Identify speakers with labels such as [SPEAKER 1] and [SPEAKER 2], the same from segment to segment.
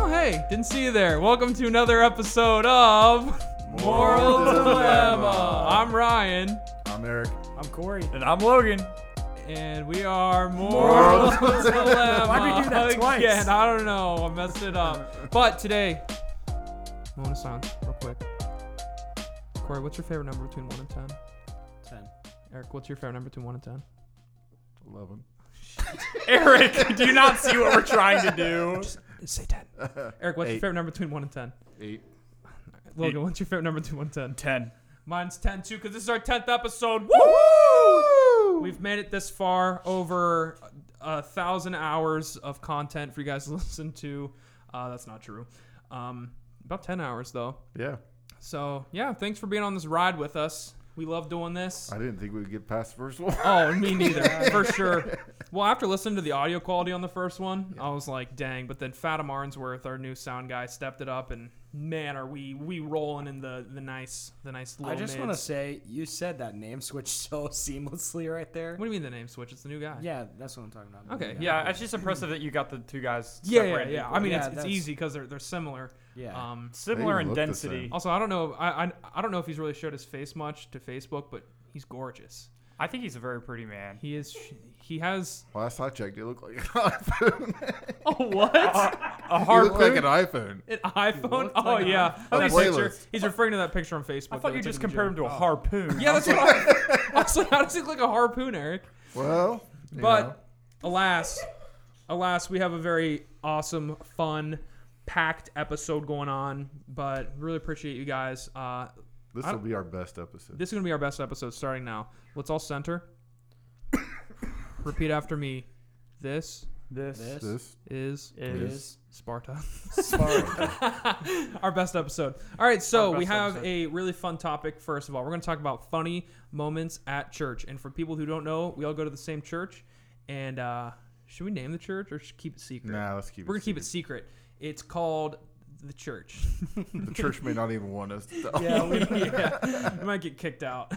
[SPEAKER 1] Oh, Didn't see you there. Welcome to another episode of Moral Dilemma. I'm Ryan,
[SPEAKER 2] I'm Eric.
[SPEAKER 3] I'm Corey.
[SPEAKER 4] And I'm Logan.
[SPEAKER 1] and we are Moral Dilemma.
[SPEAKER 3] Why'd we do that twice?
[SPEAKER 1] Again. I don't know. I messed it up. But today, Mona San, real quick. Corey, what's your favorite number between one and ten?
[SPEAKER 3] Ten.
[SPEAKER 1] Eric, what's your favorite number between one and ten?
[SPEAKER 2] Love him.
[SPEAKER 4] Eric, do you not see what we're trying to do?
[SPEAKER 1] Say ten. Eric, what's your
[SPEAKER 2] Eight.
[SPEAKER 1] favorite number between one and ten?
[SPEAKER 2] Eight.
[SPEAKER 1] Logan, what's your favorite number between one and ten?
[SPEAKER 4] 10.
[SPEAKER 1] Mine's 10 too, because this is our 10th episode. Woo! We've made it this far, over a thousand hours of content for you guys to listen to. Uh, that's not true. Um, about 10 hours, though.
[SPEAKER 2] Yeah.
[SPEAKER 1] So, yeah, thanks for being on this ride with us. We love doing this.
[SPEAKER 2] I didn't think we'd get past the first one.
[SPEAKER 1] Oh, me neither, for sure. Well, after listening to the audio quality on the first one, I was like, dang. But then Fatima Arnsworth, our new sound guy, stepped it up, and man, are we we rolling in the the nice the nice
[SPEAKER 3] I
[SPEAKER 1] little.
[SPEAKER 3] just want to
[SPEAKER 1] mids.
[SPEAKER 3] say you said that name switch so seamlessly right there.
[SPEAKER 1] What do you mean the name switch? It's the new guy.
[SPEAKER 3] Yeah, that's what I'm talking about.
[SPEAKER 1] Okay,
[SPEAKER 4] Yeah, it's just impressive that you got the two guys.
[SPEAKER 1] Yeah, yeah,
[SPEAKER 4] separated
[SPEAKER 1] yeah.
[SPEAKER 4] equally.
[SPEAKER 1] I mean,
[SPEAKER 3] Yeah,
[SPEAKER 1] it's, it's
[SPEAKER 3] that's-
[SPEAKER 1] easy because they're they're similar.
[SPEAKER 3] yeah.
[SPEAKER 1] Um,
[SPEAKER 4] similar
[SPEAKER 2] They
[SPEAKER 4] in
[SPEAKER 2] look the
[SPEAKER 4] density.
[SPEAKER 2] same.
[SPEAKER 1] also, I don't know. I, I I don't know if he's really showed his face much to Facebook, but he's gorgeous.
[SPEAKER 4] I think he's a very pretty man.
[SPEAKER 1] He is. sh- He has.
[SPEAKER 2] Last I checked, it looked like an iPhone.
[SPEAKER 1] Oh what?
[SPEAKER 4] A
[SPEAKER 2] it
[SPEAKER 4] hard
[SPEAKER 2] looked like an iPhone.
[SPEAKER 1] An iPhone?
[SPEAKER 3] looked
[SPEAKER 1] Oh
[SPEAKER 3] like an
[SPEAKER 1] yeah. I
[SPEAKER 2] A
[SPEAKER 1] think he's, picture,
[SPEAKER 2] playlist.
[SPEAKER 1] he's referring to that picture Oh. on Facebook.
[SPEAKER 4] I thought
[SPEAKER 1] that
[SPEAKER 4] you
[SPEAKER 1] took
[SPEAKER 4] just
[SPEAKER 1] in the
[SPEAKER 4] compared him
[SPEAKER 1] gym.
[SPEAKER 4] to a harpoon.
[SPEAKER 1] Yeah, that's what I, I was like. How does he look like a harpoon, Eric?
[SPEAKER 2] Well, you know,
[SPEAKER 1] But alas, alas, we have a very awesome, fun, packed episode going on. But really appreciate you guys. Uh,
[SPEAKER 2] this
[SPEAKER 1] I
[SPEAKER 2] will be our best episode.
[SPEAKER 1] This is gonna be our best episode starting now. Let's all center. Repeat after me. This
[SPEAKER 4] This,
[SPEAKER 3] This
[SPEAKER 2] This
[SPEAKER 1] is
[SPEAKER 4] is.
[SPEAKER 1] Sparta.
[SPEAKER 3] Spark.
[SPEAKER 1] our best episode. All right, so
[SPEAKER 4] Our best
[SPEAKER 1] we have
[SPEAKER 4] episode.
[SPEAKER 1] a really fun topic. First of all, we're gonna talk about funny moments at church. And for people who don't know, we all go to the same church. And uh, should we name the church or should we keep it secret?
[SPEAKER 2] Nah, let's keep
[SPEAKER 1] we're
[SPEAKER 2] it.
[SPEAKER 1] gonna keep it secret. It's called the church.
[SPEAKER 2] The church may not even want us to tell.
[SPEAKER 3] yeah, we,
[SPEAKER 1] yeah, we might get kicked out.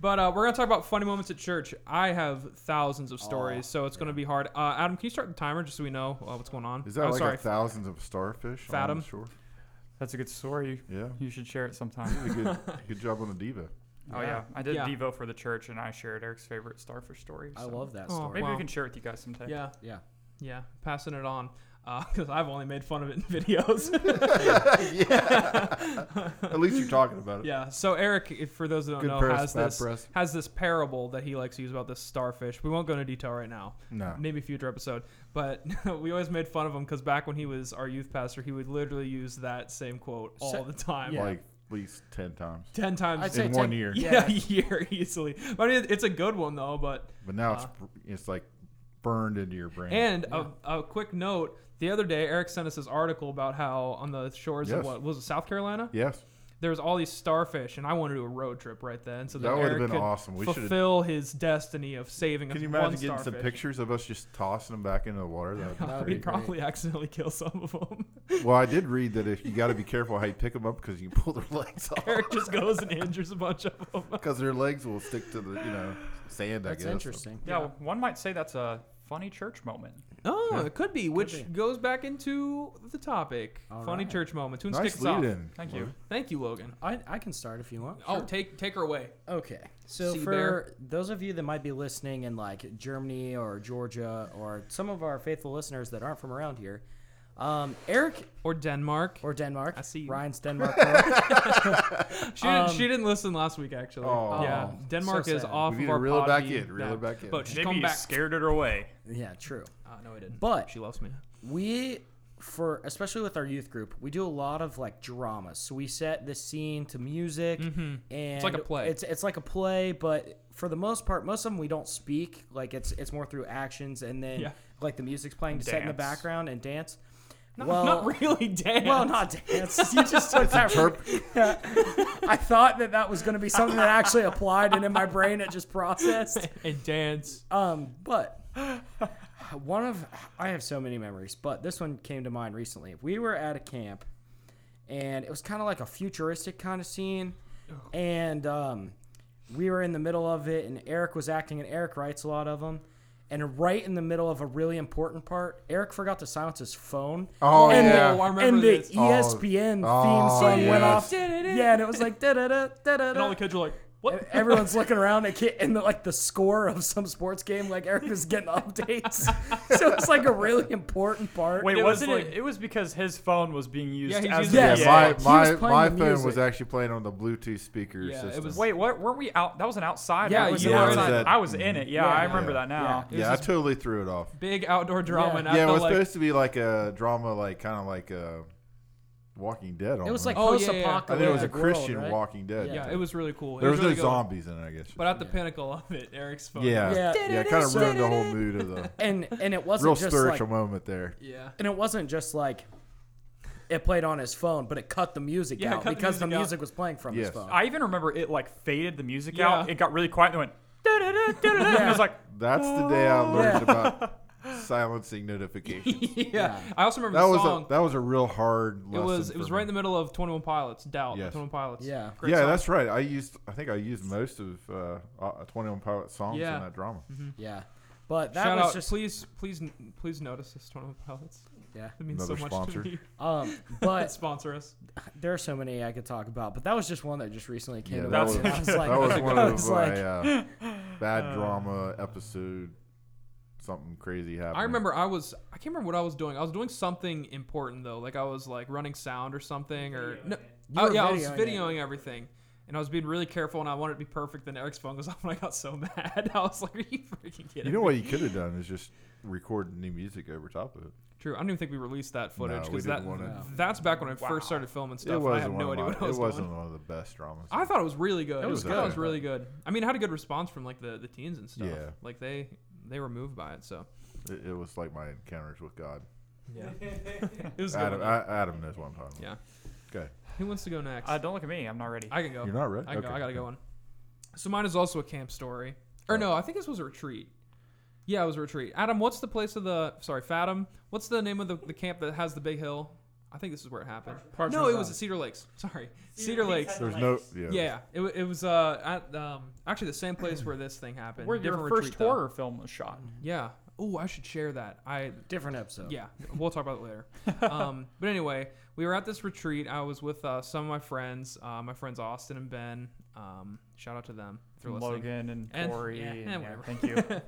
[SPEAKER 1] but uh, we're gonna talk about funny moments at church. I have thousands of stories, so it's gonna be hard. Uh, Adam, can you start the timer just so we know uh, what's going on?
[SPEAKER 2] Is that
[SPEAKER 1] Oh,
[SPEAKER 2] like
[SPEAKER 1] sorry.
[SPEAKER 2] a thousands of starfish?
[SPEAKER 1] Fathom?
[SPEAKER 2] I'm sure.
[SPEAKER 4] That's a good story.
[SPEAKER 2] Yeah.
[SPEAKER 4] You should share it sometime.
[SPEAKER 2] Really good, good job on the diva.
[SPEAKER 4] Oh, yeah. I did
[SPEAKER 1] Yeah.
[SPEAKER 4] Devo for the church, and I shared Eric's favorite starfish story.
[SPEAKER 3] I
[SPEAKER 4] so
[SPEAKER 3] love that
[SPEAKER 1] Oh,
[SPEAKER 3] story.
[SPEAKER 4] Maybe
[SPEAKER 1] Wow.
[SPEAKER 4] we can share it with you guys sometime.
[SPEAKER 1] yeah,
[SPEAKER 3] Yeah.
[SPEAKER 1] yeah, passing it on because I've only made fun of it in videos.
[SPEAKER 2] At least you're talking about it.
[SPEAKER 1] yeah. So Eric, if, for those that don't
[SPEAKER 2] Good
[SPEAKER 1] know,
[SPEAKER 2] press,
[SPEAKER 1] has
[SPEAKER 2] bad
[SPEAKER 1] this
[SPEAKER 2] press.
[SPEAKER 1] has this parable that he likes to use about this starfish. We won't go into detail right now.
[SPEAKER 2] No.
[SPEAKER 1] maybe a future episode. But we always made fun of him because back when he was our youth pastor, he would literally use that same quote all
[SPEAKER 3] So-
[SPEAKER 1] the time,
[SPEAKER 3] Yeah.
[SPEAKER 2] Like at least 10 times
[SPEAKER 1] ten times.
[SPEAKER 3] I'd say
[SPEAKER 2] in one
[SPEAKER 3] take-
[SPEAKER 2] year.
[SPEAKER 1] yeah,
[SPEAKER 3] yeah.
[SPEAKER 1] a year easily. But it, it's a good one though. But
[SPEAKER 2] But now it's br- it's like burned into your brain.
[SPEAKER 1] and a, a quick note: the other day, Eric sent us this article about how on the shores of
[SPEAKER 2] Yes.
[SPEAKER 1] what was it, South Carolina,
[SPEAKER 2] yes.
[SPEAKER 1] there was all these starfish, and I wanted to do a road trip right then. So
[SPEAKER 2] That would've
[SPEAKER 1] Eric
[SPEAKER 2] been
[SPEAKER 1] could
[SPEAKER 2] awesome. We should've-
[SPEAKER 1] fulfill his destiny of saving.
[SPEAKER 2] Can
[SPEAKER 1] us
[SPEAKER 2] you
[SPEAKER 1] one
[SPEAKER 2] imagine getting some
[SPEAKER 1] starfish.
[SPEAKER 2] pictures of us just tossing them back into the water? That would be
[SPEAKER 1] We'd
[SPEAKER 2] great.
[SPEAKER 1] probably accidentally kill some of them.
[SPEAKER 2] Well, I did read that if you got to be careful how you pick them up because you can pull their legs off
[SPEAKER 1] Eric just goes and injures a bunch of them.
[SPEAKER 2] because their legs will stick to the you know sand. I
[SPEAKER 3] That's
[SPEAKER 2] guess.
[SPEAKER 3] interesting.
[SPEAKER 4] Yeah, one might say that's a funny church moment.
[SPEAKER 1] Oh, it could be, which
[SPEAKER 3] be.
[SPEAKER 1] goes back into the topic.
[SPEAKER 3] All
[SPEAKER 1] Funny
[SPEAKER 3] right.
[SPEAKER 1] church moments. Who
[SPEAKER 2] Nice
[SPEAKER 1] sticks off?
[SPEAKER 2] lead in.
[SPEAKER 4] Thank you.
[SPEAKER 1] Thank you, Logan.
[SPEAKER 3] I, I can start if you want.
[SPEAKER 1] Oh, take take her away.
[SPEAKER 3] Okay. So
[SPEAKER 1] Sea
[SPEAKER 3] for
[SPEAKER 1] bear.
[SPEAKER 3] those of you that might be listening in like Germany or Georgia or some of our faithful listeners that aren't from around here, um, Eric
[SPEAKER 1] Or Denmark.
[SPEAKER 3] or Denmark.
[SPEAKER 1] I see you.
[SPEAKER 3] Ryan's Denmark. boy.
[SPEAKER 1] she, didn't, she didn't listen last week, actually.
[SPEAKER 2] Oh.
[SPEAKER 1] yeah,
[SPEAKER 3] Oh,
[SPEAKER 1] Denmark
[SPEAKER 3] so
[SPEAKER 1] is
[SPEAKER 3] sad.
[SPEAKER 1] off
[SPEAKER 2] We need
[SPEAKER 1] of
[SPEAKER 2] to
[SPEAKER 1] our
[SPEAKER 2] reel it
[SPEAKER 1] pod
[SPEAKER 2] back
[SPEAKER 1] beat
[SPEAKER 2] in, reel it
[SPEAKER 1] now.
[SPEAKER 2] back in.
[SPEAKER 1] But she's
[SPEAKER 4] Maybe
[SPEAKER 1] come
[SPEAKER 4] you
[SPEAKER 1] back.
[SPEAKER 4] scared it away.
[SPEAKER 3] yeah, true.
[SPEAKER 1] Uh, no, I didn't.
[SPEAKER 3] But-
[SPEAKER 1] she loves me.
[SPEAKER 3] we for especially with our youth group we do a lot of like dramas so we set the scene to music and it's
[SPEAKER 1] Mm-hmm. like a play.
[SPEAKER 3] it's, it's like a play but for the most part most of them we don't speak like it's it's more through actions and then
[SPEAKER 1] Yeah.
[SPEAKER 3] like the music's playing to set in the
[SPEAKER 4] Dance.
[SPEAKER 3] background and dance
[SPEAKER 1] Not,
[SPEAKER 3] well
[SPEAKER 1] not really, Dan.
[SPEAKER 3] well not dance you just took that from- Yeah. i thought that that was going to be something that actually applied and in my brain it just processed
[SPEAKER 1] and dance.
[SPEAKER 3] um, but one of I have so many memories, but this one came to mind recently. We were at a camp, and it was kind of like a futuristic kind of scene, and um, we were in the middle of it, and Eric was acting, and Eric writes a lot of them,
[SPEAKER 5] And right in the middle of a really important part, Eric forgot to silence his phone.
[SPEAKER 2] Oh,
[SPEAKER 5] and
[SPEAKER 2] yeah.
[SPEAKER 1] Oh, I remember
[SPEAKER 5] and the
[SPEAKER 3] E
[SPEAKER 1] this.
[SPEAKER 2] Oh.
[SPEAKER 5] ESPN
[SPEAKER 2] Oh,
[SPEAKER 5] theme song went
[SPEAKER 2] yes.
[SPEAKER 5] off. Yeah, and it was like da da da da da.
[SPEAKER 1] And all the kids were like, what?
[SPEAKER 5] Everyone's looking around at kid, and the, like the score of some sports game. Like Eric was getting updates, so it's like a really important part.
[SPEAKER 4] Wait,
[SPEAKER 1] It was
[SPEAKER 4] wasn't
[SPEAKER 1] like-
[SPEAKER 4] it? It was because his phone was being used
[SPEAKER 1] Yeah, he's
[SPEAKER 4] as
[SPEAKER 1] using
[SPEAKER 5] Yeah,
[SPEAKER 4] yeah,
[SPEAKER 5] it.
[SPEAKER 2] yeah,
[SPEAKER 5] He was
[SPEAKER 2] my my,
[SPEAKER 5] playing
[SPEAKER 2] my
[SPEAKER 5] the
[SPEAKER 2] phone was
[SPEAKER 5] music.
[SPEAKER 2] actually playing on the Bluetooth speaker
[SPEAKER 1] Yeah, it
[SPEAKER 2] system.
[SPEAKER 1] was-
[SPEAKER 4] Wait, what? Were we out? That was an outside.
[SPEAKER 5] Yeah,
[SPEAKER 4] that was
[SPEAKER 5] you
[SPEAKER 4] an
[SPEAKER 5] were in
[SPEAKER 4] outside.
[SPEAKER 2] that-
[SPEAKER 4] I was in it. Yeah,
[SPEAKER 5] Yeah.
[SPEAKER 4] I remember
[SPEAKER 2] Yeah.
[SPEAKER 4] that now.
[SPEAKER 1] Yeah.
[SPEAKER 2] yeah, I
[SPEAKER 1] this-
[SPEAKER 2] totally threw it off.
[SPEAKER 1] Big outdoor drama.
[SPEAKER 5] Yeah.
[SPEAKER 1] And
[SPEAKER 2] yeah,
[SPEAKER 1] at
[SPEAKER 2] it
[SPEAKER 1] the,
[SPEAKER 2] was
[SPEAKER 1] like,
[SPEAKER 2] supposed to be like a drama, like kind of like uh, Walking Dead. Almost.
[SPEAKER 5] it was like
[SPEAKER 1] Oh, yeah, yeah.
[SPEAKER 5] post-apocalyptic.
[SPEAKER 2] I think it was a
[SPEAKER 5] world,
[SPEAKER 2] Christian
[SPEAKER 5] right?
[SPEAKER 2] Walking Dead.
[SPEAKER 1] Yeah, it was really cool. It
[SPEAKER 2] there was,
[SPEAKER 1] really
[SPEAKER 2] no
[SPEAKER 1] good.
[SPEAKER 2] zombies in it, I guess.
[SPEAKER 1] But at the pinnacle of it, Eric's phone.
[SPEAKER 2] yeah,
[SPEAKER 5] Yeah.
[SPEAKER 2] yeah, yeah, kind of ruined the whole mood of the
[SPEAKER 5] And and it wasn't
[SPEAKER 2] real
[SPEAKER 5] just
[SPEAKER 2] spiritual
[SPEAKER 5] like
[SPEAKER 2] moment there.
[SPEAKER 1] Yeah.
[SPEAKER 5] and it wasn't just like it played on his phone, but it cut the music
[SPEAKER 1] Yeah, it
[SPEAKER 5] out
[SPEAKER 1] cut the
[SPEAKER 5] because the
[SPEAKER 1] music out.
[SPEAKER 5] music was playing from his
[SPEAKER 2] Yes.
[SPEAKER 5] phone.
[SPEAKER 4] I even remember it like faded the music
[SPEAKER 1] Yeah.
[SPEAKER 4] out. It got really quiet and went. da-da-da, da-da-da, And I was like,
[SPEAKER 2] That's the day I learned
[SPEAKER 5] Yeah.
[SPEAKER 2] about silencing notifications.
[SPEAKER 1] yeah. I also remember
[SPEAKER 2] That
[SPEAKER 1] the
[SPEAKER 2] was
[SPEAKER 1] song.
[SPEAKER 2] a that was a real hard.
[SPEAKER 1] it
[SPEAKER 2] Lesson
[SPEAKER 1] was
[SPEAKER 2] for
[SPEAKER 1] it was
[SPEAKER 2] me.
[SPEAKER 1] right in the middle of Twenty One Pilots. Doubt.
[SPEAKER 2] Yes.
[SPEAKER 1] Twenty One Pilots.
[SPEAKER 5] Yeah.
[SPEAKER 1] Great
[SPEAKER 2] yeah,
[SPEAKER 1] song.
[SPEAKER 2] that's right. I used I think I used most of uh, uh, Twenty One Pilot songs
[SPEAKER 1] Yeah. Mhm.
[SPEAKER 2] in that drama.
[SPEAKER 5] yeah, but that
[SPEAKER 1] Shout
[SPEAKER 5] was
[SPEAKER 1] out.
[SPEAKER 5] just
[SPEAKER 1] Please, please, please notice us, Twenty One Pilots.
[SPEAKER 5] yeah.
[SPEAKER 1] It means
[SPEAKER 2] Another
[SPEAKER 1] so much
[SPEAKER 2] sponsor.
[SPEAKER 1] to me.
[SPEAKER 5] Um, but
[SPEAKER 1] Sponsor us.
[SPEAKER 5] there are so many I could talk about, but that was just one that just recently came
[SPEAKER 2] Yeah,
[SPEAKER 5] to
[SPEAKER 2] that
[SPEAKER 5] mind.
[SPEAKER 2] was,
[SPEAKER 5] and I was like,
[SPEAKER 2] that was one
[SPEAKER 5] I
[SPEAKER 2] of
[SPEAKER 5] was
[SPEAKER 2] my
[SPEAKER 5] like,
[SPEAKER 2] uh, bad drama episode. Something crazy happened.
[SPEAKER 1] I remember I was I can't remember what I was doing. I was doing something important though. Like I was like running sound or something or no,
[SPEAKER 5] You
[SPEAKER 1] I-
[SPEAKER 5] were
[SPEAKER 1] Oh, yeah, I was
[SPEAKER 5] videoing
[SPEAKER 1] videoing everything. And I was being really careful and I wanted it to be perfect. Then Eric's phone goes off and I got so mad. I was like, Are you freaking kidding
[SPEAKER 2] You know
[SPEAKER 1] me?
[SPEAKER 2] what you could have done is just record new music over top of it.
[SPEAKER 1] True. I don't even think we released that footage
[SPEAKER 2] we
[SPEAKER 1] because
[SPEAKER 2] didn't
[SPEAKER 1] that
[SPEAKER 2] wanna-
[SPEAKER 1] that's back when I
[SPEAKER 4] Wow.
[SPEAKER 1] first started filming stuff.
[SPEAKER 2] it
[SPEAKER 1] and
[SPEAKER 2] wasn't
[SPEAKER 1] I have no
[SPEAKER 2] one
[SPEAKER 1] idea
[SPEAKER 2] of
[SPEAKER 1] what
[SPEAKER 2] my,
[SPEAKER 1] I was
[SPEAKER 2] It wasn't
[SPEAKER 1] doing.
[SPEAKER 2] one of the best dramas.
[SPEAKER 1] I thought it was really good.
[SPEAKER 5] It was
[SPEAKER 1] I thought
[SPEAKER 2] good.
[SPEAKER 1] it was really good. I mean, it had a good response from like the, the teens and stuff.
[SPEAKER 2] Yeah.
[SPEAKER 1] Like they they were moved by it. So
[SPEAKER 2] it, it was like my encounters with God.
[SPEAKER 1] yeah, it was a good.
[SPEAKER 2] Adam,
[SPEAKER 1] one.
[SPEAKER 2] I, Adam knows what I'm talking
[SPEAKER 1] yeah.
[SPEAKER 2] about. Okay,
[SPEAKER 1] Who wants to go next?
[SPEAKER 4] uh, "Don't look at me. I'm not ready."
[SPEAKER 1] I can go.
[SPEAKER 2] you're not ready.
[SPEAKER 1] I, can
[SPEAKER 2] okay. Oh.
[SPEAKER 1] go, I gotta go on. So mine is also a camp story. Or no, I think this was a retreat. Yeah, it was a retreat. Adam, what's the place of the sorry, Fathom? What's the name of the, the camp that has the big hill? I think this is where it happened. no, it was at Cedar Lakes. Sorry, Cedar, Lakes.
[SPEAKER 2] There's no yeah.
[SPEAKER 1] Yeah, it, wa- it was uh at um actually the same place where this thing happened.
[SPEAKER 4] Where your
[SPEAKER 1] Different
[SPEAKER 4] first
[SPEAKER 1] retreat, though.
[SPEAKER 4] horror film was shot.
[SPEAKER 1] Yeah. Oh, I should share that. I
[SPEAKER 5] different episode.
[SPEAKER 1] yeah, we'll talk about it later. Um, but anyway, we were at this retreat. I was with uh, some of my friends, uh, my friends Austin and Ben. Um, shout out to them if they're listening.
[SPEAKER 4] Logan and
[SPEAKER 1] And-
[SPEAKER 4] Corey.
[SPEAKER 1] yeah,
[SPEAKER 4] and-
[SPEAKER 1] and
[SPEAKER 4] yeah,
[SPEAKER 1] whatever.
[SPEAKER 4] thank you.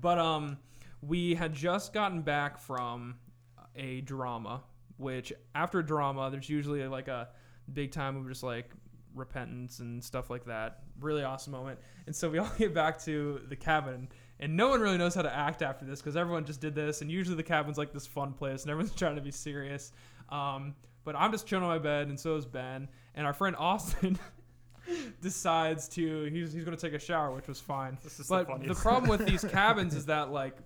[SPEAKER 1] But um, we had just gotten back from a drama, which after a drama, there's usually like a big time of just like repentance and stuff like that. Really awesome moment. And so we all get back to the cabin. And no one really knows how to act after this because everyone just did this. And usually the cabin's like this fun place and everyone's trying to be serious. Um, but I'm just chilling on my bed, and so is Ben. And our friend Austin decides to, he's, he's going to take a shower, which was fine
[SPEAKER 4] This is
[SPEAKER 1] but
[SPEAKER 4] the
[SPEAKER 1] the
[SPEAKER 4] funniest.
[SPEAKER 1] problem with these cabins is that like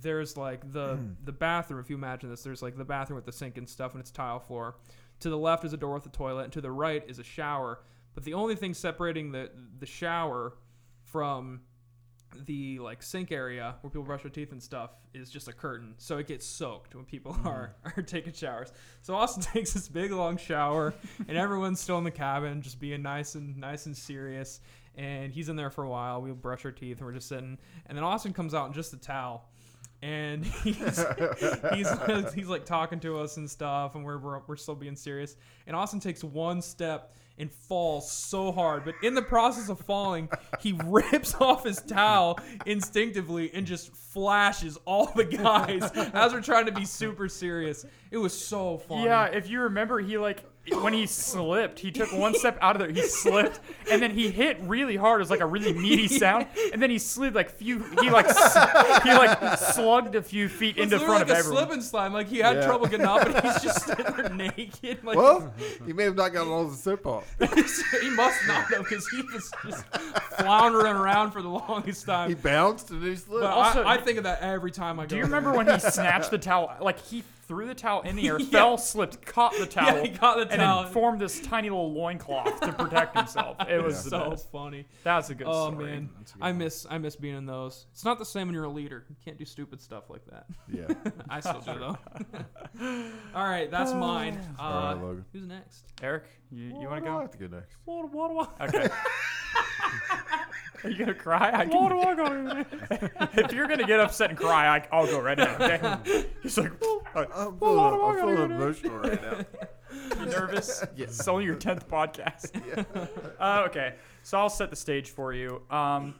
[SPEAKER 1] there's like the
[SPEAKER 4] Hmm.
[SPEAKER 1] the bathroom if you imagine this there's like the bathroom with the sink and stuff and it's tile floor to the left is a door with a toilet and to the right is a shower but the only thing separating the the shower from the like sink area where people brush their teeth and stuff is just a curtain so it gets soaked when people
[SPEAKER 4] Hmm.
[SPEAKER 1] are are taking showers so austin takes this big long shower and everyone's still in the cabin just being nice and nice and serious and he's in there for a while we brush our teeth and we're just sitting and then austin comes out in just a towel and he's he's, he's like talking to us and stuff and we're, we're, we're still being serious and austin takes one step and falls so hard but in the process of falling he rips off his towel instinctively and just flashes all the guys as we're trying to be super serious it was so funny
[SPEAKER 4] Yeah, if you remember, he like when he slipped, he took one step out of there. He slipped, and then he hit really hard. It was like a really meaty sound, and then he slid like few. He like s- he like slugged a few feet
[SPEAKER 1] It was
[SPEAKER 4] into
[SPEAKER 1] literally
[SPEAKER 4] front of
[SPEAKER 1] like a
[SPEAKER 4] everyone.
[SPEAKER 1] slip and slide. Like he had
[SPEAKER 2] Yeah.
[SPEAKER 1] trouble getting up, and he's just sitting there naked. Like
[SPEAKER 2] Well, you may have not gotten all the soap off.
[SPEAKER 1] he must not know because he was just floundering around for the longest time.
[SPEAKER 2] He bounced and he slipped.
[SPEAKER 1] But
[SPEAKER 4] Also-
[SPEAKER 1] I, I think of that every time I go.
[SPEAKER 4] Do you
[SPEAKER 1] there.
[SPEAKER 4] remember when he snatched the towel? Like he threw the towel in the air,
[SPEAKER 1] Yeah.
[SPEAKER 4] fell, slipped, caught the towel,
[SPEAKER 1] Yeah, he caught the
[SPEAKER 4] and
[SPEAKER 1] towel.
[SPEAKER 4] then formed this tiny little loincloth to protect himself. It was the
[SPEAKER 1] so
[SPEAKER 4] best.
[SPEAKER 1] funny.
[SPEAKER 4] That's a good
[SPEAKER 1] Oh
[SPEAKER 4] story.
[SPEAKER 1] man, I miss I miss being in those. It's not the same when you're a leader. You can't do stupid stuff like that.
[SPEAKER 2] yeah.
[SPEAKER 4] Oh,
[SPEAKER 1] I still do though. All right, that's mine. Uh,
[SPEAKER 2] All right, Logan.
[SPEAKER 1] who's next?
[SPEAKER 4] Eric. You, you want
[SPEAKER 2] I
[SPEAKER 4] to
[SPEAKER 2] have to go next.
[SPEAKER 1] What, what do I?
[SPEAKER 4] go? Okay. Are you gonna cry? I
[SPEAKER 1] What do
[SPEAKER 4] can,
[SPEAKER 1] I go?
[SPEAKER 4] if you're gonna get upset and cry, I, I'll go right now. Okay. He's like,
[SPEAKER 2] I'm feeling,
[SPEAKER 1] what am I
[SPEAKER 2] I'm
[SPEAKER 1] gonna
[SPEAKER 2] feeling
[SPEAKER 1] do?
[SPEAKER 2] emotional right now.
[SPEAKER 4] You nervous?
[SPEAKER 2] Yeah.
[SPEAKER 4] It's only your tenth podcast. Uh, okay, so I'll set the stage for you. Um,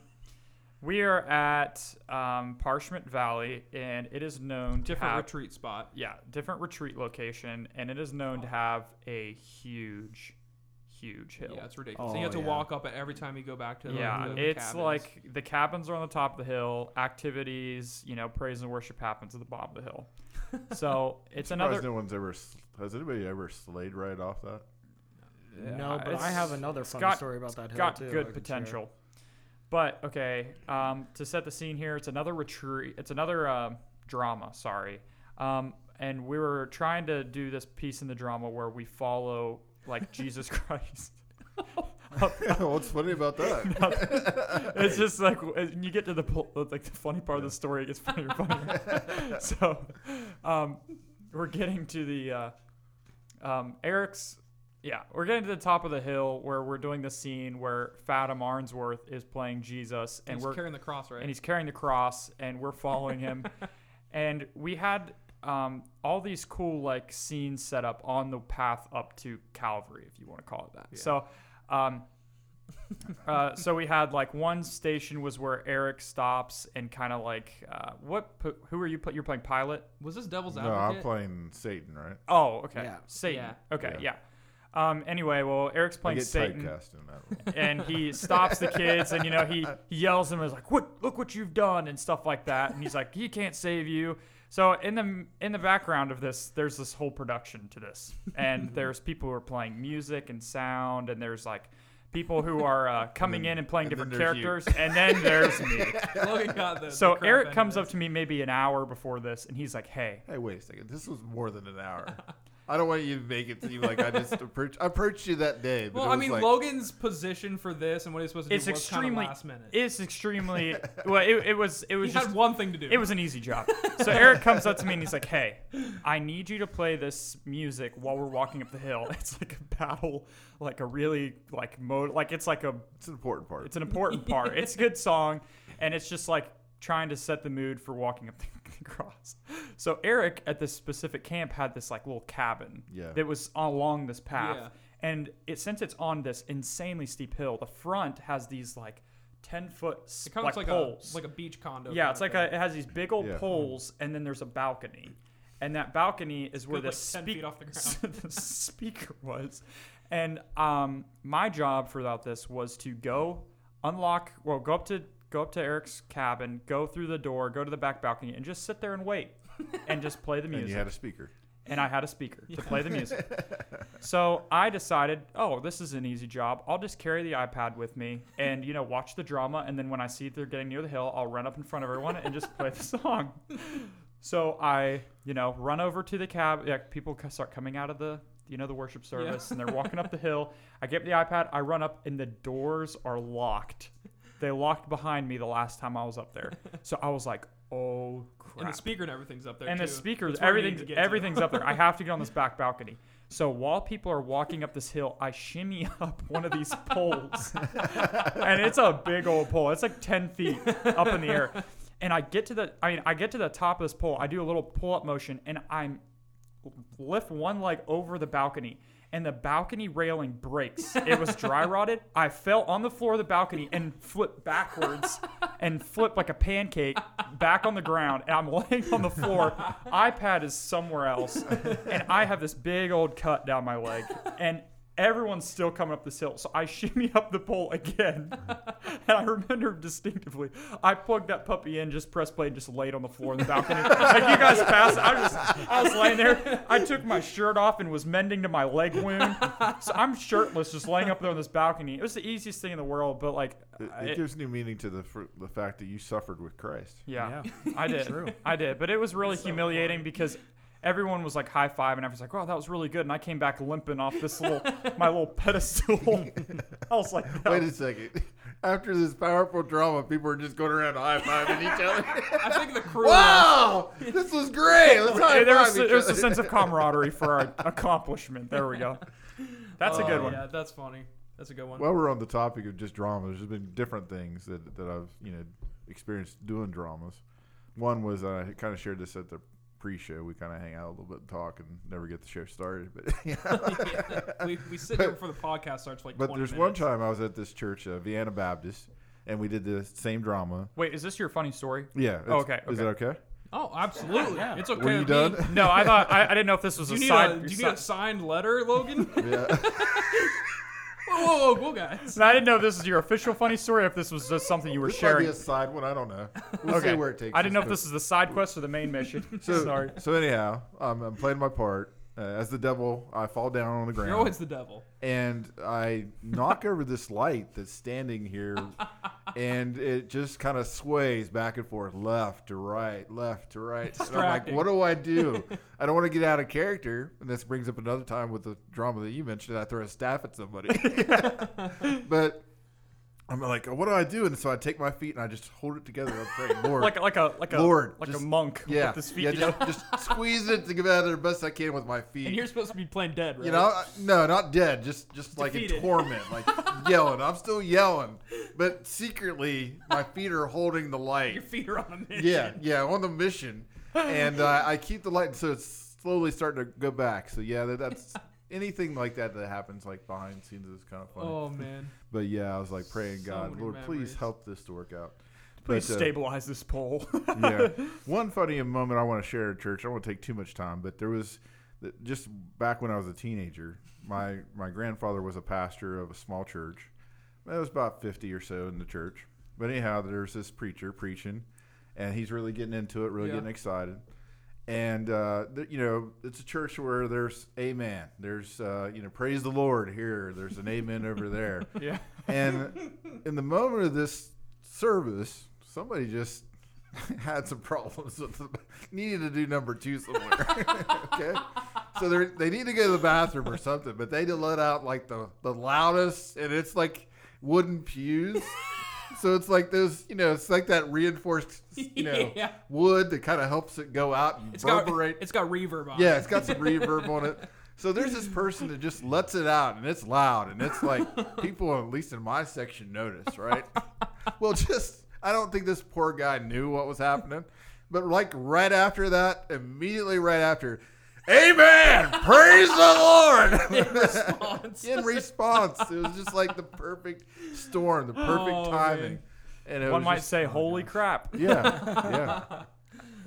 [SPEAKER 4] we are at um, Parchment Valley, and it is known to
[SPEAKER 1] Different
[SPEAKER 4] have
[SPEAKER 1] retreat spot.
[SPEAKER 4] yeah different retreat location, and it is known to have a huge, huge hill.
[SPEAKER 1] Yeah, it's ridiculous. and you
[SPEAKER 5] Oh,
[SPEAKER 1] have to
[SPEAKER 5] yeah.
[SPEAKER 1] walk up it every time you go back to the
[SPEAKER 4] Yeah,
[SPEAKER 1] the
[SPEAKER 4] it's
[SPEAKER 1] cabins.
[SPEAKER 4] like the cabins are on the top of the hill. Activities, you know, praise and worship happens at the bottom of the hill. So it's
[SPEAKER 2] Surprised
[SPEAKER 4] another.
[SPEAKER 2] no one's ever. s- Has anybody ever slayed right off that?
[SPEAKER 5] No, but I
[SPEAKER 4] it's-
[SPEAKER 5] have another funny
[SPEAKER 4] got-
[SPEAKER 5] story about that hill
[SPEAKER 4] got
[SPEAKER 5] too. I
[SPEAKER 4] good
[SPEAKER 5] could
[SPEAKER 4] potential. But okay, um, to set the scene here, it's another retreat. It's another um drama. Sorry, um, and we were trying to do this piece in the drama where we follow like Jesus Christ.
[SPEAKER 2] What's funny about that?
[SPEAKER 4] It's just like as you get to the pol- like the funny part of the story, it gets funnier and funnier. so, um, we're getting to the uh, um, Eric's. Yeah, we're getting to the top of the hill where we're doing the scene where Fatima Arnsworth is playing Jesus, and
[SPEAKER 1] he's
[SPEAKER 4] we're
[SPEAKER 1] carrying the cross, right?
[SPEAKER 4] and he's carrying the cross, and we're following him. and we had um, all these cool like scenes set up on the path up to Calvary, if you want to call it that. So, um, uh, so we had like one station was where Eric stops and kind of like uh, what? p- Who are you? pl- You're playing Pilot.
[SPEAKER 1] was this Devil's
[SPEAKER 2] no,
[SPEAKER 1] Advocate?
[SPEAKER 2] I'm playing Satan, right?
[SPEAKER 4] Oh, okay.
[SPEAKER 5] Yeah.
[SPEAKER 4] Satan.
[SPEAKER 1] Yeah.
[SPEAKER 4] Okay, yeah. Um, anyway, well, Eric's
[SPEAKER 2] I
[SPEAKER 4] playing
[SPEAKER 2] get
[SPEAKER 4] Satan
[SPEAKER 2] typecast in that. role.
[SPEAKER 4] and he stops the kids and you know he, he yells at him is like what look what you've done and stuff like that and he's like he can't save you so in the in the background of this there's this whole production to this and there's people who are playing music and sound and there's like people who are uh, coming in and playing
[SPEAKER 2] and then
[SPEAKER 4] different
[SPEAKER 2] there's you.
[SPEAKER 4] characters and then there's me
[SPEAKER 1] Logan got the,
[SPEAKER 4] so
[SPEAKER 1] the crap
[SPEAKER 4] eric
[SPEAKER 1] end
[SPEAKER 4] comes
[SPEAKER 1] of
[SPEAKER 4] up to me maybe an hour before this and he's like hey
[SPEAKER 2] Hey, wait a second. This was more than an hour. I don't want you to make it seem like I just approach, I approached you that day.
[SPEAKER 1] it.
[SPEAKER 2] But
[SPEAKER 1] Well,
[SPEAKER 2] it
[SPEAKER 1] I
[SPEAKER 2] was
[SPEAKER 1] mean,
[SPEAKER 2] like,
[SPEAKER 1] Logan's position for this and what he's supposed to
[SPEAKER 4] it's
[SPEAKER 1] do was
[SPEAKER 4] extremely
[SPEAKER 1] kind of last minute.
[SPEAKER 4] it's extremely well it, it was it was
[SPEAKER 1] he
[SPEAKER 4] just
[SPEAKER 1] had one thing to do.
[SPEAKER 4] It was an easy job. So Eric comes up to me and he's like, "Hey, I need you to play this music while we're walking up the hill. It's like a battle, like a really like mode, like it's like a
[SPEAKER 2] it's an important part.
[SPEAKER 4] it's an important part. It's a good song, and it's just like trying to set the mood for walking up the, the cross. So Eric at this specific camp had this like little cabin
[SPEAKER 2] Yeah.
[SPEAKER 4] that was along this path,
[SPEAKER 1] Yeah.
[SPEAKER 4] and it since it's on this insanely steep hill, the front has these like ten foot
[SPEAKER 1] It
[SPEAKER 4] like,
[SPEAKER 1] comes like,
[SPEAKER 4] poles,
[SPEAKER 1] a like a beach condo.
[SPEAKER 4] yeah,
[SPEAKER 1] kind
[SPEAKER 4] it's
[SPEAKER 1] of
[SPEAKER 4] like
[SPEAKER 1] thing.
[SPEAKER 4] a, it has these big old
[SPEAKER 2] Yeah.
[SPEAKER 4] poles, and then there's a balcony, and that balcony is where
[SPEAKER 1] Good,
[SPEAKER 4] the,
[SPEAKER 1] like, 10 feet
[SPEAKER 4] speak-
[SPEAKER 1] off the ground.
[SPEAKER 4] the speaker was. And um, my job throughout this was to go unlock, well, go up to go up to Eric's cabin, go through the door, go to the back balcony, and just sit there and wait, and just play the music
[SPEAKER 2] and you had a speaker.
[SPEAKER 4] and I had a speaker to play the music. so I decided, oh, this is an easy job. I'll just carry the iPad with me and you know watch the drama, and then when I see they're getting near the hill, I'll run up in front of everyone and just play the song. So I, you know, run over to the cab. Yeah, people c- start coming out of the, you know, the worship service, and they're walking up the hill. I get the iPad. I run up, and the doors are locked. They locked behind me the last time I was up there. So I was like, oh crap
[SPEAKER 1] and the speaker and everything's up there.
[SPEAKER 4] and
[SPEAKER 1] too.
[SPEAKER 4] the speakers
[SPEAKER 1] That's where you need to get
[SPEAKER 4] everything's
[SPEAKER 1] to.
[SPEAKER 4] everything's up there i have to get on this back balcony so while people are walking up this hill i shimmy up one of these poles and it's a big old pole it's like 10 feet up in the air and i get to the i mean i get to the top of this pole i do a little pull-up motion and i'm lift one leg over the balcony and the balcony railing breaks. It was dry rotted. I fell on the floor of the balcony and flipped backwards and flipped like a pancake back on the ground. And I'm laying on the floor. iPad is somewhere else. And I have this big old cut down my leg. And everyone's still coming up this hill. So I shimmy up the pole again. And I remember distinctively, I plugged that puppy in, just press play, and just laid on the floor in the balcony. like you guys passed. I was just, I was laying there. I took my shirt off and was mending to my leg wound. So I'm shirtless, just laying up there on this balcony. It was the easiest thing in the world, but like,
[SPEAKER 2] It,
[SPEAKER 4] I-
[SPEAKER 2] it gives new meaning to the fr- the fact that you suffered with Christ.
[SPEAKER 4] yeah,
[SPEAKER 5] Yeah.
[SPEAKER 4] I did.
[SPEAKER 5] True.
[SPEAKER 4] I did. But it was really humiliating because everyone was like high five and I was like, wow, that was really good. And I came back limping off this little, my little pedestal. I was like, that
[SPEAKER 2] Wait a second. After this powerful drama, people are just going around high fiving each other.
[SPEAKER 1] I think the crew.
[SPEAKER 2] wow, this was great. Let's high
[SPEAKER 4] Yeah, there was,
[SPEAKER 2] five each
[SPEAKER 4] there was a
[SPEAKER 2] other.
[SPEAKER 4] sense of camaraderie for our accomplishment. There we go. That's a good
[SPEAKER 1] Oh,
[SPEAKER 4] one.
[SPEAKER 1] Yeah, that's funny. That's a good one.
[SPEAKER 2] While we're on the topic of just drama, there's been different things that, that I've you know experienced doing dramas. One was uh, I kind of shared this at the pre-show. We kind of hang out a little bit and talk, and never get the show started. But
[SPEAKER 1] we, we sit here before the podcast starts for like
[SPEAKER 2] but
[SPEAKER 1] 20
[SPEAKER 2] there's one
[SPEAKER 1] minutes.
[SPEAKER 2] time I was at this church, uh, Vienna Baptist, and we did the same drama.
[SPEAKER 4] Wait, is this your funny story?
[SPEAKER 2] Yeah. it's-
[SPEAKER 4] Okay,
[SPEAKER 2] Is it okay?
[SPEAKER 1] Oh, absolutely.
[SPEAKER 5] Yeah.
[SPEAKER 1] It's okay.
[SPEAKER 2] Were you
[SPEAKER 1] with
[SPEAKER 2] done?
[SPEAKER 1] Me.
[SPEAKER 4] No, I thought I, I didn't know if this was
[SPEAKER 1] Do
[SPEAKER 4] a
[SPEAKER 1] you, need
[SPEAKER 4] side.
[SPEAKER 1] a, do you need a signed letter, Logan? whoa,
[SPEAKER 2] yeah.
[SPEAKER 1] whoa, whoa, whoa, guys.
[SPEAKER 4] And I didn't know if this is your official funny story, or if this was just something you were
[SPEAKER 2] This might
[SPEAKER 4] sharing.
[SPEAKER 2] be a side one. I don't know. We'll see where it takes.
[SPEAKER 4] I didn't know
[SPEAKER 2] us,
[SPEAKER 4] if
[SPEAKER 2] but-
[SPEAKER 4] this is the side quest or the main mission.
[SPEAKER 2] So,
[SPEAKER 4] Sorry.
[SPEAKER 2] so anyhow, um, I'm playing my part uh, as the devil. I fall down on the ground,
[SPEAKER 1] You're always the devil.
[SPEAKER 2] and I knock over this light that's standing here, and it just kind of sways back and forth, left to right, left to right. And I'm like,
[SPEAKER 1] Distracting.
[SPEAKER 2] what do I do? I don't want to get out of character, and this brings up another time with the drama that you mentioned. I throw a staff at somebody, but. I'm like, what do I do? And so I take my feet and I just hold it together. and I'm praying, Lord,
[SPEAKER 4] Like like a like a
[SPEAKER 2] Lord,
[SPEAKER 4] like
[SPEAKER 2] just-
[SPEAKER 4] a monk
[SPEAKER 2] yeah,
[SPEAKER 4] with his feet
[SPEAKER 2] yeah,
[SPEAKER 4] together.
[SPEAKER 2] just, just squeeze it together the best I can with my feet.
[SPEAKER 1] And you're supposed to be playing dead, right?
[SPEAKER 2] you know, I- no, not dead, just just like in
[SPEAKER 1] Defeated.
[SPEAKER 2] torment, like yelling. I'm still yelling, but secretly my feet are holding the
[SPEAKER 1] Your
[SPEAKER 2] light.
[SPEAKER 1] feet are on a mission.
[SPEAKER 2] Yeah, yeah, on the mission, and uh, I keep the light, so it's slowly starting to go back. So yeah, that, that's anything like that that happens like behind the scenes is kind of funny.
[SPEAKER 1] Oh, man.
[SPEAKER 2] But yeah, I was like praying
[SPEAKER 1] So
[SPEAKER 2] God,
[SPEAKER 1] many
[SPEAKER 2] Lord,
[SPEAKER 1] memories.
[SPEAKER 2] please help this to work out.
[SPEAKER 4] Please
[SPEAKER 2] But, uh,
[SPEAKER 4] stabilize this pole.
[SPEAKER 2] yeah. One funny moment I want to share at church. I don't want to take too much time, but there was th- just back when I was a teenager. My my grandfather was a pastor of a small church. There was about fifty or so in the church. But anyhow, there's this preacher preaching, and he's really getting into it, really
[SPEAKER 1] Yeah.
[SPEAKER 2] getting excited. And uh, th- you know, it's a church where there's amen. There's uh, you know, praise the Lord here. There's an amen over there.
[SPEAKER 4] yeah.
[SPEAKER 2] And in the moment of this service, somebody just had some problems with the, needed to do number two somewhere. okay, so they they need to go to the bathroom or something, but they had to let out like the the loudest, and it's like wooden pews. So it's like those, you know, it's like that reinforced, you know,
[SPEAKER 1] Yeah.
[SPEAKER 2] wood that kind of helps it go out and
[SPEAKER 1] It's got,
[SPEAKER 2] reverberate.
[SPEAKER 1] it's got reverb on
[SPEAKER 2] Yeah,
[SPEAKER 1] it.
[SPEAKER 2] it's got some reverb on it. So there's this person that just lets it out, and it's loud, and it's like people, at least in my section, notice, right? Well, just I don't think this poor guy knew what was happening, but like right after that, immediately right after, Amen, praise the Lord.
[SPEAKER 1] Response.
[SPEAKER 2] in response, it was just like the perfect storm, the perfect
[SPEAKER 1] Oh, man.
[SPEAKER 2] timing, and it
[SPEAKER 4] One
[SPEAKER 2] was
[SPEAKER 4] might
[SPEAKER 2] just-
[SPEAKER 1] oh,
[SPEAKER 4] say, "Holy crap!"
[SPEAKER 2] yeah, yeah. So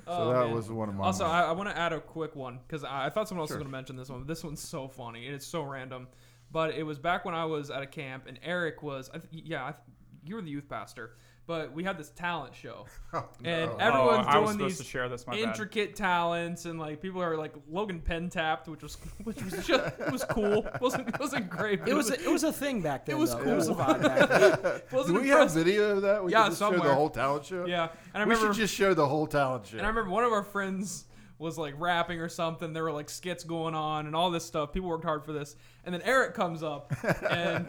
[SPEAKER 1] Oh,
[SPEAKER 2] that
[SPEAKER 1] man.
[SPEAKER 2] was one of my
[SPEAKER 1] Also,
[SPEAKER 2] moments.
[SPEAKER 1] I, I want to add a quick one because I, I thought someone else
[SPEAKER 2] Sure.
[SPEAKER 1] was going to mention this one. But this one's so funny and it's so random. But it was back when I was at a camp and Eric was, I th- yeah, I th- you were the youth pastor, but we had this talent show.
[SPEAKER 2] Oh,
[SPEAKER 1] and
[SPEAKER 2] no.
[SPEAKER 1] every- Everyone's
[SPEAKER 4] oh, I was
[SPEAKER 1] doing
[SPEAKER 4] supposed
[SPEAKER 1] these
[SPEAKER 4] to share this. My bad.
[SPEAKER 1] Intricate talents and like people are like Logan Penn tapped, which was which was just it was cool. wasn't wasn't great. but
[SPEAKER 5] It was a, it was a thing back then.
[SPEAKER 1] was
[SPEAKER 5] though.
[SPEAKER 1] cool.
[SPEAKER 5] It was a vibe back then.
[SPEAKER 2] Do
[SPEAKER 1] wasn't
[SPEAKER 2] we have
[SPEAKER 1] impressive.
[SPEAKER 2] video of that? We
[SPEAKER 1] Yeah,
[SPEAKER 2] can just show
[SPEAKER 1] somewhere.
[SPEAKER 2] the whole talent show.
[SPEAKER 1] Yeah, and I
[SPEAKER 2] we
[SPEAKER 1] remember
[SPEAKER 2] should just show the whole talent show.
[SPEAKER 1] And I remember one of our friends was like rapping or something. There were like skits going on and all this stuff. People worked hard for this. And then Eric comes up and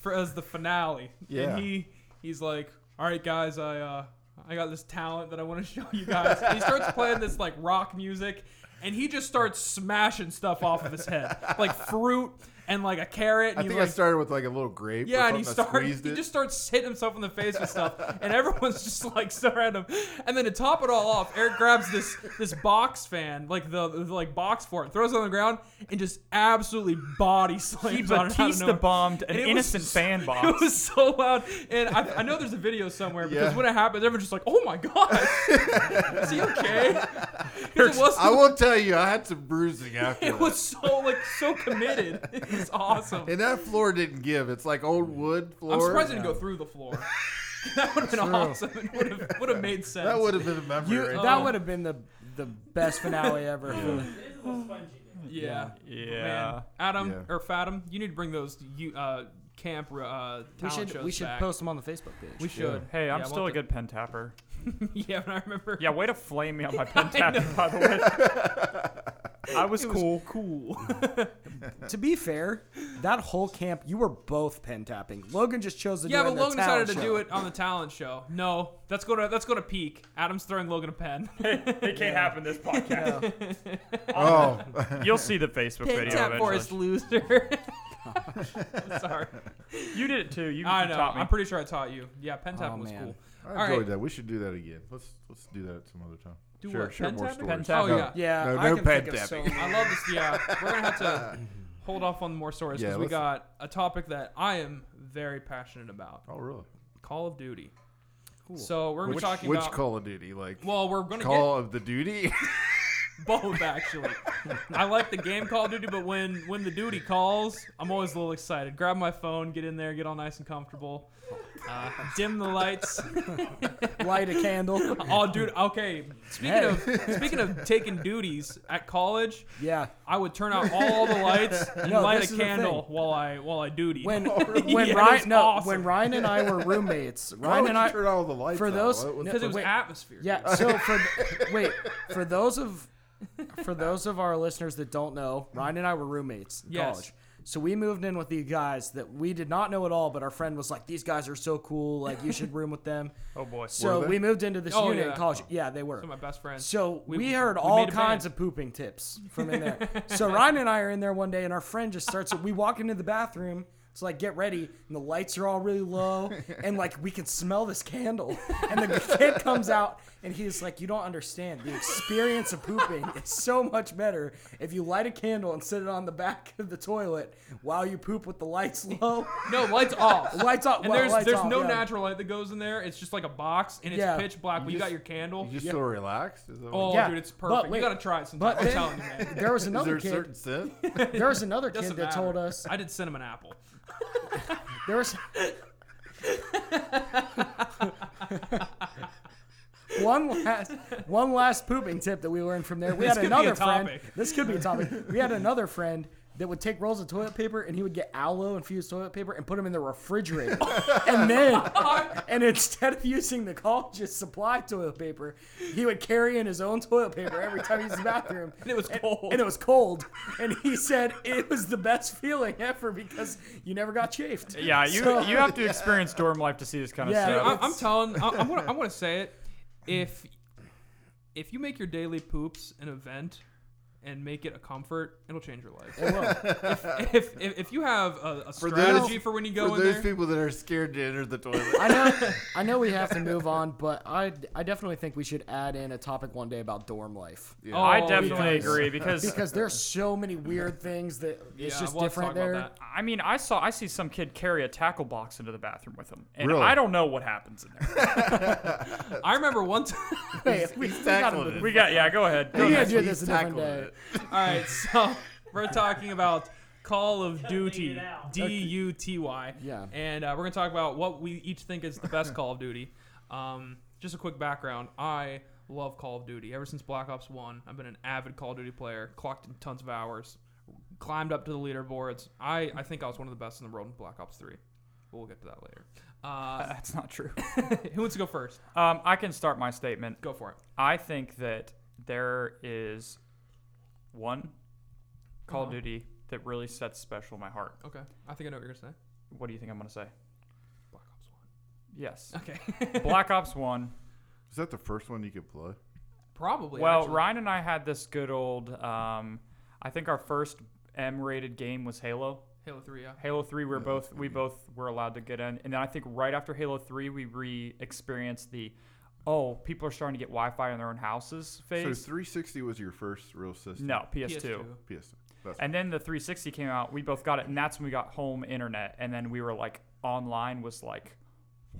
[SPEAKER 1] for as the finale.
[SPEAKER 2] Yeah.
[SPEAKER 1] And he he's like, "All right, guys, I uh, I got this talent that I want to show you guys." And he starts playing this like rock music, and he just starts smashing stuff off of his head, like fruit and like a carrot. And
[SPEAKER 2] I
[SPEAKER 1] he,
[SPEAKER 2] think
[SPEAKER 1] like,
[SPEAKER 2] I started with like a little grape.
[SPEAKER 1] yeah,
[SPEAKER 2] or
[SPEAKER 1] and he
[SPEAKER 2] something. I
[SPEAKER 1] starts.
[SPEAKER 2] squeezed
[SPEAKER 1] He
[SPEAKER 2] it.
[SPEAKER 1] just starts hitting himself in the face with stuff, and everyone's just like staring at him. And then to top it all off, Eric grabs this this box fan, like the, the, like box for it, throws it on the ground, and just absolutely body
[SPEAKER 4] He
[SPEAKER 1] slams on it. out of
[SPEAKER 4] Batista
[SPEAKER 1] nowhere.
[SPEAKER 4] bombed an
[SPEAKER 1] And it was
[SPEAKER 4] innocent
[SPEAKER 1] so-
[SPEAKER 4] fan
[SPEAKER 1] It
[SPEAKER 4] box.
[SPEAKER 1] was so loud, and I, I know there's a video somewhere because
[SPEAKER 2] Yeah.
[SPEAKER 1] when it happens, everyone's just like, "Oh my god, is he okay?" 'Cause It was,
[SPEAKER 2] I will tell you, I had some bruising after
[SPEAKER 1] it
[SPEAKER 2] that.
[SPEAKER 1] was so like so committed. It was awesome.
[SPEAKER 2] and that floor didn't give. It's like old wood floor.
[SPEAKER 1] I'm surprised it didn't go through the floor. that would have been awesome. It would have would have made sense.
[SPEAKER 2] That would have been a memory.
[SPEAKER 5] You,
[SPEAKER 2] right
[SPEAKER 1] Oh.
[SPEAKER 5] That would have been the the best finale ever.
[SPEAKER 1] Yeah.
[SPEAKER 4] yeah.
[SPEAKER 1] Man, Adam
[SPEAKER 2] Yeah.
[SPEAKER 1] or Fatim, you need to bring those you uh camp uh talent
[SPEAKER 5] We should
[SPEAKER 1] shows
[SPEAKER 5] we should
[SPEAKER 1] back.
[SPEAKER 5] post them on the Facebook page.
[SPEAKER 1] We should.
[SPEAKER 4] Hey, I'm
[SPEAKER 1] Yeah,
[SPEAKER 4] still a
[SPEAKER 1] we'll
[SPEAKER 4] good pen tapper.
[SPEAKER 1] have to- yeah, but I remember.
[SPEAKER 4] Yeah, way to flame me on my pen tapping, by the way. I was cool.
[SPEAKER 1] Cool.
[SPEAKER 5] To be fair, that whole camp, you were both pen tapping. Logan just chose to do
[SPEAKER 1] yeah,
[SPEAKER 5] it.
[SPEAKER 1] but
[SPEAKER 5] in the
[SPEAKER 1] Logan decided
[SPEAKER 5] talent
[SPEAKER 1] to
[SPEAKER 5] show.
[SPEAKER 1] do it on the talent show. No, let's go to let's go to peak. Adam's throwing Logan a pen.
[SPEAKER 4] It can't happen this podcast.
[SPEAKER 2] now. Oh,
[SPEAKER 4] You'll see the Facebook
[SPEAKER 1] Pen
[SPEAKER 4] video
[SPEAKER 1] tap for
[SPEAKER 4] eventually.
[SPEAKER 1] us, loser. I'm sorry.
[SPEAKER 4] You did it too. You,
[SPEAKER 1] I
[SPEAKER 4] you
[SPEAKER 1] know.
[SPEAKER 4] taught me.
[SPEAKER 1] I'm pretty sure I taught you. Yeah, pen tapping
[SPEAKER 3] Oh,
[SPEAKER 1] was
[SPEAKER 3] man.
[SPEAKER 1] cool.
[SPEAKER 2] I
[SPEAKER 1] All
[SPEAKER 2] enjoyed
[SPEAKER 1] right.
[SPEAKER 2] that. We should do that again. Let's let's do that some other time.
[SPEAKER 1] Do
[SPEAKER 2] share
[SPEAKER 1] what?
[SPEAKER 2] share
[SPEAKER 1] Pen
[SPEAKER 2] more
[SPEAKER 1] tapping?
[SPEAKER 2] stories.
[SPEAKER 4] Pen
[SPEAKER 1] Oh
[SPEAKER 4] No.
[SPEAKER 1] yeah.
[SPEAKER 3] Yeah,
[SPEAKER 2] No,
[SPEAKER 3] I
[SPEAKER 2] no
[SPEAKER 3] can
[SPEAKER 2] pen
[SPEAKER 3] think of so
[SPEAKER 2] tapping.
[SPEAKER 1] I love this. Yeah, we're gonna have to hold off on more stories
[SPEAKER 2] Yeah,
[SPEAKER 1] because we
[SPEAKER 2] let's-
[SPEAKER 1] got a topic that I am very passionate about:
[SPEAKER 2] Oh really?
[SPEAKER 1] Call of Duty.
[SPEAKER 3] Cool.
[SPEAKER 1] So we're gonna
[SPEAKER 2] Which,
[SPEAKER 1] be talking
[SPEAKER 2] which
[SPEAKER 1] about.
[SPEAKER 2] Call of Duty? Like
[SPEAKER 1] well, we're gonna get
[SPEAKER 2] Call of the Duty?
[SPEAKER 1] both actually. I like the game Call of Duty, but when when the duty calls, I'm always a little excited. Grab my phone, get in there, get all nice and comfortable, uh, dim the lights.
[SPEAKER 3] light a candle.
[SPEAKER 1] Oh, dude. Okay. Speaking of speaking of taking duties at college,
[SPEAKER 3] Yeah.
[SPEAKER 1] I would turn out all the lights and
[SPEAKER 3] No,
[SPEAKER 1] light
[SPEAKER 3] this
[SPEAKER 1] a
[SPEAKER 3] is the
[SPEAKER 1] candle
[SPEAKER 3] thing.
[SPEAKER 1] while I while I duty.
[SPEAKER 3] When
[SPEAKER 1] really?
[SPEAKER 3] when
[SPEAKER 1] Yeah, it's
[SPEAKER 3] Ryan no
[SPEAKER 1] awesome.
[SPEAKER 3] when Ryan and I were roommates,
[SPEAKER 2] Why
[SPEAKER 3] Ryan
[SPEAKER 2] would
[SPEAKER 3] and
[SPEAKER 2] you
[SPEAKER 3] I
[SPEAKER 2] turn all the lights
[SPEAKER 3] for
[SPEAKER 2] out?
[SPEAKER 3] those
[SPEAKER 2] What- what-
[SPEAKER 1] because it was
[SPEAKER 3] wait.
[SPEAKER 1] atmosphere.
[SPEAKER 3] yeah. So for wait for those of for those of our listeners that don't know, Ryan and I were roommates in
[SPEAKER 1] Yes.
[SPEAKER 3] college. So we moved in with these guys that we did not know at all, but our friend was like, "These guys are so cool. Like you should room with them."
[SPEAKER 4] oh boy.
[SPEAKER 3] So
[SPEAKER 2] they?
[SPEAKER 3] we moved into this
[SPEAKER 1] Oh,
[SPEAKER 3] unit
[SPEAKER 1] yeah.
[SPEAKER 3] in college. Yeah, they were.
[SPEAKER 1] They're my best friends.
[SPEAKER 3] So
[SPEAKER 1] We-
[SPEAKER 3] we, heard
[SPEAKER 1] we
[SPEAKER 3] all
[SPEAKER 1] made a
[SPEAKER 3] kinds
[SPEAKER 1] band.
[SPEAKER 3] of pooping tips from in there. so Ryan and I are in there one day, and our friend just starts. We walk into the bathroom. It's like get ready, and the lights are all really low, and like we can smell this candle. And the kid comes out, and he's like, "You don't understand. The experience of pooping is so much better if you light a candle and sit it on the back of the toilet while you poop with the lights low,
[SPEAKER 1] no lights off.
[SPEAKER 3] lights off.
[SPEAKER 1] And
[SPEAKER 3] well,
[SPEAKER 1] there's
[SPEAKER 3] lights
[SPEAKER 1] there's
[SPEAKER 3] off,
[SPEAKER 1] no
[SPEAKER 3] yeah.
[SPEAKER 1] natural light that goes in there. It's just like a box and it's
[SPEAKER 3] Yeah.
[SPEAKER 1] pitch black. But you got
[SPEAKER 2] just-
[SPEAKER 1] your candle.
[SPEAKER 2] You just feel relaxed? Is that what-
[SPEAKER 1] Oh,
[SPEAKER 3] Yeah,
[SPEAKER 1] dude, it's
[SPEAKER 3] but
[SPEAKER 1] perfect.
[SPEAKER 3] wait.
[SPEAKER 1] you gotta try it sometime.
[SPEAKER 3] But
[SPEAKER 1] I'm
[SPEAKER 3] then-
[SPEAKER 1] telling you, man.
[SPEAKER 3] There was
[SPEAKER 2] is there
[SPEAKER 3] another
[SPEAKER 2] a
[SPEAKER 3] kid.
[SPEAKER 2] certain scent?
[SPEAKER 3] There was another
[SPEAKER 1] Doesn't
[SPEAKER 3] kid that told
[SPEAKER 1] matter.
[SPEAKER 3] us
[SPEAKER 1] I did cinnamon apple.
[SPEAKER 3] There was. one last one last pooping tip that we learned from there. We
[SPEAKER 1] This
[SPEAKER 3] had
[SPEAKER 1] could be a
[SPEAKER 3] another friend.
[SPEAKER 1] topic.
[SPEAKER 3] This could be a topic. We had another friend that would take rolls of toilet paper and he would get aloe infused toilet paper and put them in the refrigerator. and then and instead of using the college's supply toilet paper, he would carry in his own toilet paper every time he was in the bathroom.
[SPEAKER 1] And it was cold.
[SPEAKER 3] And it was cold. And he said it was the best feeling ever because you never got chafed.
[SPEAKER 4] yeah, you
[SPEAKER 3] So-
[SPEAKER 4] you have to experience dorm life to see this kind of
[SPEAKER 3] Yeah.
[SPEAKER 1] Dude,
[SPEAKER 4] stuff.
[SPEAKER 1] I, I'm
[SPEAKER 3] it's-
[SPEAKER 1] telling. I, I'm gonna. I'm gonna say it. If if you make your daily poops an event and make it a comfort, it'll change your life.
[SPEAKER 3] It will.
[SPEAKER 1] if, if if you have a, a
[SPEAKER 2] For
[SPEAKER 1] strategy
[SPEAKER 2] those-
[SPEAKER 1] for when you go
[SPEAKER 2] For
[SPEAKER 1] in
[SPEAKER 2] those
[SPEAKER 1] there,
[SPEAKER 2] people that are scared to enter the toilet.
[SPEAKER 3] I know, I know we have to move on, but I, I definitely think we should add in a topic one day about dorm life
[SPEAKER 2] Yeah.
[SPEAKER 1] Oh,
[SPEAKER 4] I definitely
[SPEAKER 1] because-
[SPEAKER 4] agree because
[SPEAKER 3] because there's so many weird things that it's
[SPEAKER 1] Yeah,
[SPEAKER 3] just
[SPEAKER 1] we'll have to
[SPEAKER 3] different
[SPEAKER 1] talk about
[SPEAKER 3] there.
[SPEAKER 1] that.
[SPEAKER 4] I mean, I saw I see some kid carry a tackle box into the bathroom with him, and
[SPEAKER 2] Really?
[SPEAKER 4] I don't know what happens in there.
[SPEAKER 1] I remember one time.
[SPEAKER 3] Wait, we, we gotta
[SPEAKER 2] tackling
[SPEAKER 3] move-
[SPEAKER 2] it.
[SPEAKER 4] We got yeah. Go ahead. Go
[SPEAKER 3] We
[SPEAKER 4] ahead.
[SPEAKER 3] gotta do
[SPEAKER 2] He's
[SPEAKER 3] this a different
[SPEAKER 2] tackling
[SPEAKER 3] day.
[SPEAKER 2] it.
[SPEAKER 1] All right, so we're talking about Call of Duty, D U T Y.
[SPEAKER 3] Yeah.
[SPEAKER 1] And uh, we're gonna talk about what we each think is the best Call of Duty. Um, just a quick background. I love Call of Duty. Ever since Black Ops One, I've been an avid Call of Duty player. Clocked in tons of hours. Climbed up to the leaderboards. I, I think I was one of the best in the world in Black Ops Three. But we'll get to that later. Uh,
[SPEAKER 4] That's not true.
[SPEAKER 1] who wants to go first?
[SPEAKER 4] Um, I can start my statement.
[SPEAKER 1] Go for it.
[SPEAKER 4] I think that there is one Call of
[SPEAKER 1] Uh-huh.
[SPEAKER 4] Duty that really sets special my heart.
[SPEAKER 1] Okay. I think I know what you're gonna say.
[SPEAKER 4] What do you think I'm gonna say?
[SPEAKER 1] Black Ops
[SPEAKER 4] Yes.
[SPEAKER 1] One. Okay.
[SPEAKER 4] Black Ops One.
[SPEAKER 2] Is that the first one you could play?
[SPEAKER 1] Probably.
[SPEAKER 4] Well,
[SPEAKER 1] actually.
[SPEAKER 4] Ryan and I had this good old. Um, I think our first M-rated game was Halo.
[SPEAKER 1] Halo Three. Yeah.
[SPEAKER 4] Halo Three, we we're
[SPEAKER 2] Yeah,
[SPEAKER 4] both
[SPEAKER 2] that's
[SPEAKER 4] we
[SPEAKER 2] good.
[SPEAKER 4] both were allowed to get in, and then I think right after Halo Three, we re-experienced the, oh, people are starting to get Wi-Fi in their own houses
[SPEAKER 2] So
[SPEAKER 4] phase.
[SPEAKER 2] 360 was your first real system?
[SPEAKER 4] no, PS2.
[SPEAKER 2] PS2. That's
[SPEAKER 4] And then the 360 came out. We both got it, and that's when we got home internet, and then we were like online was like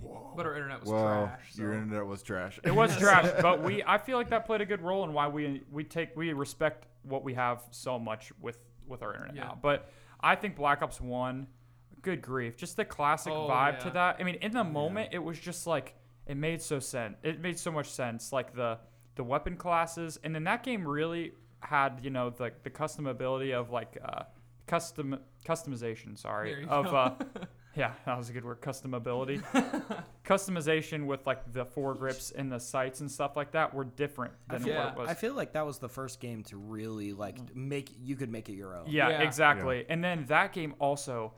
[SPEAKER 1] But our internet was
[SPEAKER 2] well,
[SPEAKER 1] trash. So.
[SPEAKER 2] your internet was trash.
[SPEAKER 4] it was trash, but we I feel like that played a good role in why we we take we respect what we have so much with with our internet
[SPEAKER 1] Yeah.
[SPEAKER 4] now. But I think Black Ops One, good grief, just the classic
[SPEAKER 1] Oh,
[SPEAKER 4] vibe to
[SPEAKER 1] yeah.
[SPEAKER 4] that. I mean, in the moment, it was just like it made so sense. It made so much sense, like the the weapon classes, and then that game really had you know the the customability of like uh, custom customization.
[SPEAKER 1] There
[SPEAKER 4] Sorry,
[SPEAKER 1] you
[SPEAKER 4] of
[SPEAKER 1] go.
[SPEAKER 4] uh, yeah, that was a good word, customability customization with like the foregrips and the sights and stuff like that were different than
[SPEAKER 1] feel-
[SPEAKER 4] what it was.
[SPEAKER 3] I feel like that was the first game to really like make you could make it your own.
[SPEAKER 4] yeah,
[SPEAKER 1] Yeah.
[SPEAKER 4] exactly. And then that game also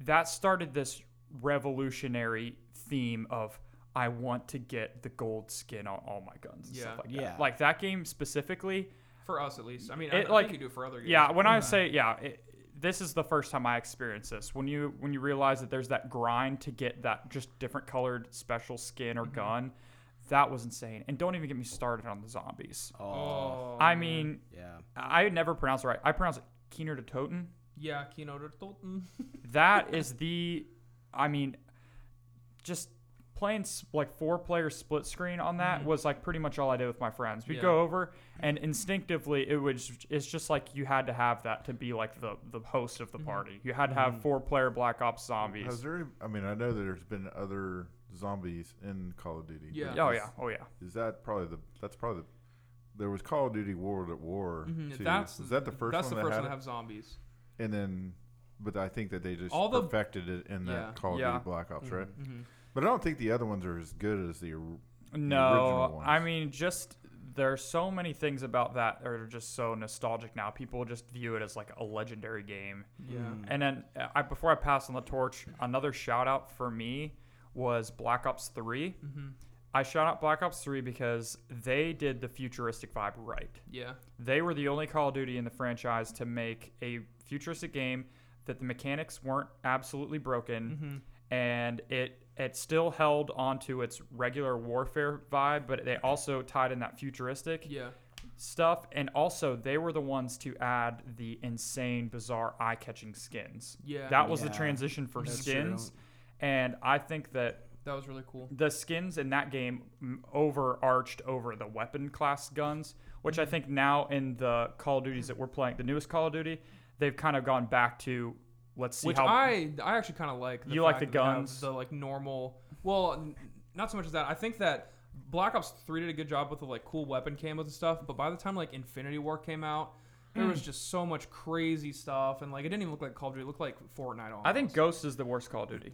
[SPEAKER 4] that started this revolutionary theme of I want to get the gold skin on all my guns and
[SPEAKER 1] Yeah.
[SPEAKER 4] stuff like
[SPEAKER 3] Yeah.
[SPEAKER 4] that. Like that game specifically,
[SPEAKER 1] For us, at least. I mean,
[SPEAKER 4] It,
[SPEAKER 1] I, I
[SPEAKER 4] like-
[SPEAKER 1] think you do it for other games.
[SPEAKER 4] yeah, when I
[SPEAKER 1] but-
[SPEAKER 4] say yeah, it, this is the first time I experienced this. When you when you realize that there's that grind to get that just different colored special skin or gun, that was insane. And don't even get me started on the zombies.
[SPEAKER 1] Oh,
[SPEAKER 4] I mean,
[SPEAKER 5] Yeah.
[SPEAKER 4] I never pronounce it right. I pronounce it Keener to Toten.
[SPEAKER 1] yeah, Kino Toten.
[SPEAKER 4] That is the, I mean, just playing s- like four player split screen on that
[SPEAKER 2] Mm-hmm.
[SPEAKER 4] was like pretty much all I did with my friends. We'd
[SPEAKER 1] Yeah.
[SPEAKER 4] go over and instinctively it was it's just like you had to have that to be like the the host of the party. You had to have four player Black Ops
[SPEAKER 2] Mm-hmm. Has
[SPEAKER 4] zombies.
[SPEAKER 2] there? any- I mean, I know there's been other zombies in Call of Duty. but
[SPEAKER 1] Yeah.
[SPEAKER 4] Oh
[SPEAKER 2] is-
[SPEAKER 4] yeah, oh yeah.
[SPEAKER 2] Is that probably the? That's probably the. There was Call of Duty World at War.
[SPEAKER 4] Mm-hmm.
[SPEAKER 3] Mm-hmm.
[SPEAKER 1] Mhm,
[SPEAKER 2] too.
[SPEAKER 1] That's
[SPEAKER 2] is that the first
[SPEAKER 1] That's
[SPEAKER 2] one?
[SPEAKER 1] the
[SPEAKER 2] that
[SPEAKER 1] first
[SPEAKER 2] had
[SPEAKER 1] one to
[SPEAKER 2] it?
[SPEAKER 1] have zombies.
[SPEAKER 2] And then, but I think that they just
[SPEAKER 1] All the-
[SPEAKER 2] perfected it in
[SPEAKER 1] Yeah.
[SPEAKER 2] that Call of
[SPEAKER 4] Yeah.
[SPEAKER 2] Duty Black Ops,
[SPEAKER 3] Mm-hmm.
[SPEAKER 2] right?
[SPEAKER 4] Mm-hmm.
[SPEAKER 2] But I don't think the other ones are as good as the. or-
[SPEAKER 4] No,
[SPEAKER 2] ones.
[SPEAKER 4] I mean just there are so many things about that that are just so nostalgic now. People just view it as like a legendary game.
[SPEAKER 1] Yeah.
[SPEAKER 2] Hmm.
[SPEAKER 4] And then uh, I, before I pass on the torch, another shout out for me was Black Ops 3. I shout out Black Ops 3 because they did the futuristic vibe right.
[SPEAKER 1] Yeah.
[SPEAKER 4] They were the only Call of Duty in the franchise to make a futuristic game that the mechanics weren't absolutely broken and it it still held onto its regular warfare vibe, but they also tied in that futuristic
[SPEAKER 1] Yeah.
[SPEAKER 4] stuff and also they were the ones to add the insane bizarre eye-catching skins
[SPEAKER 1] Yeah.
[SPEAKER 4] that was the
[SPEAKER 5] Yeah.
[SPEAKER 4] transition for
[SPEAKER 5] That's true.
[SPEAKER 4] skins and i think that
[SPEAKER 1] That was really cool.
[SPEAKER 4] the skins in that game mm, overarched over the weapon class guns which
[SPEAKER 1] Mm-hmm.
[SPEAKER 4] i think now in the call of duties that we're playing the newest call of duty they've kind of gone back to let's see
[SPEAKER 1] Which
[SPEAKER 4] how
[SPEAKER 1] I I actually kind of like.
[SPEAKER 4] You like
[SPEAKER 1] fact
[SPEAKER 4] the
[SPEAKER 1] that they have
[SPEAKER 4] guns?
[SPEAKER 1] the like normal. Well, n- not so much as that. I think that Black Ops Three did a good job with the like cool weapon camos and stuff. But by the time like Infinity War came out, there
[SPEAKER 4] Hmm.
[SPEAKER 1] was just so much crazy stuff, and like it didn't even look like Call of Duty. It looked like Fortnite. Almost.
[SPEAKER 4] I think ghost is the worst call of duty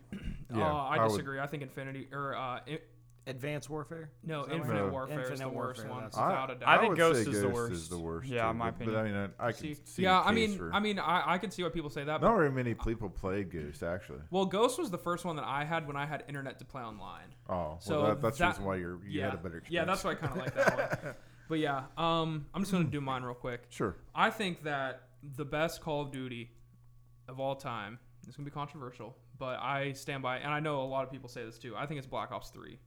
[SPEAKER 1] Uh,
[SPEAKER 2] Yeah, I
[SPEAKER 1] I
[SPEAKER 2] would-
[SPEAKER 1] disagree. I think Infinity or uh, I-
[SPEAKER 5] Advanced warfare.
[SPEAKER 1] no
[SPEAKER 5] that
[SPEAKER 1] Infinite
[SPEAKER 2] right?
[SPEAKER 1] Warfare is
[SPEAKER 5] Infinite
[SPEAKER 1] the worst
[SPEAKER 5] Warfare,
[SPEAKER 1] one
[SPEAKER 5] that's-
[SPEAKER 1] without a doubt.
[SPEAKER 4] I
[SPEAKER 2] I
[SPEAKER 4] think
[SPEAKER 2] would
[SPEAKER 4] Ghost
[SPEAKER 2] say
[SPEAKER 4] is the
[SPEAKER 2] Ghost is
[SPEAKER 4] worst.
[SPEAKER 2] the worst.
[SPEAKER 4] Yeah,
[SPEAKER 2] too,
[SPEAKER 4] my
[SPEAKER 2] but- But I mean, I, I can
[SPEAKER 1] See-
[SPEAKER 2] see.
[SPEAKER 1] yeah,
[SPEAKER 2] a
[SPEAKER 1] I
[SPEAKER 2] case
[SPEAKER 1] mean,
[SPEAKER 2] for-
[SPEAKER 1] I mean, I, I can see why people say that. But,
[SPEAKER 2] not very many people played Ghost actually.
[SPEAKER 1] Well, Ghost was the first one that I had when I had internet to play online.
[SPEAKER 2] Oh, well,
[SPEAKER 1] So
[SPEAKER 2] that, that's the
[SPEAKER 1] that-
[SPEAKER 2] reason why you're, you
[SPEAKER 1] yeah,
[SPEAKER 2] had a better experience. Hmm.
[SPEAKER 1] yeah, that's why I kind of like that one. But yeah, um, I'm just gonna do mine real quick.
[SPEAKER 2] Sure.
[SPEAKER 1] I think that the best Call of Duty of all time. It's gonna be controversial, but I stand by, and I know a lot of people say this too. I think it's Black Ops Three.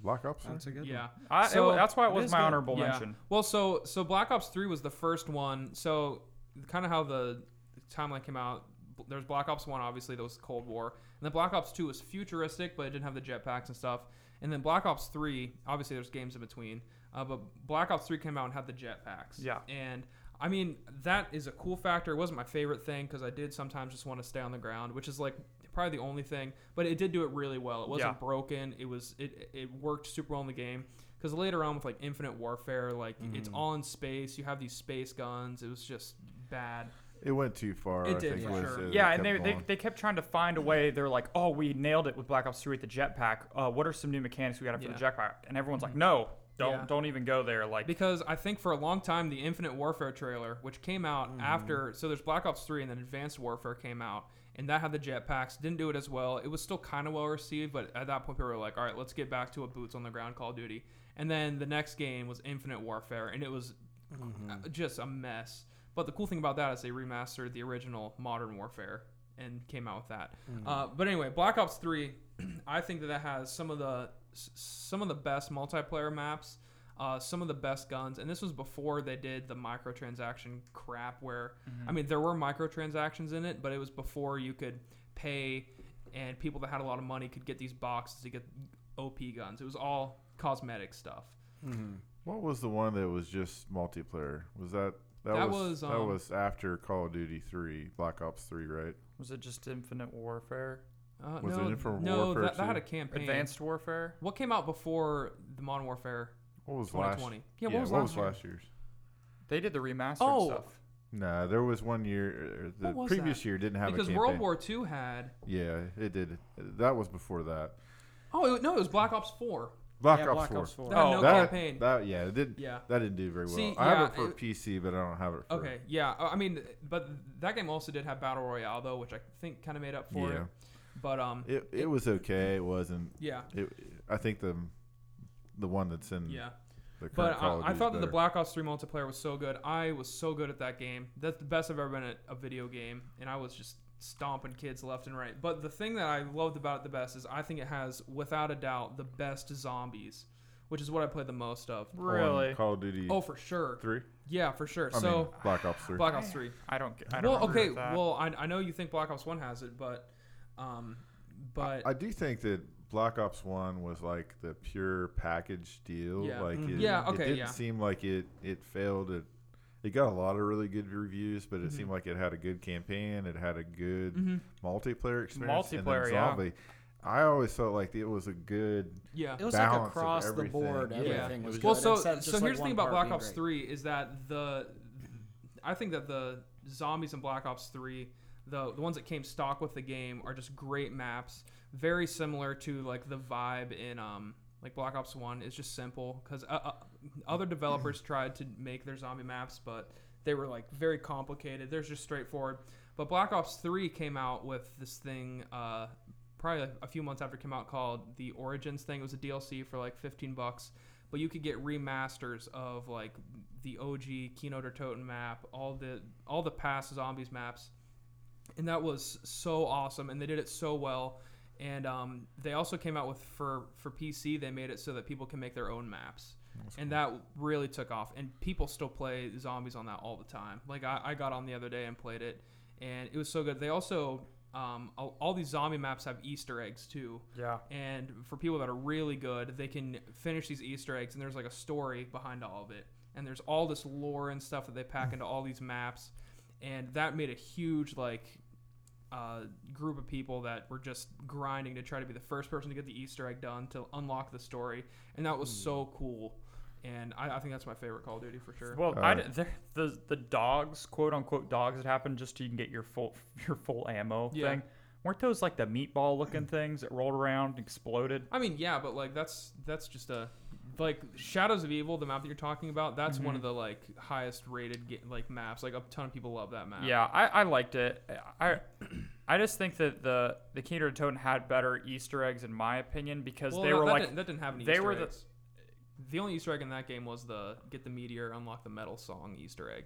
[SPEAKER 2] Black Ops.
[SPEAKER 5] That's a good
[SPEAKER 1] Yeah.
[SPEAKER 4] I,
[SPEAKER 1] So-
[SPEAKER 4] it- that's why it
[SPEAKER 5] it
[SPEAKER 4] was
[SPEAKER 5] is
[SPEAKER 4] my
[SPEAKER 5] good.
[SPEAKER 4] honorable
[SPEAKER 1] Yeah.
[SPEAKER 4] mention
[SPEAKER 1] Well, so so Black Ops Three was the first one. So kind of how the timeline came out. b- There was Black Ops One, obviously that was the Cold War, and then Black Ops Two was futuristic, but it didn't have the jetpacks and stuff. And then Black Ops Three, obviously there's games in between, uh, but Black Ops Three came out and had the jetpacks.
[SPEAKER 4] Yeah.
[SPEAKER 1] And I mean that is a cool factor. It wasn't my favorite thing because I did sometimes just want to stay on the ground, which is like probably the only thing. But it did do it really well. It wasn't
[SPEAKER 4] Yeah.
[SPEAKER 1] broken. It was it it worked super well in the game because later on with like Infinite Warfare, like it's all in space. You have these space guns. It was just bad.
[SPEAKER 2] It went too far.
[SPEAKER 1] It
[SPEAKER 2] I
[SPEAKER 1] did,
[SPEAKER 2] think,
[SPEAKER 1] for
[SPEAKER 2] was,
[SPEAKER 1] sure.
[SPEAKER 2] uh,
[SPEAKER 4] Yeah, and they,
[SPEAKER 2] kept
[SPEAKER 4] they,
[SPEAKER 2] going.
[SPEAKER 4] they kept trying to find a way. They're like, oh, we nailed it with Black Ops 3 with the jetpack. Uh, what are some new mechanics we got for the
[SPEAKER 1] Yeah. Mm-hmm.
[SPEAKER 4] jetpack? And everyone's like, no, don't
[SPEAKER 1] Yeah.
[SPEAKER 4] don't even go there. Like,
[SPEAKER 1] Because I think for a long time the Infinite Warfare trailer, which came out after, so there's Black Ops Three and then Advanced Warfare came out, and that had the jetpacks. Didn't do it as well. It was still kind of well received, but at that point people were like, all right, let's get back to a boots on the ground Call of Duty. And then the next game was Infinite Warfare, and it was uh, just a mess. But the cool thing about that is they remastered the original Modern Warfare and came out with that. Uh, but anyway, Black Ops Three, I think that that has some of the s- some of the best multiplayer maps, uh, some of the best guns, and this was before they did the microtransaction crap. Where I mean, there were microtransactions in it, but it was before you could pay, and people that had a lot of money could get these boxes to get OP guns. It was all cosmetic stuff.
[SPEAKER 2] What was the one that was just multiplayer? Was that that,
[SPEAKER 1] That
[SPEAKER 2] was,
[SPEAKER 1] was,
[SPEAKER 2] that
[SPEAKER 1] um,
[SPEAKER 2] was after Call of Duty Three, Black Ops Three, right?
[SPEAKER 4] was it just Infinite Warfare?
[SPEAKER 1] Uh,
[SPEAKER 2] Was
[SPEAKER 1] no,
[SPEAKER 2] it Infinite
[SPEAKER 1] no,
[SPEAKER 2] Warfare
[SPEAKER 1] that, that had a
[SPEAKER 2] 2?
[SPEAKER 1] campaign.
[SPEAKER 4] Advanced Warfare?
[SPEAKER 1] What came out before the Modern Warfare
[SPEAKER 2] What was last?
[SPEAKER 1] 2020? Yeah, what was
[SPEAKER 2] what
[SPEAKER 1] last
[SPEAKER 2] was
[SPEAKER 1] year?
[SPEAKER 2] last year's?
[SPEAKER 4] They did the remastered
[SPEAKER 1] Oh.
[SPEAKER 4] stuff.
[SPEAKER 2] Nah, there was one year. uh, The
[SPEAKER 1] What was
[SPEAKER 2] previous
[SPEAKER 1] that?
[SPEAKER 2] year didn't have
[SPEAKER 1] Because
[SPEAKER 2] a campaign.
[SPEAKER 1] World War II had.
[SPEAKER 2] Yeah, it did. That was before that.
[SPEAKER 1] Oh it- no, it was Black Ops 4.
[SPEAKER 2] Black
[SPEAKER 5] yeah,
[SPEAKER 2] Ops
[SPEAKER 5] Black
[SPEAKER 2] Four.
[SPEAKER 5] Ops 4.
[SPEAKER 1] That had
[SPEAKER 4] Oh,
[SPEAKER 1] no
[SPEAKER 2] that,
[SPEAKER 1] campaign.
[SPEAKER 2] that yeah, it did.
[SPEAKER 1] Yeah.
[SPEAKER 2] that didn't do very well.
[SPEAKER 1] See,
[SPEAKER 2] I have
[SPEAKER 1] yeah,
[SPEAKER 2] it for
[SPEAKER 1] it-
[SPEAKER 2] PC, but I don't have it for.
[SPEAKER 1] Okay, yeah. uh, I I mean, but that game also did have Battle Royale though, which I think kind of made up for
[SPEAKER 2] Yeah. Hmm.
[SPEAKER 1] it. But um,
[SPEAKER 2] It it was okay. It wasn't.
[SPEAKER 1] yeah,
[SPEAKER 2] It, I think the the one that's in
[SPEAKER 1] yeah.
[SPEAKER 2] The current
[SPEAKER 1] But
[SPEAKER 2] Call of
[SPEAKER 1] I, I
[SPEAKER 2] Duty's
[SPEAKER 1] thought that the
[SPEAKER 2] better.
[SPEAKER 1] Black Ops 3 multiplayer was so good. I was so good at that game. That's the best I've ever been at a video game, and I was just stomping kids left and right. But the thing that I loved about it the best is I think it has, without a doubt, the best zombies, which is what I played the most of.
[SPEAKER 2] on
[SPEAKER 4] Really?
[SPEAKER 2] Call of Duty
[SPEAKER 1] Oh, for sure.
[SPEAKER 2] three.
[SPEAKER 1] Yeah, for sure.
[SPEAKER 2] I
[SPEAKER 1] so
[SPEAKER 2] mean, Black Ops three.
[SPEAKER 1] Black Ops 3.
[SPEAKER 4] I don't. get- I don't
[SPEAKER 1] Well,
[SPEAKER 4] remember
[SPEAKER 1] okay.
[SPEAKER 4] that.
[SPEAKER 1] Well, I, I know you think Black Ops 1 has it, but um, but
[SPEAKER 2] I do think that Black Ops One was like the pure package deal.
[SPEAKER 1] Yeah.
[SPEAKER 2] Like it,
[SPEAKER 1] Yeah,
[SPEAKER 2] it
[SPEAKER 1] okay,
[SPEAKER 2] didn't
[SPEAKER 1] yeah.
[SPEAKER 2] seem like it it failed. It it got a lot of really good reviews, but it seemed like it had a good campaign. It had a good multiplayer experience. and
[SPEAKER 4] Multiplayer,
[SPEAKER 2] then
[SPEAKER 4] yeah.
[SPEAKER 2] zombie. I always felt like it was a good.
[SPEAKER 1] yeah.
[SPEAKER 5] It was like
[SPEAKER 2] Balance of
[SPEAKER 5] across the board.
[SPEAKER 2] everything.
[SPEAKER 1] Yeah.
[SPEAKER 5] Everything was good.
[SPEAKER 1] Well, so
[SPEAKER 5] except just,
[SPEAKER 1] so
[SPEAKER 5] like,
[SPEAKER 1] here's the
[SPEAKER 5] one
[SPEAKER 1] thing about
[SPEAKER 5] part
[SPEAKER 1] Black
[SPEAKER 5] being
[SPEAKER 1] Ops
[SPEAKER 5] great.
[SPEAKER 1] Three is that the, I think that the zombies in Black Ops Three, the the ones that came stock with the game are just great maps, very similar to like the vibe in um like Black Ops One is just simple because uh, uh, other developers tried to make their zombie maps, but they were like very complicated. They're just straightforward. But Black Ops Three came out with this thing. Uh, Probably a few months after it came out, called the Origins thing. It was a DLC for like 15 bucks, but you could get remasters of like the OG Keynote or Totem map, all the all the past zombies maps, and that was so awesome, and they did it so well. And um, they also came out with for for PC, they made it so that people can make their own maps, and that really took off. And people still play zombies on that all the time. Like I, I got on the other day and played it, and it was so good. They also um, all, all these zombie maps have Easter eggs too.
[SPEAKER 4] yeah.
[SPEAKER 1] And for people that are really good, they can finish these Easter eggs, and there's like a story behind all of it. And there's all this lore and stuff that they pack into all these maps, and that made a huge like uh, group of people that were just grinding to try to be the first person to get the Easter egg done to unlock the story, and that was so cool. And I, I think that's my favorite Call of Duty for sure.
[SPEAKER 4] Well,
[SPEAKER 2] Uh,
[SPEAKER 4] I d the, the the dogs, quote unquote dogs that happened just so you can get your full your full ammo
[SPEAKER 1] Yeah.
[SPEAKER 4] thing. Weren't those like the meatball looking things that rolled around, and exploded?
[SPEAKER 1] I mean, yeah, but like that's that's just a like Shadows of Evil, the map that you're talking about. That's
[SPEAKER 4] Mm-hmm.
[SPEAKER 1] one of the like highest rated ga- like maps. Like a ton of people love that map.
[SPEAKER 4] Yeah, I, I liked it. I I just think that the the Kingdom of Totem had better Easter eggs in my opinion because
[SPEAKER 1] Well,
[SPEAKER 4] they
[SPEAKER 1] no,
[SPEAKER 4] were
[SPEAKER 1] that
[SPEAKER 4] like
[SPEAKER 1] didn't, that didn't have any.
[SPEAKER 4] they
[SPEAKER 1] Easter
[SPEAKER 4] were the-
[SPEAKER 1] eggs. the only Easter egg in that game was the get the meteor, unlock the metal song Easter egg.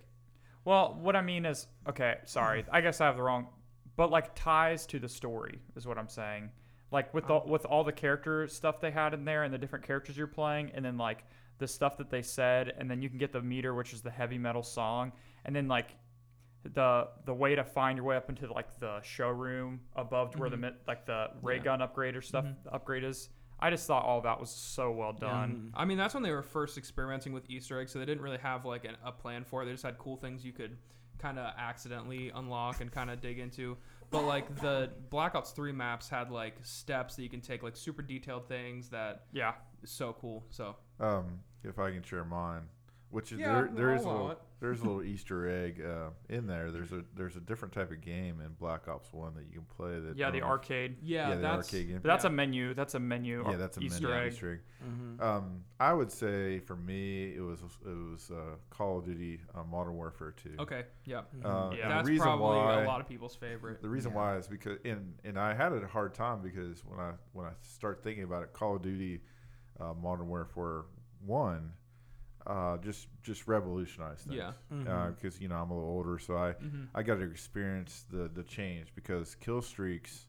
[SPEAKER 4] Well, what I mean is, okay, sorry,
[SPEAKER 2] Mm-hmm.
[SPEAKER 4] I guess I have the wrong, but like ties to the story is what I'm saying. Like with
[SPEAKER 2] Oh.
[SPEAKER 4] all with all the character stuff they had in there and the different characters you're playing, and then like the stuff that they said, and then you can get the meter, which is the heavy metal song, and then like the the way to find your way up into like the showroom above to where the
[SPEAKER 2] Mm-hmm.
[SPEAKER 4] mi- like the ray
[SPEAKER 1] Yeah.
[SPEAKER 4] gun upgrade or stuff upgrade is. I just thought all that was so well done.
[SPEAKER 1] I mean, that's when they were first experimenting with Easter eggs, so they didn't really have like an, a plan for it. They just had cool things you could kind of accidentally unlock and kind of dig into. But like the Black Ops 3 maps had like steps that you can take, like super detailed things that
[SPEAKER 4] Yeah,
[SPEAKER 1] is so cool. So
[SPEAKER 2] Um, if I can share mine, which is
[SPEAKER 1] Yeah,
[SPEAKER 2] there,
[SPEAKER 1] I'll
[SPEAKER 2] there is a
[SPEAKER 1] allow
[SPEAKER 2] little,
[SPEAKER 1] it.
[SPEAKER 2] there's a little Easter egg uh, in there. There's a there's a different type of game in Black Ops One that you can play. That
[SPEAKER 4] yeah,
[SPEAKER 2] I
[SPEAKER 4] the
[SPEAKER 2] don't know if-
[SPEAKER 4] arcade.
[SPEAKER 1] yeah,
[SPEAKER 2] yeah, the
[SPEAKER 1] that's
[SPEAKER 2] arcade game.
[SPEAKER 4] But that's
[SPEAKER 1] Yeah.
[SPEAKER 4] a menu. That's a menu.
[SPEAKER 2] Yeah, that's a
[SPEAKER 4] Easter
[SPEAKER 2] mini
[SPEAKER 4] egg.
[SPEAKER 2] Easter egg.
[SPEAKER 3] Mm-hmm.
[SPEAKER 2] Um, I would say for me, it was it was uh, Call of Duty uh, Modern Warfare Two.
[SPEAKER 1] okay. Yeah,
[SPEAKER 3] Mm-hmm.
[SPEAKER 2] Uh,
[SPEAKER 4] Yeah.
[SPEAKER 2] and
[SPEAKER 1] that's
[SPEAKER 2] the reason
[SPEAKER 1] probably
[SPEAKER 2] why
[SPEAKER 1] a lot of people's favorite.
[SPEAKER 2] the reason why is because and and I had a hard time because when I when I start thinking about it, Call of Duty, uh, Modern Warfare One, uh, just just revolutionized things.
[SPEAKER 1] Yeah.
[SPEAKER 3] Mm-hmm.
[SPEAKER 2] because you know I'm a little older, so I
[SPEAKER 1] Mm-hmm.
[SPEAKER 2] I got to experience the the change because kill streaks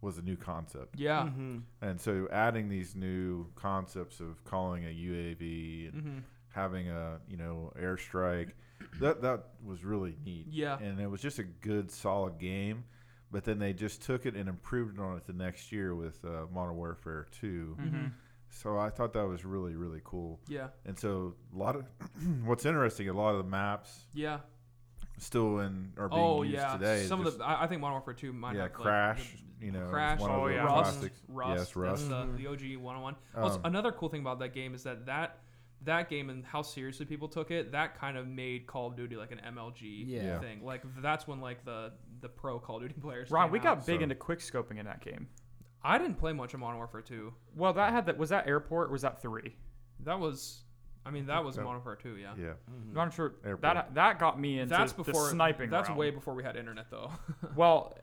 [SPEAKER 2] was a new concept,
[SPEAKER 1] Yeah,
[SPEAKER 3] Mm-hmm.
[SPEAKER 2] and so adding these new concepts of calling a UAV
[SPEAKER 1] Mm.
[SPEAKER 2] and
[SPEAKER 1] Mm-hmm.
[SPEAKER 2] having a you know airstrike, that that was really neat
[SPEAKER 1] yeah.
[SPEAKER 2] and it was just a good solid game but then they just took it and improved on it the next year with uh, modern warfare 2
[SPEAKER 1] Mm.
[SPEAKER 2] so i thought that was really really cool
[SPEAKER 1] Mm-hmm. Yeah,
[SPEAKER 2] and so a lot of what's interesting a lot of the maps
[SPEAKER 1] yeah.
[SPEAKER 2] still in are being
[SPEAKER 1] Oh,
[SPEAKER 2] used
[SPEAKER 1] yeah.
[SPEAKER 2] today
[SPEAKER 1] Some
[SPEAKER 2] Just-
[SPEAKER 1] of the, I, I think Modern Warfare 2 might
[SPEAKER 2] yeah
[SPEAKER 1] have like,
[SPEAKER 2] crash
[SPEAKER 1] the-
[SPEAKER 2] you know is
[SPEAKER 1] Crash,
[SPEAKER 2] one of
[SPEAKER 4] Oh,
[SPEAKER 2] the
[SPEAKER 4] yeah.
[SPEAKER 1] Rust,
[SPEAKER 2] classics.
[SPEAKER 1] Rust,
[SPEAKER 2] yes rust Mm-hmm.
[SPEAKER 1] That's the, the OG 101. Also,
[SPEAKER 2] Um,
[SPEAKER 1] another cool thing about that game is that that that game and how seriously people took it, that kind of made Call of Duty like an MLG
[SPEAKER 5] Yeah.
[SPEAKER 1] thing. Like that's when like the the pro Call of Duty players.
[SPEAKER 4] Ron,
[SPEAKER 1] came
[SPEAKER 4] we
[SPEAKER 1] out.
[SPEAKER 4] got big
[SPEAKER 2] So-
[SPEAKER 4] into quick scoping in that game.
[SPEAKER 1] I didn't play much of Modern Warfare 2.
[SPEAKER 4] Well, that had that was that airport. Or was that three?
[SPEAKER 1] That was, I mean, that was
[SPEAKER 2] that-
[SPEAKER 1] Modern Warfare 2. Yeah.
[SPEAKER 2] yeah
[SPEAKER 3] Mm-hmm.
[SPEAKER 4] I'm not sure.
[SPEAKER 2] Airport.
[SPEAKER 4] That that got me into
[SPEAKER 1] That's before
[SPEAKER 4] the sniping.
[SPEAKER 1] That's
[SPEAKER 4] realm.
[SPEAKER 1] way before we had internet though.
[SPEAKER 4] Well,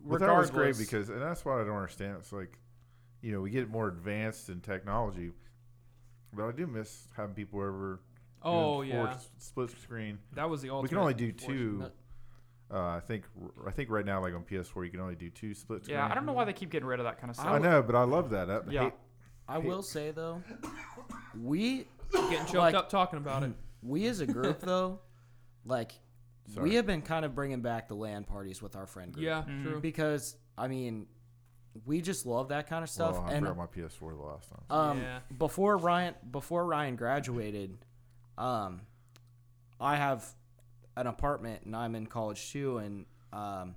[SPEAKER 2] But that
[SPEAKER 4] regardless,
[SPEAKER 2] was great because, and that's what I don't understand. It's like, you know, we get more advanced in technology, But I do miss having people over. doing
[SPEAKER 1] Oh
[SPEAKER 2] four
[SPEAKER 1] yeah,
[SPEAKER 2] s- split screen.
[SPEAKER 1] that was the ultimate.
[SPEAKER 2] we can only do
[SPEAKER 1] fortune.
[SPEAKER 2] two. Uh, I think I think right now, like on PS4, you can only do two split screen.
[SPEAKER 4] Yeah, I don't know why they keep getting rid of that kind of
[SPEAKER 2] I
[SPEAKER 4] stuff.
[SPEAKER 2] know, but I love that. I
[SPEAKER 4] Yeah.
[SPEAKER 2] hate-
[SPEAKER 3] I will say though, we
[SPEAKER 1] Getting choked
[SPEAKER 3] Like-
[SPEAKER 1] up talking about it.
[SPEAKER 3] we as a group though, like
[SPEAKER 2] Sorry.
[SPEAKER 3] we have been kind of bringing back the LAN parties with our friend group.
[SPEAKER 1] Yeah, true.
[SPEAKER 3] because I mean, we just love that kind of stuff.
[SPEAKER 2] Well, I
[SPEAKER 3] and
[SPEAKER 2] brought my PS4 the last time.
[SPEAKER 3] um,
[SPEAKER 1] Yeah.
[SPEAKER 3] before Ryan before Ryan graduated, um, I have an apartment and I'm in college too. And um,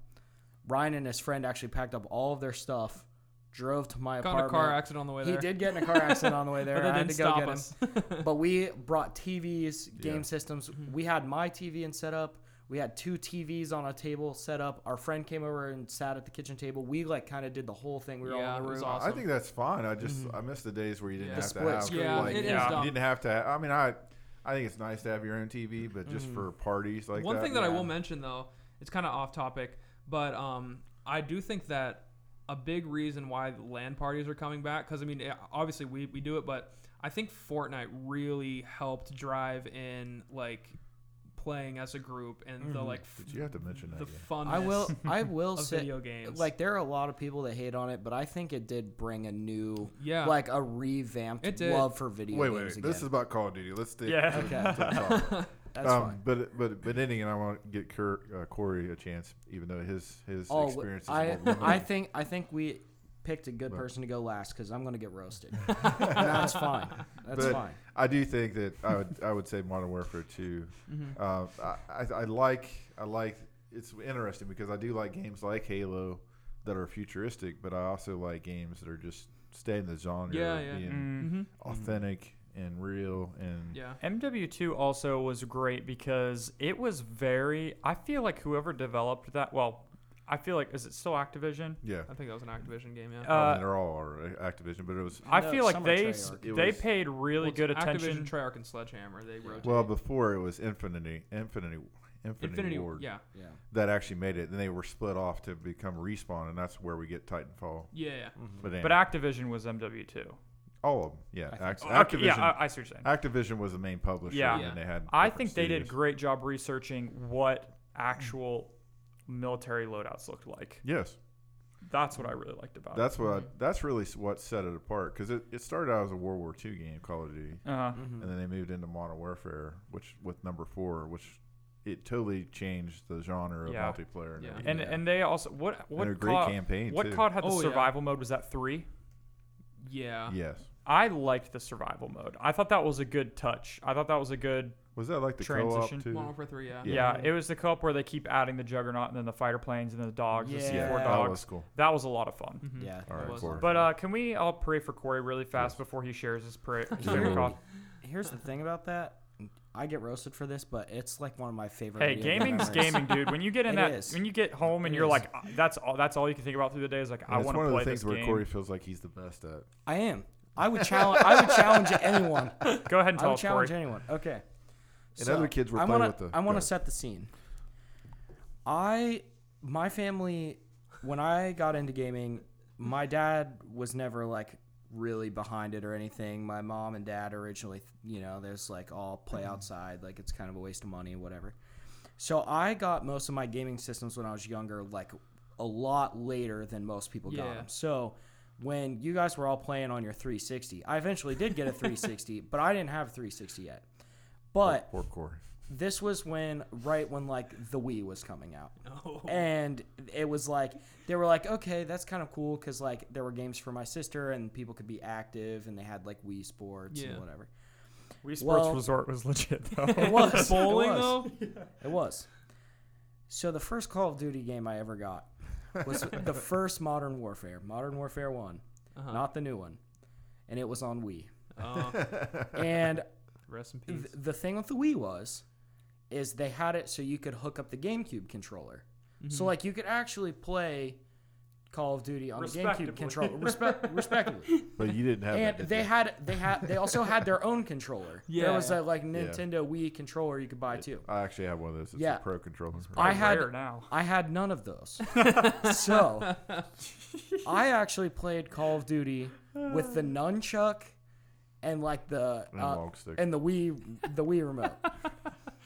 [SPEAKER 3] Ryan and his friend actually packed up all of their stuff, drove to
[SPEAKER 1] Got
[SPEAKER 3] my
[SPEAKER 1] in a
[SPEAKER 3] apartment.
[SPEAKER 1] car accident on the way there.
[SPEAKER 3] He did get in a car accident on the way there.
[SPEAKER 1] but that
[SPEAKER 3] I had
[SPEAKER 1] didn't
[SPEAKER 3] to go
[SPEAKER 1] stop
[SPEAKER 3] get
[SPEAKER 1] us.
[SPEAKER 3] him. But we brought TVs, game systems.
[SPEAKER 1] Mm-hmm.
[SPEAKER 3] We had my TV and set up. We had two TVs on a table set up. Our friend came over and sat at the kitchen table. We like kind of did the whole thing. We were
[SPEAKER 1] Yeah,
[SPEAKER 3] all in
[SPEAKER 1] it
[SPEAKER 3] the
[SPEAKER 1] was
[SPEAKER 3] room.
[SPEAKER 1] awesome.
[SPEAKER 2] I think that's fine. I just I miss the days where you didn't
[SPEAKER 1] Yeah. The
[SPEAKER 2] have
[SPEAKER 3] split
[SPEAKER 2] to have
[SPEAKER 3] screen.
[SPEAKER 1] Yeah,
[SPEAKER 2] like
[SPEAKER 1] it is
[SPEAKER 4] Yeah.
[SPEAKER 1] dumb.
[SPEAKER 2] you didn't have to. Have, I mean, I I think it's nice to have your own TV, but just for parties like
[SPEAKER 1] Mm-hmm. One
[SPEAKER 2] that.
[SPEAKER 1] thing that I will mention though, it's kind of off topic, but um, I do think that a big reason why LAN parties are coming back, because I mean, eh, obviously we, we do it, but I think Fortnite really helped drive in like playing as a group and the like f-
[SPEAKER 2] Mm-hmm. Did you have to mention that?
[SPEAKER 1] the
[SPEAKER 2] again?
[SPEAKER 1] fun.
[SPEAKER 3] I will. I will
[SPEAKER 1] of
[SPEAKER 3] say,
[SPEAKER 1] video games.
[SPEAKER 3] like, there are a lot of people that hate on it, but I think it did bring a new,
[SPEAKER 1] Yeah.
[SPEAKER 3] like, a revamped
[SPEAKER 1] It did.
[SPEAKER 3] love for video
[SPEAKER 2] Wait,
[SPEAKER 3] games
[SPEAKER 2] wait, wait.
[SPEAKER 3] again.
[SPEAKER 2] This is about Call of Duty. Let's stick.
[SPEAKER 4] Yeah.
[SPEAKER 2] to-
[SPEAKER 3] Okay.
[SPEAKER 2] to the topic.
[SPEAKER 3] That's
[SPEAKER 2] um,
[SPEAKER 3] fine.
[SPEAKER 2] But but but ending, and I want to get Cur, uh, Corey a chance, even though his his
[SPEAKER 3] Oh,
[SPEAKER 2] experience is
[SPEAKER 3] I,
[SPEAKER 2] more limited.
[SPEAKER 3] I think I think we picked a good person to go last because I'm gonna get roasted. And that's fine. That's
[SPEAKER 2] but
[SPEAKER 3] fine.
[SPEAKER 2] I do think that I would I would say Modern Warfare 2
[SPEAKER 3] Mm-hmm.
[SPEAKER 2] Uh, I, I, I like I like it's interesting because I do like games like Halo that are futuristic, but I also like games that are just stay in the genre,
[SPEAKER 1] Yeah,
[SPEAKER 2] of
[SPEAKER 1] yeah.
[SPEAKER 2] being
[SPEAKER 4] Mm.
[SPEAKER 2] authentic and real, and
[SPEAKER 1] yeah.
[SPEAKER 4] MW2 also was great because it was very. I feel like whoever developed that. Well, I feel like is it still Activision?
[SPEAKER 2] yeah.
[SPEAKER 1] I think that was an Activision game. Yeah.
[SPEAKER 4] Uh,
[SPEAKER 2] I mean, they're all our Activision, but it was
[SPEAKER 4] I
[SPEAKER 3] No,
[SPEAKER 4] feel like
[SPEAKER 3] some are
[SPEAKER 4] they
[SPEAKER 3] Treyarch.
[SPEAKER 4] s-
[SPEAKER 2] It
[SPEAKER 4] they
[SPEAKER 2] was-
[SPEAKER 4] paid really
[SPEAKER 1] Well, it's
[SPEAKER 4] good
[SPEAKER 1] Activision,
[SPEAKER 4] attention.
[SPEAKER 1] Treyarch, and Sledgehammer. They rotate.
[SPEAKER 2] well before it was Infinity, Infinity, Infinity,
[SPEAKER 1] Infinity.
[SPEAKER 2] Ward
[SPEAKER 1] Yeah.
[SPEAKER 3] Yeah.
[SPEAKER 2] that actually made it. Then they were split off to become Respawn, and that's where we get Titanfall.
[SPEAKER 1] Yeah. yeah.
[SPEAKER 3] Hmm.
[SPEAKER 2] But, anyway,
[SPEAKER 4] Mm-hmm. but Activision was MW2.
[SPEAKER 2] all of them, yeah. Act-
[SPEAKER 4] Okay,
[SPEAKER 2] Activision,
[SPEAKER 4] yeah, I, I see what you're saying.
[SPEAKER 2] Activision was the main publisher,
[SPEAKER 4] Yeah.
[SPEAKER 2] and then they had.
[SPEAKER 4] I
[SPEAKER 2] different
[SPEAKER 4] think they did a
[SPEAKER 2] studios.
[SPEAKER 4] great job researching what actual military loadouts looked like.
[SPEAKER 2] Yes,
[SPEAKER 4] That's what I really liked about
[SPEAKER 2] that's what. I, that's really s- what set it apart because it, it started out as a World War II game, Call of Duty,
[SPEAKER 4] it. Uh,
[SPEAKER 2] and then they moved into Modern Warfare, which with number four, which it totally changed the genre of
[SPEAKER 4] Yeah.
[SPEAKER 2] multiplayer. And
[SPEAKER 1] Yeah.
[SPEAKER 2] everything.
[SPEAKER 4] And and they also what what
[SPEAKER 2] a great
[SPEAKER 4] COD,
[SPEAKER 2] campaign,
[SPEAKER 4] What
[SPEAKER 2] too.
[SPEAKER 4] COD had the
[SPEAKER 1] Oh, yeah.
[SPEAKER 4] survival mode was that three.
[SPEAKER 1] Yeah.
[SPEAKER 2] yes,
[SPEAKER 4] I liked the survival mode. I thought that was a good touch. I thought that was a good
[SPEAKER 2] was that like the
[SPEAKER 4] Transition.
[SPEAKER 2] co-op too?
[SPEAKER 1] Modern Warfare Three. Yeah.
[SPEAKER 4] yeah. It was the co-op where they keep adding the juggernaut and then the fighter planes and then the dogs, the
[SPEAKER 3] Yeah.
[SPEAKER 4] C4
[SPEAKER 2] yeah,
[SPEAKER 4] dogs.
[SPEAKER 2] that was cool.
[SPEAKER 4] That was a lot of fun.
[SPEAKER 1] Mm-hmm.
[SPEAKER 3] Yeah.
[SPEAKER 2] All right,
[SPEAKER 1] was.
[SPEAKER 2] Corey.
[SPEAKER 4] Mm-hmm. But uh, can we all pray for Corey really fast before he shares his prayer? prayer call?
[SPEAKER 3] Here's the thing about that. I get roasted for this, but it's like one of my favorite.
[SPEAKER 4] Hey,
[SPEAKER 3] video game
[SPEAKER 4] gaming's
[SPEAKER 3] memories.
[SPEAKER 4] gaming, dude. When you get in
[SPEAKER 3] It
[SPEAKER 4] that,
[SPEAKER 3] is.
[SPEAKER 4] when you get home and
[SPEAKER 3] It
[SPEAKER 4] you're
[SPEAKER 3] is.
[SPEAKER 4] like, "Ah, that's all. That's all you can think about through the day is like, I
[SPEAKER 2] And it's
[SPEAKER 4] want
[SPEAKER 2] one
[SPEAKER 4] to
[SPEAKER 2] of
[SPEAKER 4] play
[SPEAKER 2] the things
[SPEAKER 4] this
[SPEAKER 2] where
[SPEAKER 4] game.
[SPEAKER 2] Corey feels like he's the best at.
[SPEAKER 3] I am. I would challenge. I would challenge anyone.
[SPEAKER 4] Go ahead and
[SPEAKER 3] I
[SPEAKER 4] tell
[SPEAKER 3] would
[SPEAKER 4] us, Corey.
[SPEAKER 3] challenge anyone. Okay.
[SPEAKER 2] And other kids were
[SPEAKER 3] I
[SPEAKER 2] playing
[SPEAKER 3] wanna,
[SPEAKER 2] with the-
[SPEAKER 3] I want
[SPEAKER 2] go.
[SPEAKER 3] to set the scene. I, my family, when I got into gaming, my dad was never like really behind it or anything. My mom and dad originally, you know, there's like all play outside, like it's kind of a waste of money, whatever. So I got most of my gaming systems when I was younger, like a lot later than most people got
[SPEAKER 1] Yeah.
[SPEAKER 3] 'em. So when you guys were all playing on your 360, I eventually did get a 360, but I didn't have a 360 yet. But
[SPEAKER 2] Poor Corey.
[SPEAKER 3] this was when right when like the Wii was coming out.
[SPEAKER 1] No.
[SPEAKER 3] And it was like they were like, okay, that's kind of cool because like there were games for my sister and people could be active and they had like Wii Sports
[SPEAKER 1] Yeah.
[SPEAKER 3] and whatever.
[SPEAKER 4] We Sports
[SPEAKER 3] Well-
[SPEAKER 4] Resort was legit though.
[SPEAKER 3] It was
[SPEAKER 1] Bowling
[SPEAKER 3] it was.
[SPEAKER 1] though.
[SPEAKER 3] It was. So the first Call of Duty game I ever got was the first Modern Warfare, Modern Warfare One,
[SPEAKER 1] Uh-huh.
[SPEAKER 3] not the new one, and it was on Wii.
[SPEAKER 1] Oh,
[SPEAKER 3] And
[SPEAKER 1] rest in peace.
[SPEAKER 3] th- the thing with the Wii was, is they had it so you could hook up the GameCube controller.
[SPEAKER 4] Mm-hmm.
[SPEAKER 3] So like you could actually play Call of Duty on the
[SPEAKER 4] Respectively.
[SPEAKER 3] GameCube controller, respect, respectively.
[SPEAKER 2] But you didn't have that.
[SPEAKER 3] And
[SPEAKER 2] did
[SPEAKER 3] they
[SPEAKER 2] you?
[SPEAKER 3] had they had they also had their own controller.
[SPEAKER 1] Yeah.
[SPEAKER 3] there was that like Nintendo Wii controller you could buy too.
[SPEAKER 2] I actually have one of those. It's
[SPEAKER 3] Yeah.
[SPEAKER 2] a pro controller.
[SPEAKER 3] I had
[SPEAKER 4] Rare now.
[SPEAKER 3] I had none of those. so I actually played Call of Duty with the nunchuck and like the
[SPEAKER 2] And a
[SPEAKER 3] uh,
[SPEAKER 2] walk stick.
[SPEAKER 3] and the Wii the Wii remote.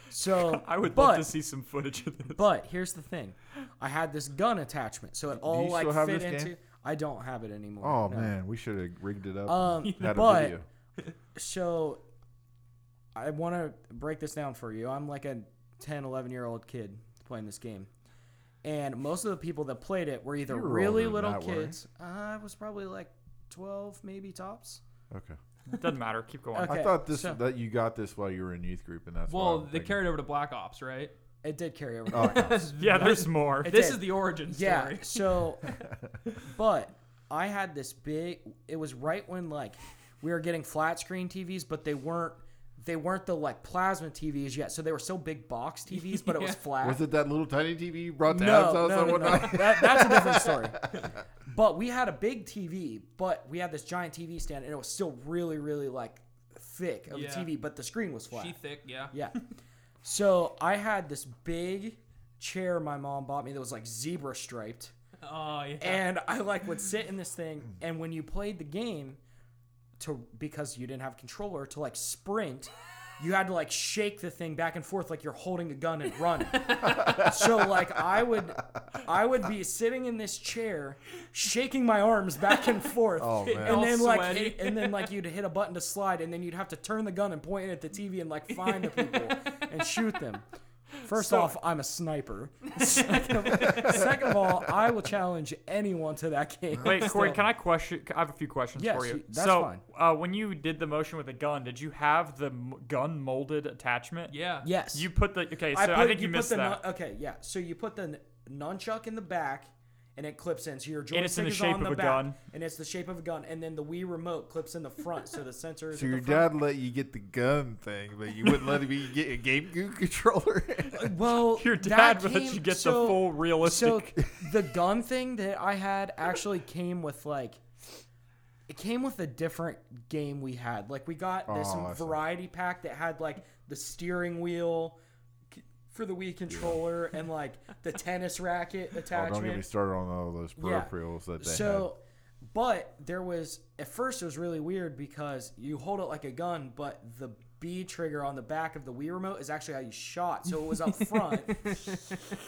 [SPEAKER 3] So
[SPEAKER 4] I would
[SPEAKER 3] but,
[SPEAKER 4] love to see some footage of this.
[SPEAKER 3] But here's the thing, I had this gun attachment, so it all
[SPEAKER 2] you
[SPEAKER 3] like
[SPEAKER 2] still have
[SPEAKER 3] fit
[SPEAKER 2] this
[SPEAKER 3] into.
[SPEAKER 2] game?
[SPEAKER 3] I don't have it anymore.
[SPEAKER 2] Oh
[SPEAKER 3] no.
[SPEAKER 2] man, we should have rigged it up.
[SPEAKER 3] Um,
[SPEAKER 2] and had
[SPEAKER 3] but-
[SPEAKER 2] a video.
[SPEAKER 3] so i want to break this down for you i'm like a 10 11 year old kid playing this game and most of the people that played it were either
[SPEAKER 2] You were
[SPEAKER 3] really
[SPEAKER 2] older than
[SPEAKER 3] little
[SPEAKER 2] that, weren't you?
[SPEAKER 3] kids i was probably like 12 maybe tops
[SPEAKER 2] Okay.
[SPEAKER 4] Doesn't matter. Keep going.
[SPEAKER 3] Okay,
[SPEAKER 2] I thought this
[SPEAKER 3] so-
[SPEAKER 2] that you got this while you were in youth group, and that's why
[SPEAKER 1] Well,
[SPEAKER 2] I'm
[SPEAKER 1] they
[SPEAKER 2] thinking-
[SPEAKER 1] carried over to Black Ops, right?
[SPEAKER 3] it did carry over
[SPEAKER 2] Oh, okay.
[SPEAKER 4] Yeah, there's more.
[SPEAKER 3] It
[SPEAKER 1] this
[SPEAKER 3] did.
[SPEAKER 1] is the origin story.
[SPEAKER 3] yeah so but i had this big it was right when like we were getting flat screen tvs but they weren't they weren't the like plasma tvs yet so they were still big box tvs but it was
[SPEAKER 1] Yeah.
[SPEAKER 3] flat
[SPEAKER 2] was it that little tiny TV you brought to Adam's
[SPEAKER 3] No,
[SPEAKER 2] house
[SPEAKER 3] no,
[SPEAKER 2] on
[SPEAKER 3] no,
[SPEAKER 2] one
[SPEAKER 3] no.
[SPEAKER 2] night?
[SPEAKER 3] That, that's a different story. But we had a big TV, but we had this giant TV stand, and it was still really, really like thick of
[SPEAKER 1] Yeah.
[SPEAKER 3] a TV, but the screen was flat.
[SPEAKER 1] She thick, yeah.
[SPEAKER 3] yeah. So I had this big chair my mom bought me that was like zebra striped,
[SPEAKER 1] Oh, yeah.
[SPEAKER 3] and I like would sit in this thing, and when you played the game, to because you didn't have a controller to like sprint. You had to like shake the thing back and forth like you're holding a gun and running. so like I would I would be sitting in this chair shaking my arms back and forth.
[SPEAKER 2] Oh, man.
[SPEAKER 3] And then
[SPEAKER 1] All
[SPEAKER 3] like
[SPEAKER 1] sweaty.
[SPEAKER 3] hit- and then like you'd hit a button to slide and then you'd have to turn the gun and point it at the TV and like find the people and shoot them. First off, I'm a sniper. Second of, second of all, I will challenge anyone to that game.
[SPEAKER 4] Wait, Corey,
[SPEAKER 3] Still.
[SPEAKER 4] can I question? I have a few questions
[SPEAKER 3] Yes,
[SPEAKER 4] for you.
[SPEAKER 3] you- that's
[SPEAKER 4] so,
[SPEAKER 3] fine.
[SPEAKER 4] Uh, when you did the motion with the gun, did you have the m- gun molded attachment?
[SPEAKER 1] yeah.
[SPEAKER 3] Yes.
[SPEAKER 4] You put the okay. So I,
[SPEAKER 3] put,
[SPEAKER 4] think you,
[SPEAKER 3] put
[SPEAKER 4] missed
[SPEAKER 3] the
[SPEAKER 4] that.
[SPEAKER 3] nun- okay, yeah. So you put the n- nunchuck in the back, and it clips in. So your joystick
[SPEAKER 4] And it's in the
[SPEAKER 3] is
[SPEAKER 4] shape
[SPEAKER 3] on the
[SPEAKER 4] of a
[SPEAKER 3] back,
[SPEAKER 4] gun.
[SPEAKER 3] and it's the shape of a gun. And then the Wii remote clips in the front, so the sensor is.
[SPEAKER 2] So
[SPEAKER 3] at
[SPEAKER 2] your
[SPEAKER 3] the front.
[SPEAKER 2] dad let you get the gun thing, but you wouldn't let me get a GameCube controller.
[SPEAKER 3] Well,
[SPEAKER 4] Your
[SPEAKER 3] that
[SPEAKER 4] dad would let
[SPEAKER 3] came-
[SPEAKER 4] you get
[SPEAKER 3] so,
[SPEAKER 4] the full realistic.
[SPEAKER 3] So the gun thing that I had actually came with like. It came with a different game we had. Like we got this
[SPEAKER 2] Oh, I see.
[SPEAKER 3] variety pack that had like the steering wheel c- for the Wii controller and like the tennis racket
[SPEAKER 2] oh,
[SPEAKER 3] attachment.
[SPEAKER 2] don't get me started on all those
[SPEAKER 3] Yeah.
[SPEAKER 2] peripherals that they
[SPEAKER 3] So, but there was at first it was really weird because you hold it like a gun, but the B trigger on the back of the Wii remote is actually how you shot. So it was up front.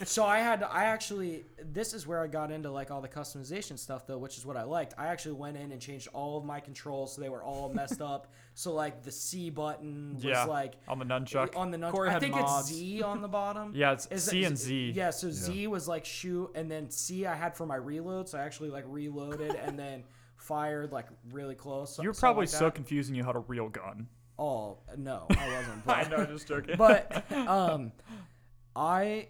[SPEAKER 3] so I had to, I actually this is where I got into like all the customization stuff though, which is what I liked. I actually went in and changed all of my controls so they were all messed up. So like the C button was
[SPEAKER 4] yeah,
[SPEAKER 3] like
[SPEAKER 4] on the nunchuck.
[SPEAKER 3] on the nunchuck.
[SPEAKER 1] Corey
[SPEAKER 3] I
[SPEAKER 1] had
[SPEAKER 3] think
[SPEAKER 1] mods.
[SPEAKER 3] it's Z on the bottom.
[SPEAKER 4] Yeah, it's
[SPEAKER 3] Is
[SPEAKER 4] C
[SPEAKER 3] that-
[SPEAKER 4] and Z.
[SPEAKER 3] Yeah, so Z was like shoot, and then C I had for my reload, so I actually like reloaded and then fired like really close.
[SPEAKER 4] You're
[SPEAKER 3] something
[SPEAKER 4] probably
[SPEAKER 3] like
[SPEAKER 4] so
[SPEAKER 3] that.
[SPEAKER 4] confusing. You had a real gun.
[SPEAKER 3] Oh no, I wasn't. But,
[SPEAKER 4] I know, just joking.
[SPEAKER 3] but um, I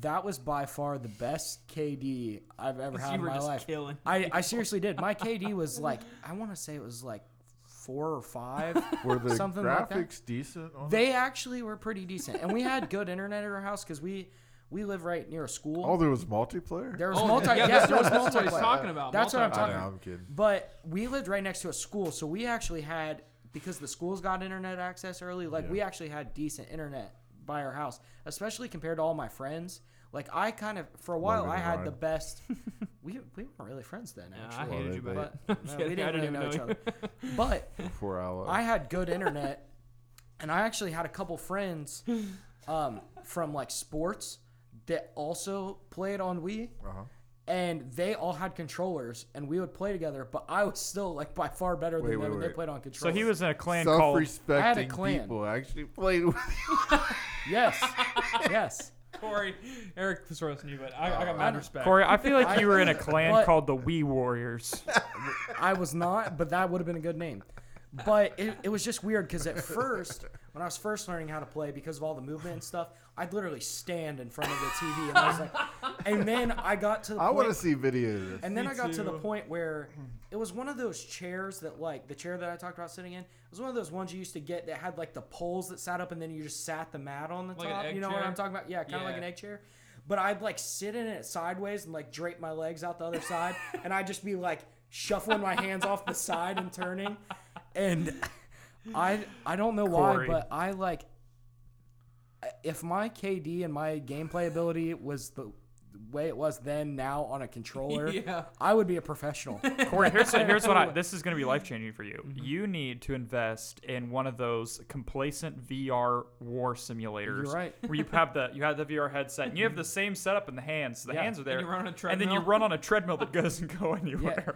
[SPEAKER 3] that was by far the best KD I've ever had
[SPEAKER 1] You
[SPEAKER 3] in
[SPEAKER 1] were
[SPEAKER 3] my
[SPEAKER 1] just
[SPEAKER 3] life.
[SPEAKER 1] killing.
[SPEAKER 3] I I seriously did. My KD was like I want to say it was like four or five.
[SPEAKER 2] had. Were the
[SPEAKER 3] something like
[SPEAKER 2] graphics
[SPEAKER 3] that.
[SPEAKER 2] decent? On it?
[SPEAKER 3] They actually were pretty decent, and we had good internet at our house because we we live right near a school.
[SPEAKER 2] Oh, there was multiplayer.
[SPEAKER 3] there was
[SPEAKER 1] Oh,
[SPEAKER 3] multi.
[SPEAKER 1] yeah,
[SPEAKER 3] Yeah,
[SPEAKER 1] that's,
[SPEAKER 3] there was
[SPEAKER 1] that's what he's
[SPEAKER 3] multiplayer.
[SPEAKER 1] talking about.
[SPEAKER 3] That's what I'm
[SPEAKER 1] multiplayer.
[SPEAKER 2] I
[SPEAKER 3] talking
[SPEAKER 2] know,
[SPEAKER 3] about.
[SPEAKER 2] I'm kidding.
[SPEAKER 3] But we lived right next to a school, so we actually had because the schools got internet access early. Like we actually had decent internet by our house, especially compared to all my friends. Like I kind of for a while
[SPEAKER 2] Longer
[SPEAKER 3] I
[SPEAKER 2] than
[SPEAKER 3] had
[SPEAKER 2] mine.
[SPEAKER 3] the best. we we weren't really friends then,
[SPEAKER 1] Yeah, I
[SPEAKER 3] actually.
[SPEAKER 1] hated you,
[SPEAKER 2] Well,
[SPEAKER 1] but
[SPEAKER 3] but no, we didn't really know each other. But
[SPEAKER 2] Before I left.
[SPEAKER 3] I had good internet, and I actually had a couple friends um, from like sports that also played on Wii,
[SPEAKER 2] Uh-huh.
[SPEAKER 3] and they all had controllers, and we would play together. But I was still like by far better than
[SPEAKER 2] Wait,
[SPEAKER 3] them
[SPEAKER 2] wait,
[SPEAKER 3] when they
[SPEAKER 2] wait.
[SPEAKER 3] played on
[SPEAKER 4] so
[SPEAKER 3] controllers.
[SPEAKER 4] he was in a clan called.
[SPEAKER 2] Self-respecting
[SPEAKER 3] clan.
[SPEAKER 2] people actually played with
[SPEAKER 3] yes, yes.
[SPEAKER 1] Corey, Eric was roasting you, but I, I got mad respect.
[SPEAKER 4] Corey, I feel like you were in a clan
[SPEAKER 3] What?
[SPEAKER 4] called the Wee Warriors.
[SPEAKER 3] I was not, but that would have been a good name. But it, it was just weird because at first, when I was first learning how to play, because of all the movement and stuff, I'd literally stand in front of the TV, and I was like, and then I got to the
[SPEAKER 2] I
[SPEAKER 3] point
[SPEAKER 2] want to see videos.
[SPEAKER 3] And then I got to the
[SPEAKER 1] too.
[SPEAKER 3] point where it was one of those chairs that, like, the chair that I talked about sitting in, it was one of those ones you used to get that had, like, the poles that sat up and then you just sat the mat on the
[SPEAKER 1] Like an
[SPEAKER 3] top.
[SPEAKER 1] egg
[SPEAKER 3] You know what
[SPEAKER 1] chair?
[SPEAKER 3] I'm talking about? Yeah, kind of like
[SPEAKER 1] Yeah.
[SPEAKER 3] an egg chair. But I'd, like, sit in it sideways and, like, drape my legs out the other side. and I'd just be, like, shuffling my hands off the side and turning. And I, I don't know why,
[SPEAKER 4] Corey.
[SPEAKER 3] but I, like, if my KD and my gameplay ability was the way it was then now on a controller,
[SPEAKER 1] Yeah.
[SPEAKER 3] I would be a professional.
[SPEAKER 4] Corey, here's, here's what I, this is going to be life changing for you. You need to invest in one of those complacent VR war simulators.
[SPEAKER 3] You're right.
[SPEAKER 4] Where you have the you have the VR headset and you have the same setup in the hands. So the hands are there.
[SPEAKER 1] you run on a
[SPEAKER 4] and then you
[SPEAKER 1] treadmill.
[SPEAKER 4] run on a treadmill that doesn't go anywhere.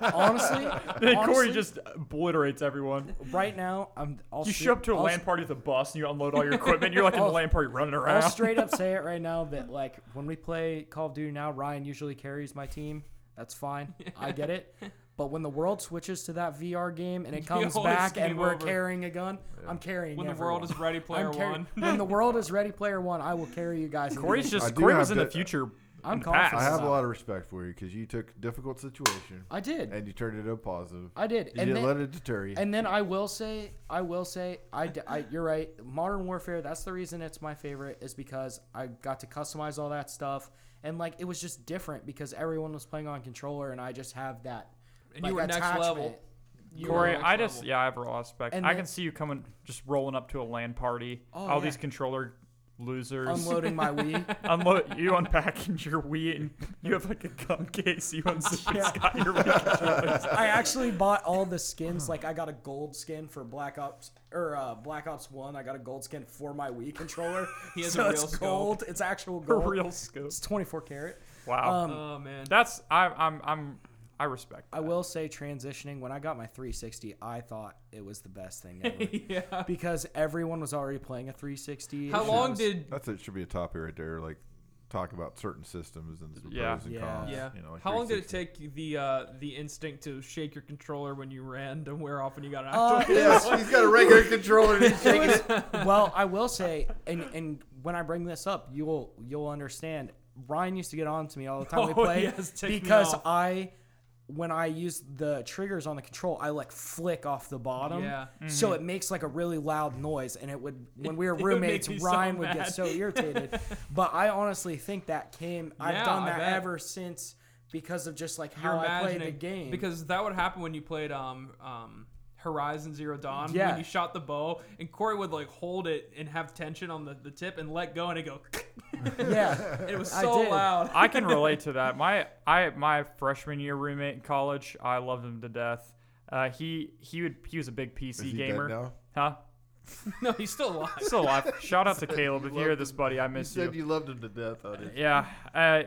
[SPEAKER 3] honestly,
[SPEAKER 4] Then Corey
[SPEAKER 3] honestly,
[SPEAKER 4] just obliterates everyone.
[SPEAKER 3] right now I'm. I'll
[SPEAKER 4] You
[SPEAKER 3] stra-
[SPEAKER 4] show up to a
[SPEAKER 3] I'll
[SPEAKER 4] land party with a bus and you unload all your equipment. You're like in the land party running around.
[SPEAKER 3] I'll straight up say it right now that like when we play Call of Duty now, Ryan usually carries my team. That's fine. I get it. But when the world switches to that VR game and it comes
[SPEAKER 1] always
[SPEAKER 3] back and
[SPEAKER 1] game
[SPEAKER 3] we're
[SPEAKER 1] over.
[SPEAKER 3] carrying a gun, I'm carrying.
[SPEAKER 1] When the
[SPEAKER 3] everyone.
[SPEAKER 1] world is Ready Player
[SPEAKER 3] I'm carry-
[SPEAKER 1] One.
[SPEAKER 3] when the world is Ready Player One, I will carry you guys. into
[SPEAKER 4] Corey's
[SPEAKER 3] the-
[SPEAKER 2] I
[SPEAKER 4] just
[SPEAKER 2] do
[SPEAKER 4] Corey
[SPEAKER 2] have
[SPEAKER 4] was in
[SPEAKER 2] to-
[SPEAKER 4] the future.
[SPEAKER 3] I'm
[SPEAKER 4] in the
[SPEAKER 3] confident.
[SPEAKER 2] I
[SPEAKER 4] past.
[SPEAKER 2] have a lot of respect for you because you took a difficult situation
[SPEAKER 3] I did.
[SPEAKER 2] and you turned it into a positive.
[SPEAKER 3] I did.
[SPEAKER 2] You
[SPEAKER 3] and
[SPEAKER 2] didn't
[SPEAKER 3] then,
[SPEAKER 2] let it deter you.
[SPEAKER 3] And then I will say, I will say, I, d- I- you're right. Modern Warfare. That's the reason it's my favorite is because I got to customize all that stuff, and like it was just different because everyone was playing on controller, and I just have that.
[SPEAKER 1] And you were next level.
[SPEAKER 3] attachment. You
[SPEAKER 4] Corey,
[SPEAKER 1] know,
[SPEAKER 3] were-
[SPEAKER 1] next
[SPEAKER 4] I just
[SPEAKER 1] level.
[SPEAKER 4] yeah, I have raw respect.
[SPEAKER 3] And
[SPEAKER 4] I
[SPEAKER 3] then-
[SPEAKER 4] can see you coming, just rolling up to a land party.
[SPEAKER 3] Oh,
[SPEAKER 4] all
[SPEAKER 3] yeah.
[SPEAKER 4] these controller losers.
[SPEAKER 3] unloading my Wii.
[SPEAKER 4] Unload you unpacking your Wii and you have like a gun case. You unzip it's got your Wii controllers.
[SPEAKER 3] I actually bought all the skins. Like I got a gold skin for Black Ops or uh, Black Ops One. I got a gold skin for my Wii controller.
[SPEAKER 1] He has a
[SPEAKER 3] so
[SPEAKER 1] real
[SPEAKER 3] it's
[SPEAKER 1] scope.
[SPEAKER 3] gold. It's actual
[SPEAKER 4] A
[SPEAKER 3] gold.
[SPEAKER 4] real scope.
[SPEAKER 3] It's 24 karat.
[SPEAKER 4] Wow,
[SPEAKER 3] Um,
[SPEAKER 1] Oh man.
[SPEAKER 4] that's I, I'm I'm I respect.
[SPEAKER 1] Uh,
[SPEAKER 3] I will say transitioning when I got my 360, I thought it was the best thing ever
[SPEAKER 1] yeah.
[SPEAKER 3] because everyone was already playing a 360.
[SPEAKER 1] How
[SPEAKER 3] It
[SPEAKER 1] long
[SPEAKER 3] was-
[SPEAKER 1] did
[SPEAKER 2] That's it. Should be a topic right there. Like talk about certain systems and the
[SPEAKER 4] Yeah.
[SPEAKER 2] pros and
[SPEAKER 3] Yeah.
[SPEAKER 2] cons.
[SPEAKER 1] yeah?
[SPEAKER 2] You know, like
[SPEAKER 1] How long did it
[SPEAKER 2] 360.
[SPEAKER 1] take the uh, the instinct to shake your controller when you ran to wear off when you got an
[SPEAKER 3] Uh,
[SPEAKER 1] actual?
[SPEAKER 2] Yes, he's got a regular controller. And he's
[SPEAKER 3] It
[SPEAKER 2] shaking it.
[SPEAKER 3] was- well, I will say, and and when I bring this up, you'll you'll understand. Ryan used to get on to me all the time we
[SPEAKER 1] Oh,
[SPEAKER 3] played
[SPEAKER 1] yes, tick me
[SPEAKER 3] because
[SPEAKER 1] off.
[SPEAKER 3] I, when I use the triggers on the control, I like flick off the bottom,
[SPEAKER 1] Yeah. Mm-hmm.
[SPEAKER 3] so it makes like a really loud noise, and it would when we were
[SPEAKER 1] It would make
[SPEAKER 3] roommates,
[SPEAKER 1] me so
[SPEAKER 3] Ryan would
[SPEAKER 1] mad.
[SPEAKER 3] get so irritated. but I honestly think that came.
[SPEAKER 1] Yeah,
[SPEAKER 3] I've done
[SPEAKER 1] I
[SPEAKER 3] that
[SPEAKER 1] bet.
[SPEAKER 3] ever since because of just like
[SPEAKER 1] You're
[SPEAKER 3] how I played the
[SPEAKER 1] imagining-
[SPEAKER 3] game.
[SPEAKER 1] Because that would happen when you played um um Horizon Zero Dawn
[SPEAKER 3] Yeah.
[SPEAKER 1] when you shot the bow and Corey would like hold it and have tension on the, the tip and let go and it go
[SPEAKER 3] yeah,
[SPEAKER 1] it was
[SPEAKER 3] I
[SPEAKER 1] so
[SPEAKER 3] did.
[SPEAKER 1] loud.
[SPEAKER 4] I can relate to that. My I my freshman year roommate in college, I loved him to death. Uh, he he would he was a big PC
[SPEAKER 2] Is he dead
[SPEAKER 4] gamer.
[SPEAKER 2] now?
[SPEAKER 4] Huh?
[SPEAKER 1] no, he's still alive.
[SPEAKER 4] Still alive. Shout out to Caleb if you hear this, buddy. I
[SPEAKER 2] You
[SPEAKER 4] miss you.
[SPEAKER 2] said you loved him to death. I did.
[SPEAKER 4] Yeah. Uh,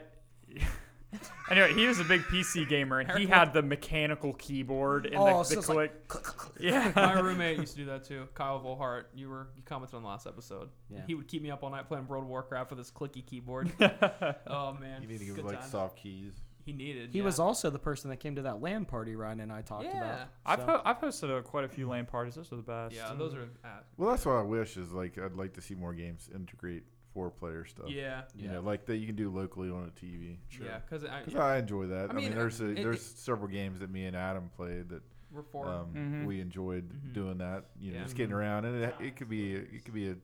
[SPEAKER 4] anyway, he was a big PC gamer, and he had the mechanical keyboard and
[SPEAKER 3] Oh,
[SPEAKER 4] the,
[SPEAKER 3] so
[SPEAKER 4] the
[SPEAKER 3] it's
[SPEAKER 4] click. yeah.
[SPEAKER 1] My roommate used to do that too, Kyle Volhart. You were you commented on last episode.
[SPEAKER 3] Yeah.
[SPEAKER 1] He would keep me up all night playing World of Warcraft with his clicky keyboard. oh man,
[SPEAKER 2] You need to give
[SPEAKER 1] Good
[SPEAKER 2] him like
[SPEAKER 1] times.
[SPEAKER 2] soft keys.
[SPEAKER 1] He needed.
[SPEAKER 3] he
[SPEAKER 1] yeah.
[SPEAKER 3] was also the person that came to that land party Ryan and I talked about.
[SPEAKER 1] Yeah.
[SPEAKER 4] I've,
[SPEAKER 3] So-
[SPEAKER 4] ho- I've hosted uh, quite a few LAN parties. Those are the best.
[SPEAKER 1] Yeah, those are. Uh,
[SPEAKER 2] Well, that's what I wish is like I'd like to see more games integrate four player stuff.
[SPEAKER 1] yeah,
[SPEAKER 2] You know, like that you can do locally on a TV.
[SPEAKER 1] yeah, because
[SPEAKER 2] Because I enjoy that. I mean,
[SPEAKER 1] mean,
[SPEAKER 2] there's a,
[SPEAKER 1] it-
[SPEAKER 2] there's
[SPEAKER 1] it-
[SPEAKER 2] several games that me and Adam played that
[SPEAKER 1] we're 4
[SPEAKER 2] um,
[SPEAKER 4] Mhm.
[SPEAKER 2] we enjoyed
[SPEAKER 1] Mm-hmm.
[SPEAKER 2] doing that. You know,
[SPEAKER 1] Yeah.
[SPEAKER 2] just getting around, and it, it could be it could be a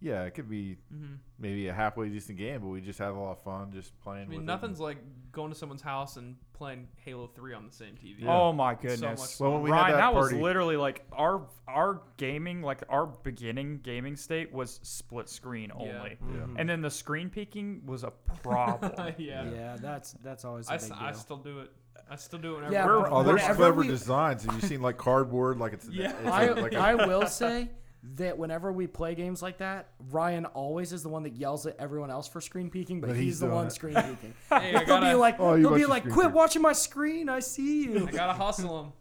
[SPEAKER 2] yeah, it could be
[SPEAKER 1] mm-hmm.
[SPEAKER 2] maybe a halfway decent game, but we just had a lot of fun just playing.
[SPEAKER 1] I
[SPEAKER 2] with
[SPEAKER 1] mean,
[SPEAKER 2] it.
[SPEAKER 1] nothing's like going to someone's house and playing Halo Three on the same TV.
[SPEAKER 2] Yeah.
[SPEAKER 4] Oh my
[SPEAKER 1] much
[SPEAKER 4] goodness.
[SPEAKER 1] fun.
[SPEAKER 2] Well, when we had
[SPEAKER 4] Ryan,
[SPEAKER 2] that
[SPEAKER 4] that, was
[SPEAKER 2] party-
[SPEAKER 4] literally like our our gaming, like our beginning gaming state was split screen only.
[SPEAKER 2] Yeah.
[SPEAKER 1] Mm-hmm.
[SPEAKER 4] And then the screen peeking was a problem.
[SPEAKER 1] yeah.
[SPEAKER 3] Yeah, that's that's always a
[SPEAKER 1] I,
[SPEAKER 3] big
[SPEAKER 1] s-
[SPEAKER 3] deal.
[SPEAKER 1] I still do it. I still do it. Whenever
[SPEAKER 3] Yeah,
[SPEAKER 1] we're-
[SPEAKER 3] bro.
[SPEAKER 2] Oh, there's
[SPEAKER 3] Whenever
[SPEAKER 2] clever
[SPEAKER 3] we-
[SPEAKER 2] designs. Have you seen like cardboard? Like it's
[SPEAKER 1] Yeah.
[SPEAKER 2] it's
[SPEAKER 3] I,
[SPEAKER 2] a- like a-
[SPEAKER 3] I will say that whenever we play games like that, Ryan always is the one that yells at everyone else for screen peeking, but,
[SPEAKER 2] But
[SPEAKER 3] he's,
[SPEAKER 2] he's
[SPEAKER 3] the
[SPEAKER 2] doing
[SPEAKER 3] one
[SPEAKER 2] it.
[SPEAKER 3] screen peeking.
[SPEAKER 1] Hey, I
[SPEAKER 3] he'll be
[SPEAKER 1] gotta-
[SPEAKER 3] like,
[SPEAKER 2] Oh, you
[SPEAKER 3] he'll
[SPEAKER 2] watch
[SPEAKER 3] be
[SPEAKER 2] the
[SPEAKER 3] like,
[SPEAKER 2] screen
[SPEAKER 3] quit
[SPEAKER 2] peek."
[SPEAKER 3] watching my screen. I see you.
[SPEAKER 1] I gotta hustle them.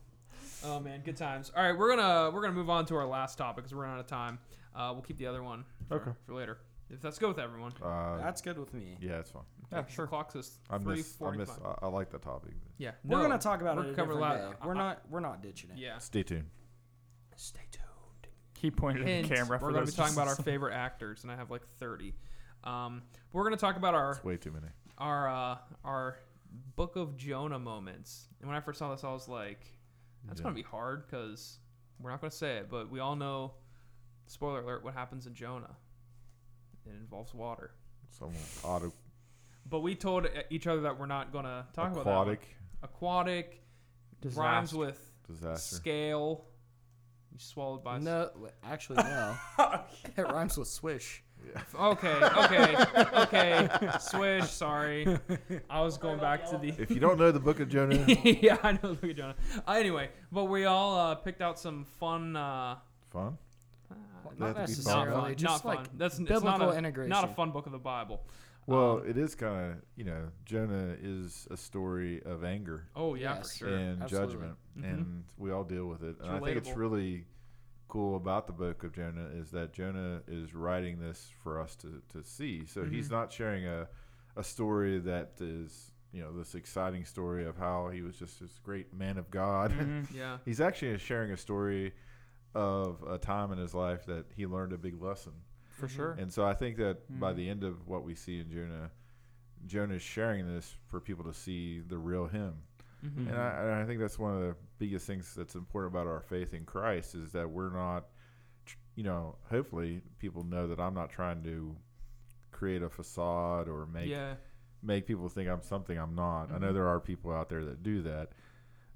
[SPEAKER 1] Oh man, good times. All right, we're gonna we're gonna move on to our last topic because we're running out of time. Uh, we'll keep the other one for,
[SPEAKER 2] Okay.
[SPEAKER 1] for later. If that's good with everyone.
[SPEAKER 2] uh,
[SPEAKER 3] That's good with me.
[SPEAKER 2] yeah, it's fine.
[SPEAKER 4] yeah,
[SPEAKER 1] Sure.
[SPEAKER 4] sure.
[SPEAKER 1] Clock says
[SPEAKER 2] I
[SPEAKER 1] three
[SPEAKER 2] miss I miss
[SPEAKER 1] forty-five.
[SPEAKER 2] I, I like the topic.
[SPEAKER 1] Yeah,
[SPEAKER 3] We're
[SPEAKER 1] no,
[SPEAKER 3] gonna talk about
[SPEAKER 1] we're
[SPEAKER 3] it. A
[SPEAKER 1] covering
[SPEAKER 3] different
[SPEAKER 1] a lot-
[SPEAKER 3] day. We're
[SPEAKER 1] I-
[SPEAKER 3] not. We're not ditching it.
[SPEAKER 1] Yeah.
[SPEAKER 2] Stay tuned.
[SPEAKER 1] Stay tuned.
[SPEAKER 4] He pointed at
[SPEAKER 1] Hint,
[SPEAKER 4] the camera
[SPEAKER 1] we're
[SPEAKER 4] for
[SPEAKER 1] gonna
[SPEAKER 4] those.
[SPEAKER 1] be talking about our favorite actors, and I have like thirty. Um, we're gonna talk about our
[SPEAKER 2] It's way too many.
[SPEAKER 1] our uh, our Book of Jonah moments. And when I first saw this, I was like, "That's
[SPEAKER 2] Yeah.
[SPEAKER 1] gonna be hard because we're not gonna say it, but we all know." Spoiler alert: What happens in Jonah? It involves water.
[SPEAKER 2] Some auto
[SPEAKER 1] But we told e-, each other that we're not gonna talk about that. one.
[SPEAKER 2] aquatic
[SPEAKER 1] Aquatic
[SPEAKER 4] Disaster.
[SPEAKER 1] rhymes with
[SPEAKER 2] disaster.
[SPEAKER 1] scale. You swallowed by.
[SPEAKER 3] No, actually no. it rhymes with swish.
[SPEAKER 1] Okay, okay, okay. Swish, sorry. I was going back to the.
[SPEAKER 2] If you don't know the Book of Jonah,
[SPEAKER 1] yeah, I know, Louis Jonah. Uh, anyway, but we all uh, picked out some fun. Uh,
[SPEAKER 2] fun. That'd be fun.
[SPEAKER 3] Not
[SPEAKER 1] not
[SPEAKER 3] necessarily.
[SPEAKER 1] fun.
[SPEAKER 3] Just
[SPEAKER 1] Not fun.
[SPEAKER 3] like
[SPEAKER 1] That's it's
[SPEAKER 3] biblical
[SPEAKER 1] not a,
[SPEAKER 3] integration.
[SPEAKER 1] Not a fun book of the Bible. Um,
[SPEAKER 2] Well, it is kind of you know Jonah is a story of anger
[SPEAKER 1] Oh yeah,
[SPEAKER 3] Yes.
[SPEAKER 1] for sure. Mm-hmm.
[SPEAKER 2] and
[SPEAKER 3] absolutely.
[SPEAKER 2] judgment, and we all deal with it. And I think it's
[SPEAKER 1] relatable.
[SPEAKER 2] really cool about the Book of Jonah is that Jonah is writing this for us to to see. So he's
[SPEAKER 1] Mm-hmm.
[SPEAKER 2] not sharing a a story that is you know this exciting story of how he was just this great man of God.
[SPEAKER 1] Yeah.
[SPEAKER 2] He's actually sharing a story of a time in his life that he learned a big lesson.
[SPEAKER 1] For sure.
[SPEAKER 2] And so I think that by the end of what we see in Jonah, Jonah's sharing this for people to see the real him.
[SPEAKER 3] Mm-hmm.
[SPEAKER 2] And, I, and I think that's one of the biggest things that's important about our faith in Christ is that we're not, tr- you know, hopefully people know that I'm not trying to create a facade or make
[SPEAKER 1] Yeah.
[SPEAKER 2] make people think I'm something I'm not. I know there are people out there that do that,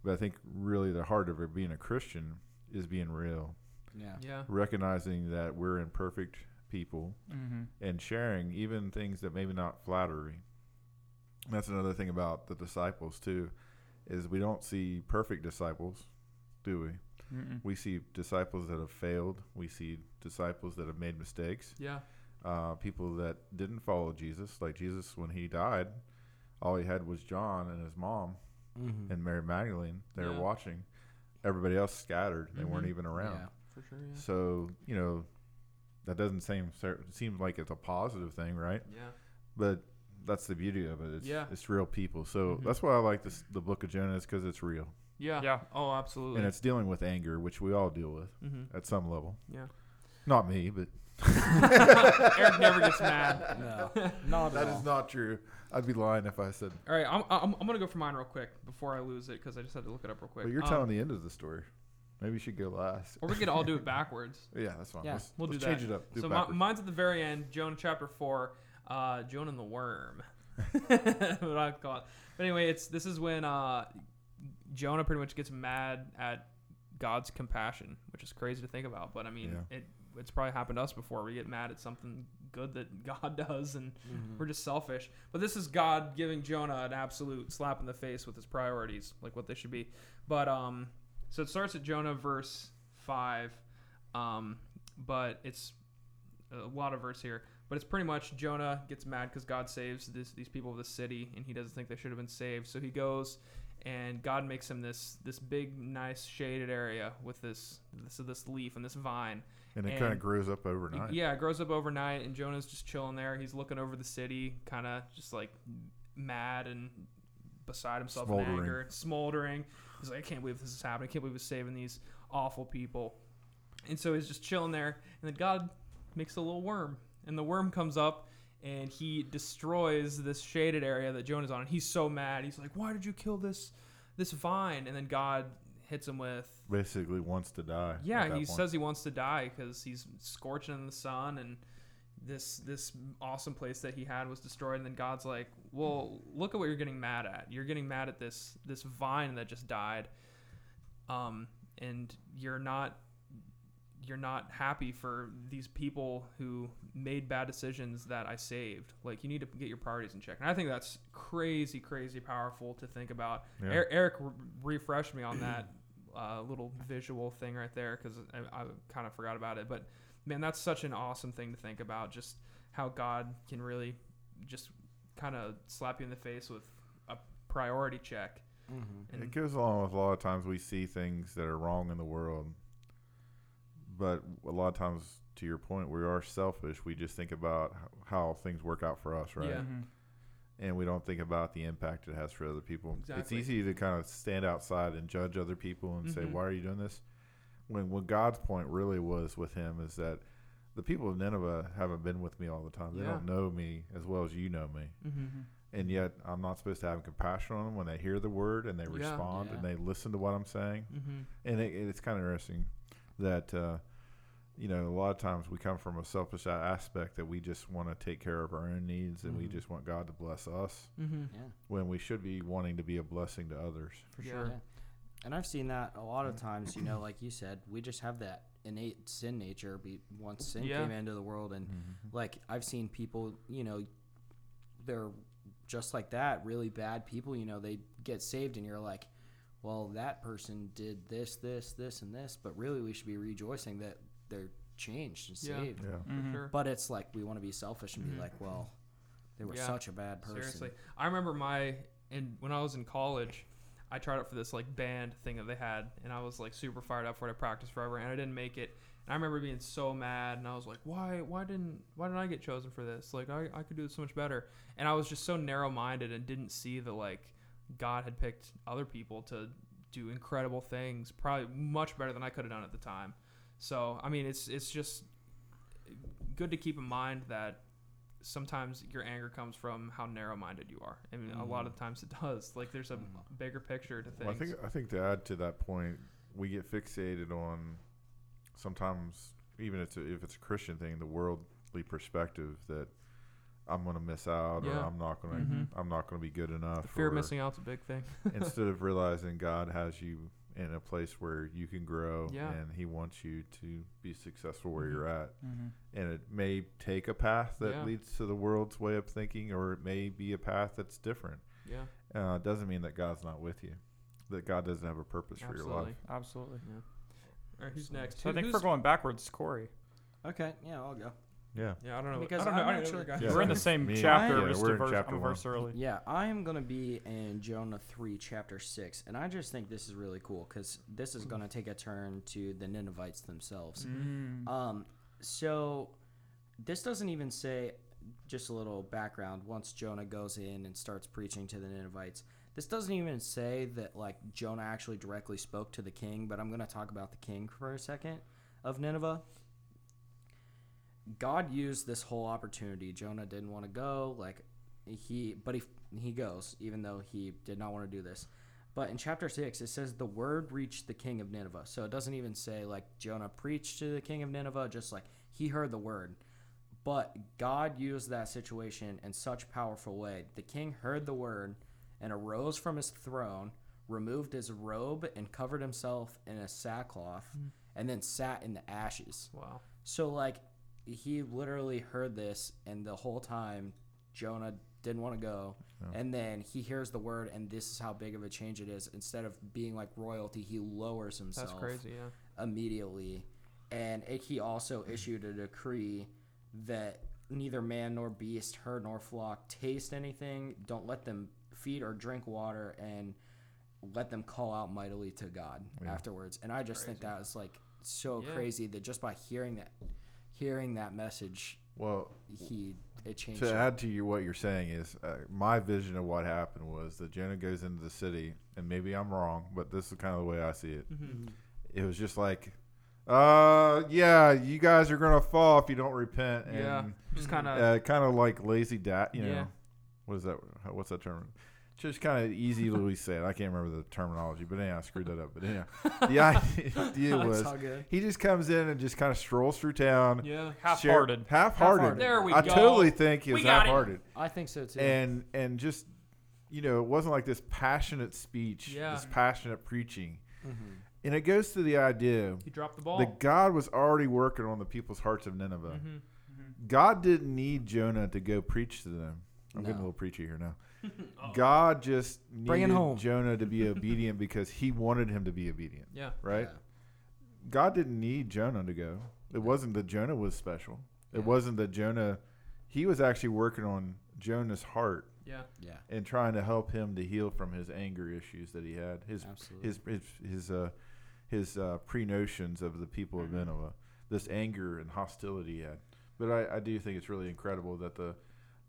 [SPEAKER 2] but I think really the heart of it being a Christian is being real,
[SPEAKER 3] Yeah.
[SPEAKER 1] Yeah.
[SPEAKER 2] recognizing that we're imperfect people
[SPEAKER 4] Mm-hmm.
[SPEAKER 2] and sharing even things that maybe not flattery. And That's another thing about the disciples too, is we don't see perfect disciples, do we?
[SPEAKER 4] Mm-hmm.
[SPEAKER 2] We see disciples that have failed. We see disciples that have made mistakes
[SPEAKER 1] Yeah.
[SPEAKER 2] uh, people that didn't follow Jesus. Like Jesus, when he died, all he had was John and his mom and Mary Magdalene. They
[SPEAKER 1] Mm-hmm. Yeah.
[SPEAKER 2] were watching. Everybody else scattered. They weren't even around.
[SPEAKER 3] Yeah.
[SPEAKER 1] For sure. Yeah.
[SPEAKER 2] So you know, that doesn't seem cer- seem like it's a positive thing, right?
[SPEAKER 1] Yeah.
[SPEAKER 2] But that's the beauty of it. It's,
[SPEAKER 1] Yeah. Mm-hmm.
[SPEAKER 2] it's real people. So that's why I like this the Book of Jonah is because it's real
[SPEAKER 1] Yeah.
[SPEAKER 4] Yeah.
[SPEAKER 1] Oh, absolutely.
[SPEAKER 2] and it's dealing with anger, which we all deal with
[SPEAKER 1] mm-hmm.
[SPEAKER 2] at some level.
[SPEAKER 1] Yeah.
[SPEAKER 2] Not me, but
[SPEAKER 1] Eric never gets mad.
[SPEAKER 3] No. Not at
[SPEAKER 2] that
[SPEAKER 3] all.
[SPEAKER 2] is not true. I'd be lying if I said.
[SPEAKER 1] All right, I'm, I'm, I'm gonna go for mine real quick before I lose it because I just had to look it up real quick.
[SPEAKER 2] But you're
[SPEAKER 1] Um,
[SPEAKER 2] telling the end of the story. Maybe you should go last.
[SPEAKER 1] or we could all do it backwards.
[SPEAKER 2] Yeah, that's fine.
[SPEAKER 3] Yeah,
[SPEAKER 2] let's
[SPEAKER 1] We'll
[SPEAKER 2] let's
[SPEAKER 1] do
[SPEAKER 2] change
[SPEAKER 1] that.
[SPEAKER 2] it up. Do
[SPEAKER 1] so
[SPEAKER 2] it
[SPEAKER 1] mi-
[SPEAKER 2] backwards.
[SPEAKER 1] mine's at the very end, Jonah chapter four, uh, Jonah and the worm. what I call it. But anyway, it's this is when uh, Jonah pretty much gets mad at God's compassion, which is crazy to think about. But I mean, it it's probably happened to us before. We get mad at something good that God does, and
[SPEAKER 3] Mm-hmm.
[SPEAKER 1] we're just selfish. But this is God giving Jonah an absolute slap in the face with his priorities, like what they should be. But um, so it starts at Jonah verse five, um, but it's a lot of verse here, but it's pretty much Jonah gets mad because God saves this, these people of the city, and he doesn't think they should have been saved. So he goes, and God makes him this this big, nice shaded area with this this this leaf and this vine.
[SPEAKER 2] and it kind
[SPEAKER 1] and-
[SPEAKER 2] of grows up overnight.
[SPEAKER 1] Yeah, it grows up overnight, and Jonah's just chilling there. He's looking over the city, kind of just like mad and beside himself in
[SPEAKER 2] Smoldering.
[SPEAKER 1] anger, smoldering. He's like, I can't believe this is happening. I can't believe we're saving these awful people. And so he's just chilling there, and then God makes a little worm, and the worm comes up. And he destroys this shaded area that Jonah's on, and he's so mad. He's like, "Why did you kill this, this vine?" And then God hits him with
[SPEAKER 2] Basically, wants to die.
[SPEAKER 1] yeah,
[SPEAKER 2] at
[SPEAKER 1] he
[SPEAKER 2] that point.
[SPEAKER 1] says he wants to die because he's scorching in the sun, and this this awesome place that he had was destroyed. And then God's like, "Well, look at what you're getting mad at. You're getting mad at this this vine that just died, um, and you're not you're not happy for these people who made bad decisions that I saved. Like, you need to get your priorities in check." And I think that's crazy, crazy powerful to think about.
[SPEAKER 2] Yeah.
[SPEAKER 1] Er- Eric re- refreshed me on that uh, little visual thing right there because I, I kind of forgot about it. But man, that's such an awesome thing to think about. Just how God can really just kind of slap you in the face with a priority check.
[SPEAKER 2] it
[SPEAKER 1] And
[SPEAKER 2] goes along with a lot of times we see things that are wrong in the world, but a lot of times, to your point, we are selfish. We just think about h- how things work out for us, right?
[SPEAKER 1] yeah,
[SPEAKER 4] Mm-hmm.
[SPEAKER 2] And we don't think about the impact it has for other people. It's
[SPEAKER 1] Exactly. Mm-hmm.
[SPEAKER 2] easy to kind of stand outside and judge other people and say, "Why are you doing this?" When what God's point really was with him is that the people of Nineveh haven't been with me all the time. They
[SPEAKER 1] Yeah. Mm-hmm.
[SPEAKER 2] don't know me as well as you know me. And yet, I'm not supposed to have compassion on them when they hear the word and they respond and they listen to what I'm saying. And it, it's kind of interesting that, uh, you know, a lot of times we come from a selfish a- aspect that we just want to take care of our own needs and
[SPEAKER 1] Mm-hmm.
[SPEAKER 2] we just want God to bless us
[SPEAKER 3] Yeah.
[SPEAKER 2] when we should be wanting to be a blessing to others.
[SPEAKER 1] for
[SPEAKER 3] Yeah. And I've seen that a lot of times, you know, like you said, we just have that innate sin nature be, once sin
[SPEAKER 1] Yeah.
[SPEAKER 3] came into the world and like I've seen people, you know, they're just like that, really bad people, you know, they get saved and you're like, well, that person did this, this, this and this, but really we should be rejoicing that they're changed and
[SPEAKER 1] Yeah.
[SPEAKER 3] saved.
[SPEAKER 2] Yeah.
[SPEAKER 1] for sure.
[SPEAKER 3] But it's like we want to be selfish and be like, well, they were
[SPEAKER 1] Yeah.
[SPEAKER 3] such a bad person.
[SPEAKER 1] Seriously, I remember my and when I was in college, I tried out for this like band thing that they had, and I was like super fired up for it. I practiced forever, and I didn't make it. And I remember being so mad, and I was like, why, why didn't, why didn't I get chosen for this? Like, I, I could do so much better. And I was just so narrow minded and didn't see that like God had picked other people to do incredible things, probably much better than I could have done at the time. So I mean, it's it's just good to keep in mind that sometimes your anger comes from how narrow-minded you are. I mean, a lot of
[SPEAKER 3] Mm.
[SPEAKER 1] times it does. Like there's a bigger picture to things.
[SPEAKER 2] Well, I think uh, I think to add to that point, we get fixated on sometimes even if it's a, if it's a Christian thing, the worldly perspective that I'm going to miss out or
[SPEAKER 1] Yeah.
[SPEAKER 2] I'm not going to
[SPEAKER 1] Mhm.
[SPEAKER 2] I'm not going to be good enough.
[SPEAKER 1] the fear of
[SPEAKER 2] or-
[SPEAKER 1] missing out's a big thing.
[SPEAKER 2] instead of realizing God has you in a place where you can grow
[SPEAKER 1] Yeah. Mm-hmm.
[SPEAKER 2] and He wants you to be successful where you're at.
[SPEAKER 4] Mm-hmm.
[SPEAKER 2] And it may take a path that
[SPEAKER 1] Yeah.
[SPEAKER 2] leads to the world's way of thinking, or it may be a path that's different.
[SPEAKER 1] Yeah,
[SPEAKER 2] Uh, it doesn't mean that God's not with you, that God doesn't have a purpose for your
[SPEAKER 1] absolutely.
[SPEAKER 2] life.
[SPEAKER 4] Absolutely.
[SPEAKER 1] All right, who's next?
[SPEAKER 4] So I
[SPEAKER 1] Who-
[SPEAKER 4] think
[SPEAKER 1] who's-
[SPEAKER 4] we're going backwards, Corey.
[SPEAKER 3] Okay, yeah, I'll go.
[SPEAKER 2] Yeah.
[SPEAKER 1] Yeah, I don't know.
[SPEAKER 3] Because
[SPEAKER 1] I don't know.
[SPEAKER 3] I'm
[SPEAKER 1] I don't know
[SPEAKER 3] actually-
[SPEAKER 1] guys.
[SPEAKER 2] Yeah.
[SPEAKER 4] We're in the same
[SPEAKER 2] Me and-
[SPEAKER 4] chapter,
[SPEAKER 2] yeah,
[SPEAKER 4] just
[SPEAKER 2] we're
[SPEAKER 4] a
[SPEAKER 2] in
[SPEAKER 4] verse,
[SPEAKER 2] chapter
[SPEAKER 4] I'm a verse early.
[SPEAKER 3] Yeah, I am going to be in Jonah 3, chapter 6. And I just think this is really cool because this is going to take a turn to the Ninevites themselves. Um, so this doesn't even say, just a little background, once Jonah goes in and starts preaching to the Ninevites, this doesn't even say that, like, Jonah actually directly spoke to the king, but I'm going to talk about the king for a second of Nineveh. God used this whole opportunity. Jonah didn't want to go, like he, but he he goes, even though he did not want to do this. But in chapter six, it says the word reached the king of Nineveh. So it doesn't even say like Jonah preached to the king of Nineveh, just like he heard the word. But God used that situation in such powerful way. The king heard the word and arose from his throne, removed his robe and covered himself in a sackcloth, and then sat in the ashes.
[SPEAKER 1] Wow.
[SPEAKER 3] So like he literally heard this and the whole time Jonah didn't want to go. And then he hears the word and this is how big of a change it is. Instead of being like royalty, he lowers himself
[SPEAKER 1] That's crazy. Yeah.
[SPEAKER 3] immediately. And it, he also issued a decree that neither man nor beast, herd nor flock taste anything. Don't let them feed or drink water, and let them call out mightily to God afterwards. And I just think that is like so
[SPEAKER 1] Yeah.
[SPEAKER 3] crazy that just by hearing that, hearing that message,
[SPEAKER 2] Well,
[SPEAKER 3] he it changed.
[SPEAKER 2] to
[SPEAKER 3] him.
[SPEAKER 2] add to you, what you're saying is uh, my vision of what happened was that Jonah goes into the city, and maybe I'm wrong, but this is kind of the way I see it.
[SPEAKER 1] Mm-hmm.
[SPEAKER 2] It was just like, uh, yeah, you guys are gonna fall if you don't repent, and
[SPEAKER 1] Yeah. Just kind of.
[SPEAKER 2] uh, kind of like lazy dad, you know.
[SPEAKER 1] Yeah.
[SPEAKER 2] What is that? how- What's that term? Just kind of easily said. I can't remember the terminology, but anyhow, I screwed that up. But anyhow, the idea was
[SPEAKER 3] all good.
[SPEAKER 2] he just comes in and just kind of strolls through town.
[SPEAKER 1] yeah.
[SPEAKER 2] share-
[SPEAKER 4] Half-hearted.
[SPEAKER 2] half-hearted.
[SPEAKER 1] There we
[SPEAKER 2] I
[SPEAKER 1] go.
[SPEAKER 2] totally think he
[SPEAKER 1] We
[SPEAKER 2] was
[SPEAKER 1] got it.
[SPEAKER 2] half-hearted,
[SPEAKER 3] I think so too.
[SPEAKER 2] and and just you know, it wasn't like this passionate speech,
[SPEAKER 1] Yeah.
[SPEAKER 2] this passionate preaching. And it goes to the idea
[SPEAKER 1] He dropped the ball.
[SPEAKER 2] that God was already working on the people's hearts of Nineveh.
[SPEAKER 1] Mm-hmm.
[SPEAKER 2] God didn't need Jonah to go preach to them. I'm getting a little preachy here now. God just
[SPEAKER 3] it
[SPEAKER 2] needed
[SPEAKER 3] home.
[SPEAKER 2] Jonah to be obedient because he wanted him to be obedient,
[SPEAKER 1] yeah.
[SPEAKER 2] right? God didn't need Jonah to go. It wasn't that Jonah was special. It wasn't that Jonah he was actually working on Jonah's heart
[SPEAKER 1] Yeah.
[SPEAKER 3] yeah,
[SPEAKER 2] and trying to help him to heal from his anger issues that he had, his
[SPEAKER 3] Absolutely.
[SPEAKER 2] his his his uh, his uh, pre notions of the people of Nineveh, this anger and hostility he had. But I, I do think it's really incredible that the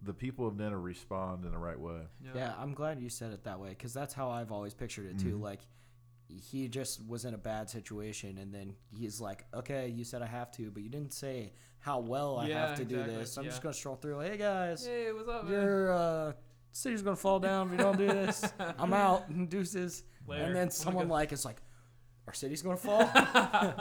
[SPEAKER 2] the people of Nineveh respond in the right way.
[SPEAKER 3] yeah. I'm glad you said it that way because that's how I've always pictured it too. Like he just was in a bad situation and then he's like okay you said i have to but you didn't say how well i
[SPEAKER 1] Yeah,
[SPEAKER 3] have to
[SPEAKER 1] exactly,
[SPEAKER 3] do this i'm
[SPEAKER 1] yeah.
[SPEAKER 3] just gonna stroll through hey guys
[SPEAKER 1] Hey, what's up, man?
[SPEAKER 3] your uh, city's gonna fall down if you don't do this i'm out deuces
[SPEAKER 1] Later.
[SPEAKER 3] and
[SPEAKER 1] Oh my
[SPEAKER 3] then someone
[SPEAKER 1] God.
[SPEAKER 3] like is like our city's gonna fall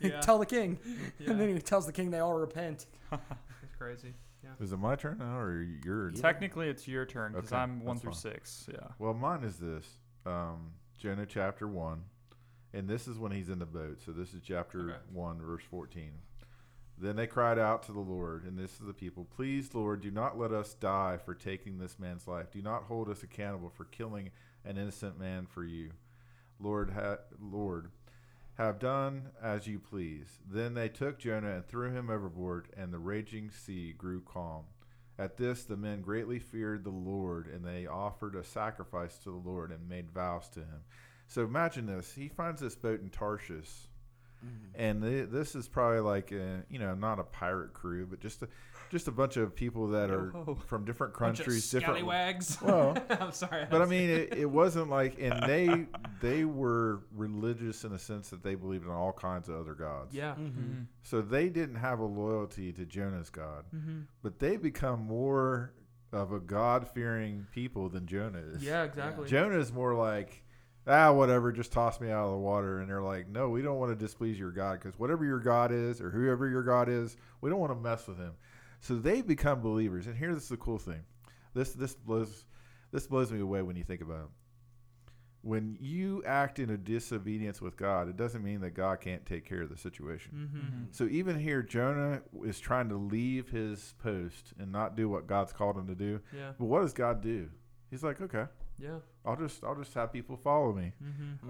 [SPEAKER 1] Yeah.
[SPEAKER 3] tell the king
[SPEAKER 1] Yeah.
[SPEAKER 3] and then he tells the king they all repent
[SPEAKER 1] It's crazy. Yeah.
[SPEAKER 2] Is it my turn now or your?
[SPEAKER 4] Technically, it's your turn because
[SPEAKER 2] Okay,
[SPEAKER 4] I'm one
[SPEAKER 2] that's
[SPEAKER 4] through
[SPEAKER 2] fine.
[SPEAKER 4] six. Yeah.
[SPEAKER 2] Well, mine is this um, Jonah chapter one, And this is when he's in the boat. So this is chapter
[SPEAKER 1] Okay.
[SPEAKER 2] 1, verse 14. Then they cried out to the Lord, and this is the people, Please, Lord, do not let us die for taking this man's life. Do not hold us accountable for killing an innocent man for you. Lord, ha- Lord, have done as you please. Then they took Jonah and threw him overboard, and the raging sea grew calm. At this, the men greatly feared the Lord, and they offered a sacrifice to the Lord and made vows to him. So imagine this: he finds this boat in Tarshish,
[SPEAKER 1] Mm-hmm.
[SPEAKER 2] and th- this is probably like a, you know not a pirate crew, but just a, just a bunch of people that are from different
[SPEAKER 1] Bunch of
[SPEAKER 2] countries, different
[SPEAKER 1] scallywags.
[SPEAKER 2] Well,
[SPEAKER 1] I'm sorry.
[SPEAKER 2] but I mean, it, it wasn't like, and they they were religious in the sense that they believed in all kinds of other gods.
[SPEAKER 1] yeah.
[SPEAKER 2] So they didn't have a loyalty to Jonah's god,
[SPEAKER 1] Mm-hmm.
[SPEAKER 2] but they become more of a God fearing people than Jonah is.
[SPEAKER 1] Yeah, exactly.
[SPEAKER 2] Jonah's more like. Ah, whatever. Just toss me out of the water, and they're like, "No, we don't want to displease your God, because whatever your God is, or whoever your God is, we don't want to mess with him." So they become believers, and here's the cool thing: this this blows this blows me away when you think about it. When you act in a disobedience with God, it doesn't mean that God can't take care of the situation.
[SPEAKER 1] Mm-hmm.
[SPEAKER 2] So even here, Jonah is trying to leave his post and not do what God's called him to do.
[SPEAKER 1] Yeah.
[SPEAKER 2] But what does God do? He's like, okay,
[SPEAKER 1] Yeah.
[SPEAKER 2] I'll just I'll just have people follow me.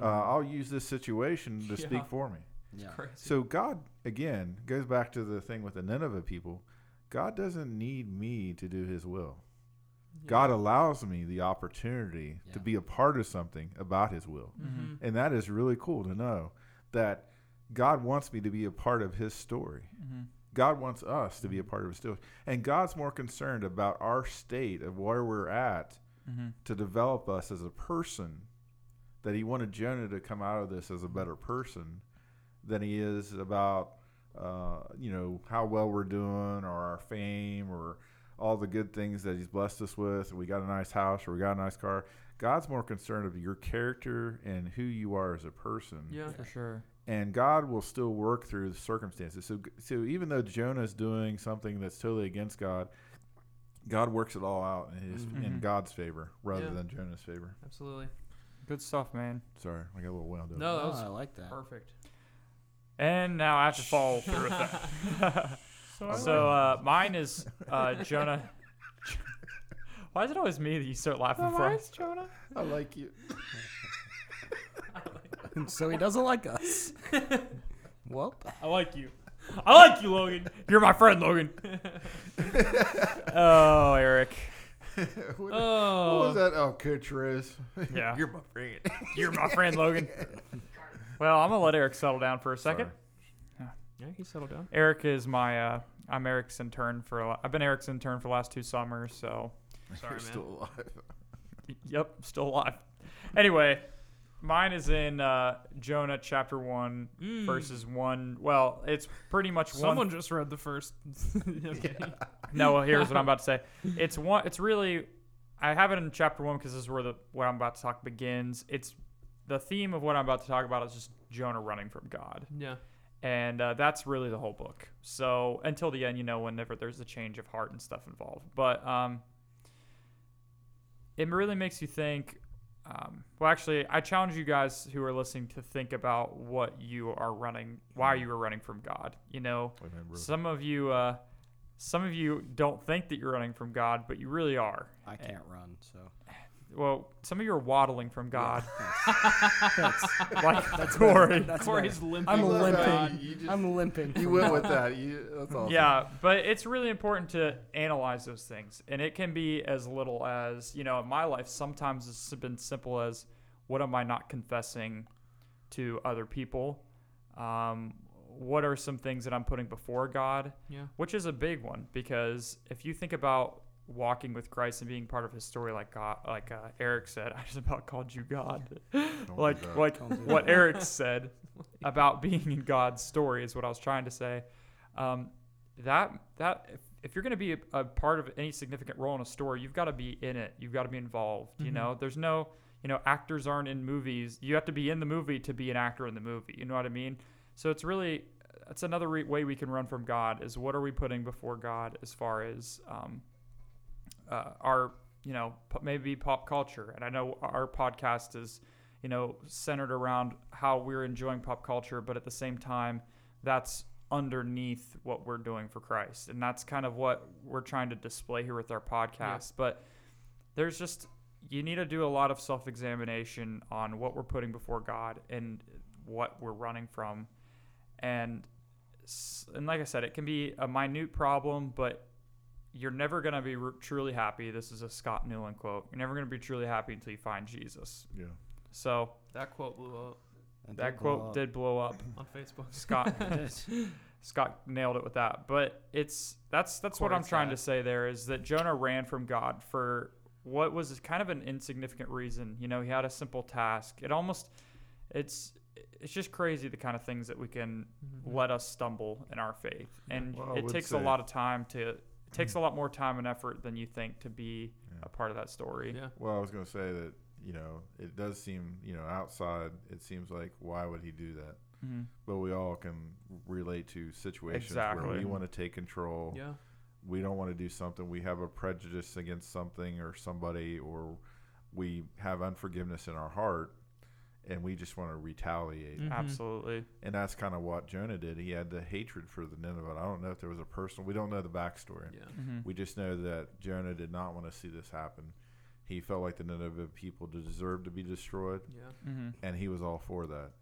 [SPEAKER 2] Uh, I'll use this situation to
[SPEAKER 1] Yeah.
[SPEAKER 2] speak for me.
[SPEAKER 3] Mm-hmm. Yeah.
[SPEAKER 1] Crazy.
[SPEAKER 2] So God again goes back to the thing with the Nineveh people. God doesn't need me to do His will. God allows me the opportunity to
[SPEAKER 3] Yeah.
[SPEAKER 2] be a part of something about His will,
[SPEAKER 1] Mm-hmm.
[SPEAKER 4] Mm-hmm.
[SPEAKER 2] and that is really cool to know that God wants me to be a part of His story. God wants us to be a part of His story, and God's more concerned about our state of where we're at
[SPEAKER 4] Mm-hmm.
[SPEAKER 2] to develop us as a person. That He wanted Jonah to come out of this as a better person than he is about uh, you know how well we're doing or our fame or all the good things that he's blessed us with. We got a nice house or we got a nice car. God's more concerned of your character and who you are as a person.
[SPEAKER 1] yeah.
[SPEAKER 4] for sure.
[SPEAKER 2] And God will still work through the circumstances. So so even though Jonah's doing something that's totally against God, God works it all out in his in God's favor rather
[SPEAKER 1] Yeah.
[SPEAKER 2] than Jonah's favor.
[SPEAKER 1] Absolutely.
[SPEAKER 4] Good stuff, man.
[SPEAKER 2] Sorry, I got a little wound up.
[SPEAKER 1] No, that
[SPEAKER 3] Oh,
[SPEAKER 1] was
[SPEAKER 3] I like that.
[SPEAKER 1] perfect.
[SPEAKER 4] And now I have to follow through with that. so uh, mine is uh, Jonah. Why is it always me that you start laughing first?
[SPEAKER 2] Jonah. I like you.
[SPEAKER 3] so he doesn't like us. well,
[SPEAKER 4] I like you. I like you, Logan. You're my friend, Logan. oh, Eric.
[SPEAKER 2] What- What
[SPEAKER 1] Oh.
[SPEAKER 2] was that? Oh, Kutros.
[SPEAKER 4] Yeah.
[SPEAKER 2] You're my friend.
[SPEAKER 4] You're my friend, Logan. Well, I'm gonna let Eric settle down for a second.
[SPEAKER 2] Sorry.
[SPEAKER 1] Yeah, he settled down.
[SPEAKER 4] Eric is my. Uh, I'm Eric's intern for. a- I've been Eric's intern for the last two summers. So.
[SPEAKER 1] Sorry,
[SPEAKER 2] You're
[SPEAKER 1] man.
[SPEAKER 2] still alive.
[SPEAKER 4] Yep, still alive. Anyway, mine is in uh, Jonah chapter one,
[SPEAKER 1] Mm.
[SPEAKER 4] verses one. Well, it's pretty much
[SPEAKER 1] Someone
[SPEAKER 4] one.
[SPEAKER 1] just read the first.
[SPEAKER 4] No, well, here's what I'm about to say. It's one. It's really. I have it in chapter one because this is where the what I'm about to talk begins. It's the theme of what I'm about to talk about is just Jonah running from God,
[SPEAKER 1] yeah.
[SPEAKER 4] and uh, that's really the whole book. So until the end, you know, whenever there's a change of heart and stuff involved, but um, it really makes you think. Um, well, actually, I challenge you guys who are listening to think about what you are running, why you are running from God. You know, some of you, uh, some of you don't think that you're running from God, but you really are.
[SPEAKER 3] I can't run, so
[SPEAKER 4] Well, some of you are waddling from God,
[SPEAKER 3] that's,
[SPEAKER 4] like
[SPEAKER 3] that's
[SPEAKER 4] Corey.
[SPEAKER 3] better. That's
[SPEAKER 1] Corey's
[SPEAKER 3] better.
[SPEAKER 1] limping.
[SPEAKER 3] I'm
[SPEAKER 2] You love
[SPEAKER 3] limping.
[SPEAKER 2] how You, you just,
[SPEAKER 3] I'm limping.
[SPEAKER 2] you went with that. You, that's awesome.
[SPEAKER 4] Yeah, but it's really important to analyze those things, and it can be as little as you know. In my life, sometimes it's been simple as, "What am I not confessing to other people? Um, what are some things that I'm putting before God?"
[SPEAKER 1] Yeah.
[SPEAKER 4] which is a big one because if you think about walking with Christ and being part of His story, like God, like uh, Eric said, I just about called you God,
[SPEAKER 2] do
[SPEAKER 4] like
[SPEAKER 2] that.
[SPEAKER 4] like
[SPEAKER 3] Don't do
[SPEAKER 4] what Eric said about being in God's story is what I was trying to say. Um, that that if, if you're going to be a, a part of any significant role in a story, you've got to be in it. You've got to be involved. You know, there's no you know actors aren't in movies. You have to be in the movie to be an actor in the movie. You know what I mean? So it's really that's another re- way we can run from God is what are we putting before God as far as um, uh, our you know p- maybe pop culture and I know our podcast is you know, centered around how we're enjoying pop culture, but at the same time, that's underneath what we're doing for Christ. And that's kind of what we're trying to display here with our podcast. But there's just you need to do a lot of self-examination on what we're putting before God and what we're running from. And s- and like I said, it can be a minute problem, but you're never going to be r truly happy. This is a Scott Newland quote. You're never going to be truly happy until you find Jesus.
[SPEAKER 2] Yeah.
[SPEAKER 4] So
[SPEAKER 1] That quote blew up
[SPEAKER 4] that quote did blow up.
[SPEAKER 1] on Facebook. Mm-hmm.
[SPEAKER 4] Scott Scott nailed it with that. But it's that's that's what I'm
[SPEAKER 1] Corey's
[SPEAKER 4] trying
[SPEAKER 1] dad.
[SPEAKER 4] to say there is that Jonah ran from God for what was kind of an insignificant reason. You know, he had a simple task. It almost it's it's just crazy the kind of things that we can let us stumble in our faith. And
[SPEAKER 2] Mm-hmm. Well, I
[SPEAKER 4] it
[SPEAKER 2] would
[SPEAKER 4] takes a
[SPEAKER 2] say- Mm-hmm.
[SPEAKER 4] lot of time to it takes a lot more time and effort than you think to be
[SPEAKER 2] Yeah.
[SPEAKER 4] a part of that story.
[SPEAKER 1] Yeah.
[SPEAKER 2] Well, I was going to say that, you know, it does seem, you know, outside, it seems like, why would he do that?
[SPEAKER 4] Mhm.
[SPEAKER 2] But we all can relate to situations where
[SPEAKER 4] Exactly.
[SPEAKER 2] we want to take control.
[SPEAKER 1] Yeah.
[SPEAKER 2] We don't want to do something. We have a prejudice against something or somebody, or we have unforgiveness in our heart and we just want to retaliate.
[SPEAKER 4] Mm.
[SPEAKER 1] Mhm.
[SPEAKER 4] Absolutely.
[SPEAKER 2] And that's kind of what Jonah did. He had the hatred for the Nineveh. I don't know if there was a personal, we don't know the backstory.
[SPEAKER 1] Yeah.
[SPEAKER 4] Mhm.
[SPEAKER 2] We just know that Jonah did not want to see this happen. He felt like the Nineveh people deserved to be destroyed,
[SPEAKER 1] Yeah.
[SPEAKER 4] Mhm.
[SPEAKER 2] and he was all for that.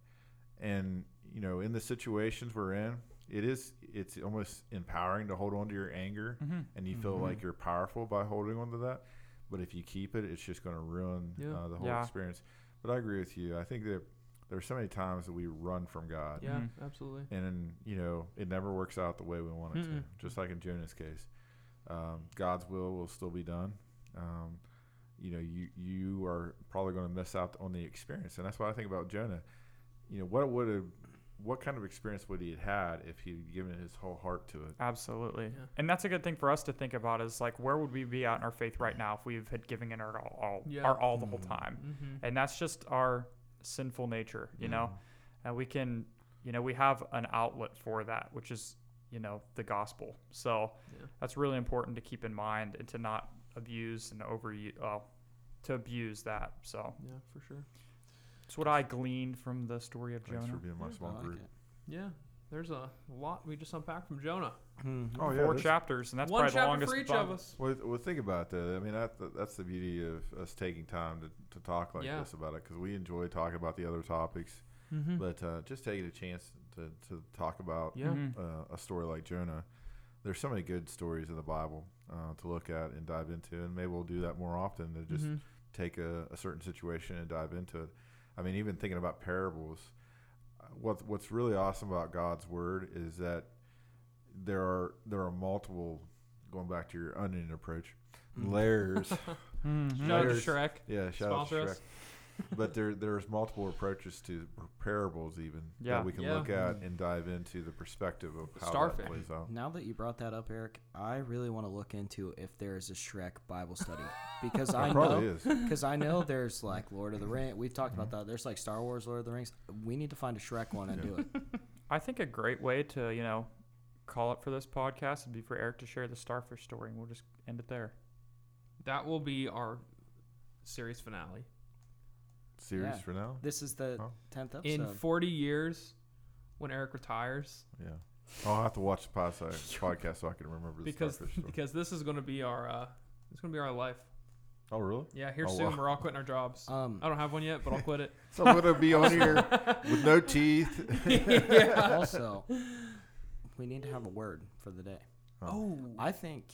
[SPEAKER 2] And you know, in the situations we're in, it is it's almost empowering to hold on to your anger,
[SPEAKER 4] Mhm.
[SPEAKER 2] and you feel
[SPEAKER 1] Mm-hmm.
[SPEAKER 2] like you're powerful by holding on to that. But if you keep it, it's just going to ruin
[SPEAKER 1] Yeah.
[SPEAKER 2] uh, the whole
[SPEAKER 4] Yeah.
[SPEAKER 2] experience. But I agree with you. I think that there are so many times that we run from God
[SPEAKER 1] Yeah.
[SPEAKER 4] Mhm.
[SPEAKER 1] Absolutely.
[SPEAKER 2] and you know it never works out the way we want it to.
[SPEAKER 1] Mm-mm.
[SPEAKER 2] Just like in Jonah's case, um, God's will will still be done. Um, you know, you you are probably going to miss out on the experience, and that's what I think about Jonah. You know, what would have, what kind of experience would he have had if he'd given his whole heart to it?
[SPEAKER 4] Absolutely.
[SPEAKER 1] Yeah.
[SPEAKER 4] And that's a good thing for us to think about is like where would we be out in our faith right now if we've had given in our all, all
[SPEAKER 1] Yeah.
[SPEAKER 4] our all the
[SPEAKER 2] Mm.
[SPEAKER 4] whole time?
[SPEAKER 1] Mm-hmm.
[SPEAKER 4] And that's just our sinful nature, you know?
[SPEAKER 2] Mm.
[SPEAKER 4] And we can you know, we have an outlet for that, which is, you know, the gospel. So
[SPEAKER 1] Yeah.
[SPEAKER 4] that's really important to keep in mind and to not abuse and over uh, to abuse that. So
[SPEAKER 1] Yeah. For sure.
[SPEAKER 4] it's what I gleaned from the story of
[SPEAKER 2] Thanks for
[SPEAKER 4] Jonah.
[SPEAKER 2] being my small group.
[SPEAKER 1] Yeah. There's a lot we just unpacked from Jonah.
[SPEAKER 3] Hmm.
[SPEAKER 2] Oh
[SPEAKER 4] Four
[SPEAKER 2] that's-
[SPEAKER 4] chapters, and that's
[SPEAKER 1] One
[SPEAKER 4] probably the
[SPEAKER 1] chapter
[SPEAKER 4] longest
[SPEAKER 1] for each
[SPEAKER 4] Bible-
[SPEAKER 1] of us.
[SPEAKER 2] Well, th- well, think about that. I mean, that, that- that's the beauty of us taking time to, to talk like
[SPEAKER 1] Yeah.
[SPEAKER 2] this about it because we enjoy talking about the other topics,
[SPEAKER 1] Mm-hmm.
[SPEAKER 2] but uh, just taking a chance to, to talk about
[SPEAKER 1] Yeah.
[SPEAKER 4] Mhm.
[SPEAKER 2] uh, a story like Jonah, there's so many good stories in the Bible uh, to look at and dive into, and maybe we'll do that more often to just
[SPEAKER 1] Mhm.
[SPEAKER 2] take a, a certain situation and dive into it. I mean, even thinking about parables, uh, what what's really awesome about God's Word is that there are there are multiple. Going back to your onion approach,
[SPEAKER 1] Mm.
[SPEAKER 2] layers.
[SPEAKER 4] Mhm.
[SPEAKER 1] Shout out to
[SPEAKER 2] There's-
[SPEAKER 1] Shrek.
[SPEAKER 2] Yeah, shout out to
[SPEAKER 1] Sponsor
[SPEAKER 2] Shrek.
[SPEAKER 1] us.
[SPEAKER 2] but there there's multiple approaches to parables even
[SPEAKER 4] Yeah.
[SPEAKER 2] that we can
[SPEAKER 1] Yeah. Mm-hmm.
[SPEAKER 2] look at and dive into the perspective of how
[SPEAKER 1] Starfish.
[SPEAKER 2] that plays out.
[SPEAKER 3] Now that you brought that up, Eric, I really want to look into if there is a Shrek Bible study because I
[SPEAKER 2] It probably
[SPEAKER 3] know
[SPEAKER 2] is.
[SPEAKER 3] because I know there's like Lord of the Rings. We've talked about that. There's like Star Wars, Lord of the Rings. We need to find a Shrek one and do it.
[SPEAKER 4] I think a great way to, you know, call it for this podcast would be for Eric to share the starfish story, and we'll just end it there.
[SPEAKER 1] That will be our series finale.
[SPEAKER 2] series
[SPEAKER 3] Yeah.
[SPEAKER 2] for now.
[SPEAKER 3] This is the
[SPEAKER 2] Huh?
[SPEAKER 3] tenth episode.
[SPEAKER 1] In 40 years, when Eric retires,
[SPEAKER 2] Yeah, I'll have to watch the pod- podcast so I can remember the
[SPEAKER 1] because
[SPEAKER 2] starfish story.
[SPEAKER 1] because this is going to be our uh, it's going to be our life.
[SPEAKER 2] Oh, really?
[SPEAKER 1] Yeah, here
[SPEAKER 2] Oh,
[SPEAKER 1] soon
[SPEAKER 2] wow.
[SPEAKER 1] we're all quitting our jobs.
[SPEAKER 3] um,
[SPEAKER 1] I don't have one yet, but I'll quit it.
[SPEAKER 2] So I'm gonna be on here with no teeth.
[SPEAKER 3] also, we need to have a word for the day.
[SPEAKER 1] Oh,
[SPEAKER 3] I think,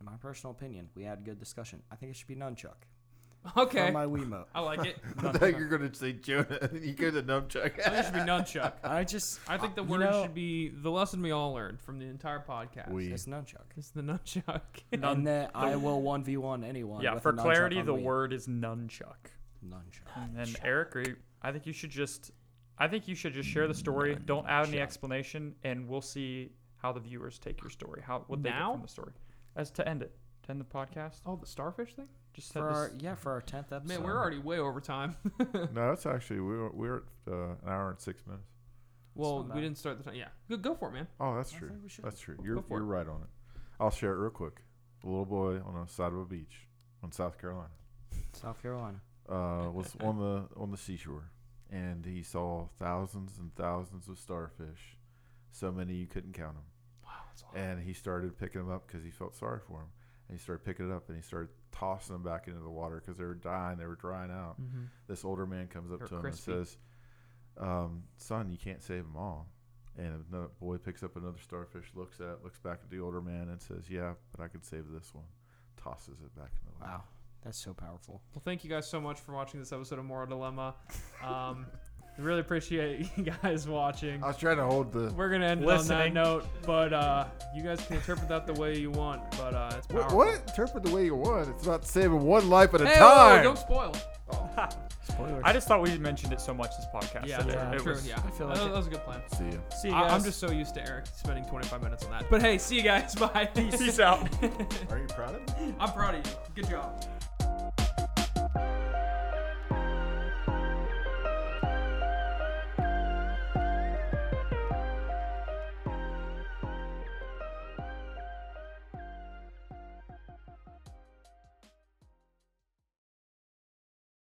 [SPEAKER 3] in my personal opinion, we had a good discussion. I think it should be nunchuck.
[SPEAKER 1] okay.
[SPEAKER 3] For my Wiimote.
[SPEAKER 1] I like it.
[SPEAKER 2] I thought you were gonna say Jonah. You go to
[SPEAKER 1] I
[SPEAKER 2] Nunchuck.
[SPEAKER 1] think it should be nunchuck.
[SPEAKER 3] I just.
[SPEAKER 1] I think the
[SPEAKER 3] you
[SPEAKER 1] word
[SPEAKER 3] know,
[SPEAKER 1] should be the lesson we all learned from the entire podcast.
[SPEAKER 2] We
[SPEAKER 3] It's nunchuck.
[SPEAKER 1] It's the nunchuck.
[SPEAKER 3] and that I will 1v1 anyone.
[SPEAKER 4] yeah,
[SPEAKER 3] with
[SPEAKER 4] for
[SPEAKER 3] a nunchuck
[SPEAKER 4] clarity,
[SPEAKER 3] on
[SPEAKER 4] the
[SPEAKER 3] Wii.
[SPEAKER 4] word is nunchuck.
[SPEAKER 3] Nunchuck.
[SPEAKER 4] And then Eric, are you, I think you should just, I think you should just share the story. Don't add any explanation, and we'll see how the viewers take your story, how what they get
[SPEAKER 1] Now?
[SPEAKER 4] from the story, as to end it, to end the podcast.
[SPEAKER 1] oh, the starfish thing?
[SPEAKER 4] Just said
[SPEAKER 3] For our,
[SPEAKER 4] this.
[SPEAKER 3] yeah, for our 10th episode.
[SPEAKER 1] Uh, Man, we're already way over time.
[SPEAKER 2] no, that's actually we were, we were at uh, an hour and six minutes.
[SPEAKER 1] well,
[SPEAKER 4] not
[SPEAKER 1] we
[SPEAKER 4] bad.
[SPEAKER 1] didn't start the time. Yeah. Go, go for it, man.
[SPEAKER 2] Oh, that's
[SPEAKER 3] I
[SPEAKER 2] true.
[SPEAKER 3] think we should.
[SPEAKER 2] That's true. You're
[SPEAKER 1] Go for
[SPEAKER 2] you're
[SPEAKER 1] it.
[SPEAKER 2] right on it. I'll share it real quick. A little boy on the side of a beach in South Carolina.
[SPEAKER 3] South Carolina.
[SPEAKER 2] uh, was on the on the seashore, and he saw thousands and thousands of starfish, so many you couldn't count them. And he started picking them up because he felt sorry for them. And he started picking it up and he started tossing them back into the water because they were dying, they were drying out. This older man comes up
[SPEAKER 1] They're
[SPEAKER 2] to him
[SPEAKER 1] crispy.
[SPEAKER 2] and says, um, "Son, you can't save them all." And another boy picks up another starfish, looks at, it, looks back at the older man, and says, "Yeah, but I can save this one." Tosses it back in the water.
[SPEAKER 3] Wow, that's so powerful.
[SPEAKER 1] Well, thank you guys so much for watching this episode of Moral Dilemma. Um, we really appreciate you guys watching.
[SPEAKER 2] I was trying to hold the
[SPEAKER 1] We're gonna end it on that
[SPEAKER 4] Listening.
[SPEAKER 1] note, but uh, you guys can interpret that the way you want. But uh, it's
[SPEAKER 2] What,
[SPEAKER 1] powerful.
[SPEAKER 2] what? Interpret the way you want. It's about saving one life at a
[SPEAKER 1] Hey, whoa, whoa,
[SPEAKER 2] time.
[SPEAKER 1] don't spoil.
[SPEAKER 4] I just thought we mentioned it so much this podcast.
[SPEAKER 1] Yeah,
[SPEAKER 4] that
[SPEAKER 1] yeah,
[SPEAKER 4] it
[SPEAKER 1] true.
[SPEAKER 4] was-
[SPEAKER 1] yeah, I feel
[SPEAKER 3] like
[SPEAKER 1] that,
[SPEAKER 3] it-
[SPEAKER 1] that was a good plan.
[SPEAKER 2] See ya.
[SPEAKER 3] See you
[SPEAKER 1] I, I'm
[SPEAKER 3] guys.
[SPEAKER 1] just so used to Eric spending 25 minutes on that. But hey, see you guys. Bye.
[SPEAKER 4] Peace out.
[SPEAKER 2] Are you proud of me?
[SPEAKER 1] I'm proud of you. Good job.